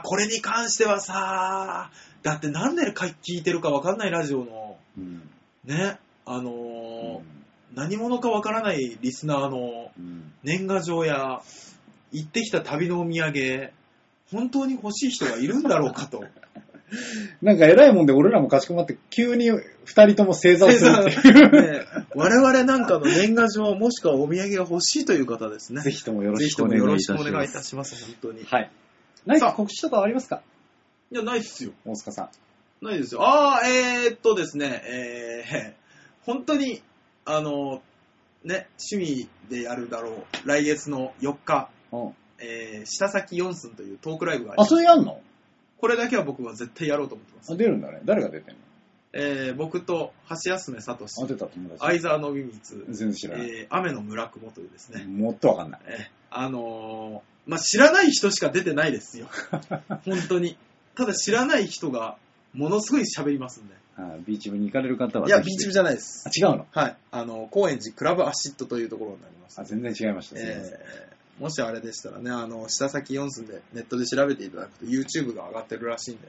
Speaker 2: ー、これに関してはさ、だって何でか聞いてるかわかんないラジオの、
Speaker 3: うん。
Speaker 2: ね、あのー何者かわからないリスナーの
Speaker 3: うん。
Speaker 2: 年賀状や、行ってきた旅のお土産、本当に欲しい人がいるんだろうか
Speaker 3: [laughs]
Speaker 2: と。
Speaker 3: なんか偉いもんで俺らもかしこまって急に二人とも正座をするっていう。
Speaker 2: ね我々なんかの年賀状もしくはお土産が欲しいという方ですね。
Speaker 3: [laughs] ぜひともよろ
Speaker 2: ぜ
Speaker 3: し
Speaker 2: ひ
Speaker 3: く
Speaker 2: と
Speaker 3: お
Speaker 2: も
Speaker 3: 願いい
Speaker 2: よろ
Speaker 3: た
Speaker 2: し
Speaker 3: し
Speaker 2: く
Speaker 3: ま
Speaker 2: お
Speaker 3: す。
Speaker 2: 願いいたします、本当に。
Speaker 3: はい。何
Speaker 2: さ
Speaker 3: か
Speaker 2: あ
Speaker 3: 告知とかありますか
Speaker 2: いや、ないっすよ。
Speaker 3: 大塚さん。
Speaker 2: ないですよ。ああ、えー、っとですね、えー、本当に、あの、ね、趣味でやるだろう、来月の4日、
Speaker 3: うん。
Speaker 2: えー、下先4寸というトークライブがあり
Speaker 3: あ、
Speaker 2: ます。
Speaker 3: それやんの
Speaker 2: これだけは僕は絶対やろうと思ってます
Speaker 3: あ。出るんだね。誰が出てんの
Speaker 2: えー、僕と橋休め聡、
Speaker 3: あ、出た友達。
Speaker 2: 相沢のみみつ、
Speaker 3: 全然知らない。
Speaker 2: えー、雨の村雲というですね、
Speaker 3: もっとわかんない。
Speaker 2: え、あのーまあ、知らない人しか出てないです
Speaker 3: [laughs]
Speaker 2: よ。本当に。ただ知らない人が、ものすごい喋りますんで。
Speaker 3: あビーチ部に行かれる方は。
Speaker 2: いや、ビーチ部
Speaker 3: 部
Speaker 2: じゃないです。
Speaker 3: あ、違うの
Speaker 2: はい。あの、高円寺クラブアシットというところになります
Speaker 3: あ、。全然違いました。すいません。
Speaker 2: えーもしあれでしたらね、あの、下先4寸でネットで調べていただくと YouTube が上がってるらしいんで、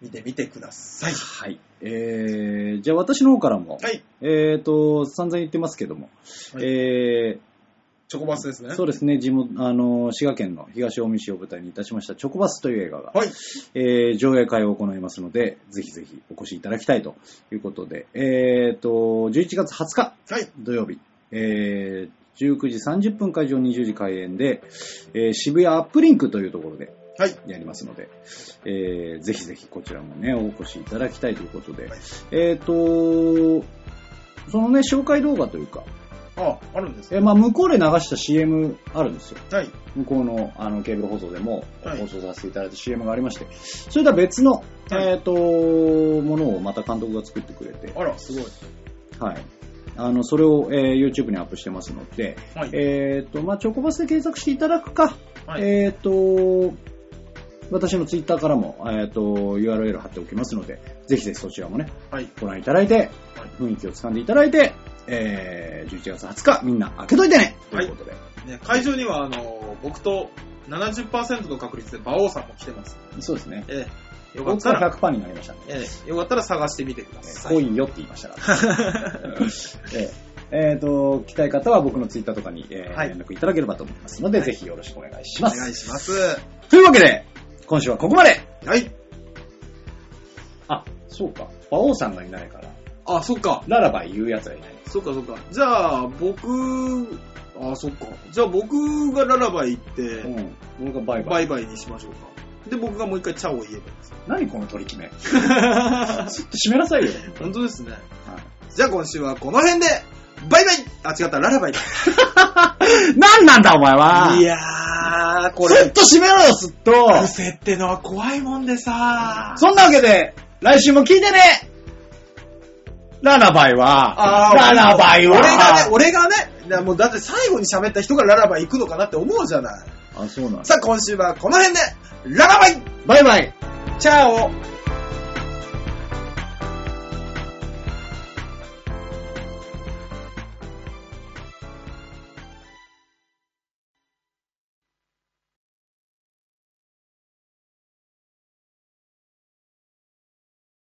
Speaker 2: 見てみてください。
Speaker 3: はい。えー、じゃあ私の方からも。
Speaker 2: はい。
Speaker 3: えーと、散々言ってますけども、
Speaker 2: はい
Speaker 3: え
Speaker 2: チョコバスですね。
Speaker 3: ー、そうですね、地元、あの、滋賀県の東近江市を舞台にいたしました、チョコバスという映画が、
Speaker 2: はい。
Speaker 3: えー上映会を行いますので、ぜひぜひお越しいただきたいということで、えーと、11月20日
Speaker 2: はい。
Speaker 3: 土曜日、えー19時30分会場20時開演で、えー渋谷アップリンクというところで、
Speaker 2: はい。
Speaker 3: やりますので、えーぜひぜひこちらもね、お越しいただきたいということで、
Speaker 2: はい
Speaker 3: えっ、と、そのね、紹介動画というか、
Speaker 2: あ、あるんですね。
Speaker 3: えーまあ、向こうで流した CM あるんですよ。
Speaker 2: はい。
Speaker 3: 向こうのあのケーブル放送でも
Speaker 2: はい
Speaker 3: 放送させていただいた CM がありまして、それとは別の、
Speaker 2: はい
Speaker 3: えっ、と、ものをまた監督が作ってくれて、
Speaker 2: あら、すごい。
Speaker 3: はい。あの、それを、えー YouTube にアップしてますので、
Speaker 2: はい。
Speaker 3: えっ、と、まあ、チョコバスで検索していただくか、
Speaker 2: はい。
Speaker 3: えっ、と、私のツイッターからも、えっ、と、URL 貼っておきますので、ぜひぜひそちらもね、
Speaker 2: はい。
Speaker 3: ご覧いただいて、雰囲気をつかんでいただいて、えー、11月20日、みんな開けといてねということで、
Speaker 2: ね、会場には、あの、僕と70%の確率で馬王さんも来てます。
Speaker 3: そうですね。
Speaker 2: ええ。よかっ
Speaker 3: 僕
Speaker 2: たら、
Speaker 3: は100%になりましたね。
Speaker 2: ええ、よかったら探してみてください。
Speaker 3: 濃いよって言いまし
Speaker 2: [laughs]
Speaker 3: たから。えーえーと、来たい方は僕のツイッターとかに、えー
Speaker 2: はい
Speaker 3: 連絡いただければと思いますので、ぜひよろしくお願いし
Speaker 2: お
Speaker 3: ます。
Speaker 2: 願いします。
Speaker 3: というわけで、今週はここまで
Speaker 2: はい。
Speaker 3: あ、そうか。馬王さんがいないから、
Speaker 2: あ、そっか。
Speaker 3: ララバイ言うやつがいない。
Speaker 2: そっかそっか。じゃあ、僕、あ、そっか。じゃあ僕がララバイ行って、
Speaker 3: うん。俺がバイバ
Speaker 2: バ
Speaker 3: イ。
Speaker 2: イバイにしましょうか。で、僕がもう一回チャオを言えばいいです。
Speaker 3: 何この取り [laughs] 決め。ずっと締めなさいよ。
Speaker 2: 本当ですね。
Speaker 3: は
Speaker 2: じゃあ今週はこの辺で、バイバイあ、違った、ララバイだ。
Speaker 3: い何なんだお前はい
Speaker 2: やー、こ
Speaker 3: ずっ
Speaker 2: れ、
Speaker 3: と締めろよ、ずっと
Speaker 2: 癖ってのは怖いもんでさ
Speaker 3: そんなわけで、来週も聞いてねララバイは、
Speaker 2: ー
Speaker 3: ララバイは、
Speaker 2: 俺がね、俺がね、なもうだって最後に喋った人がララバイ行くのかなって思うじゃない。
Speaker 3: あ、そうなん
Speaker 2: さあ今週はこの辺で、ララバイ
Speaker 3: バイバイ
Speaker 2: チャオ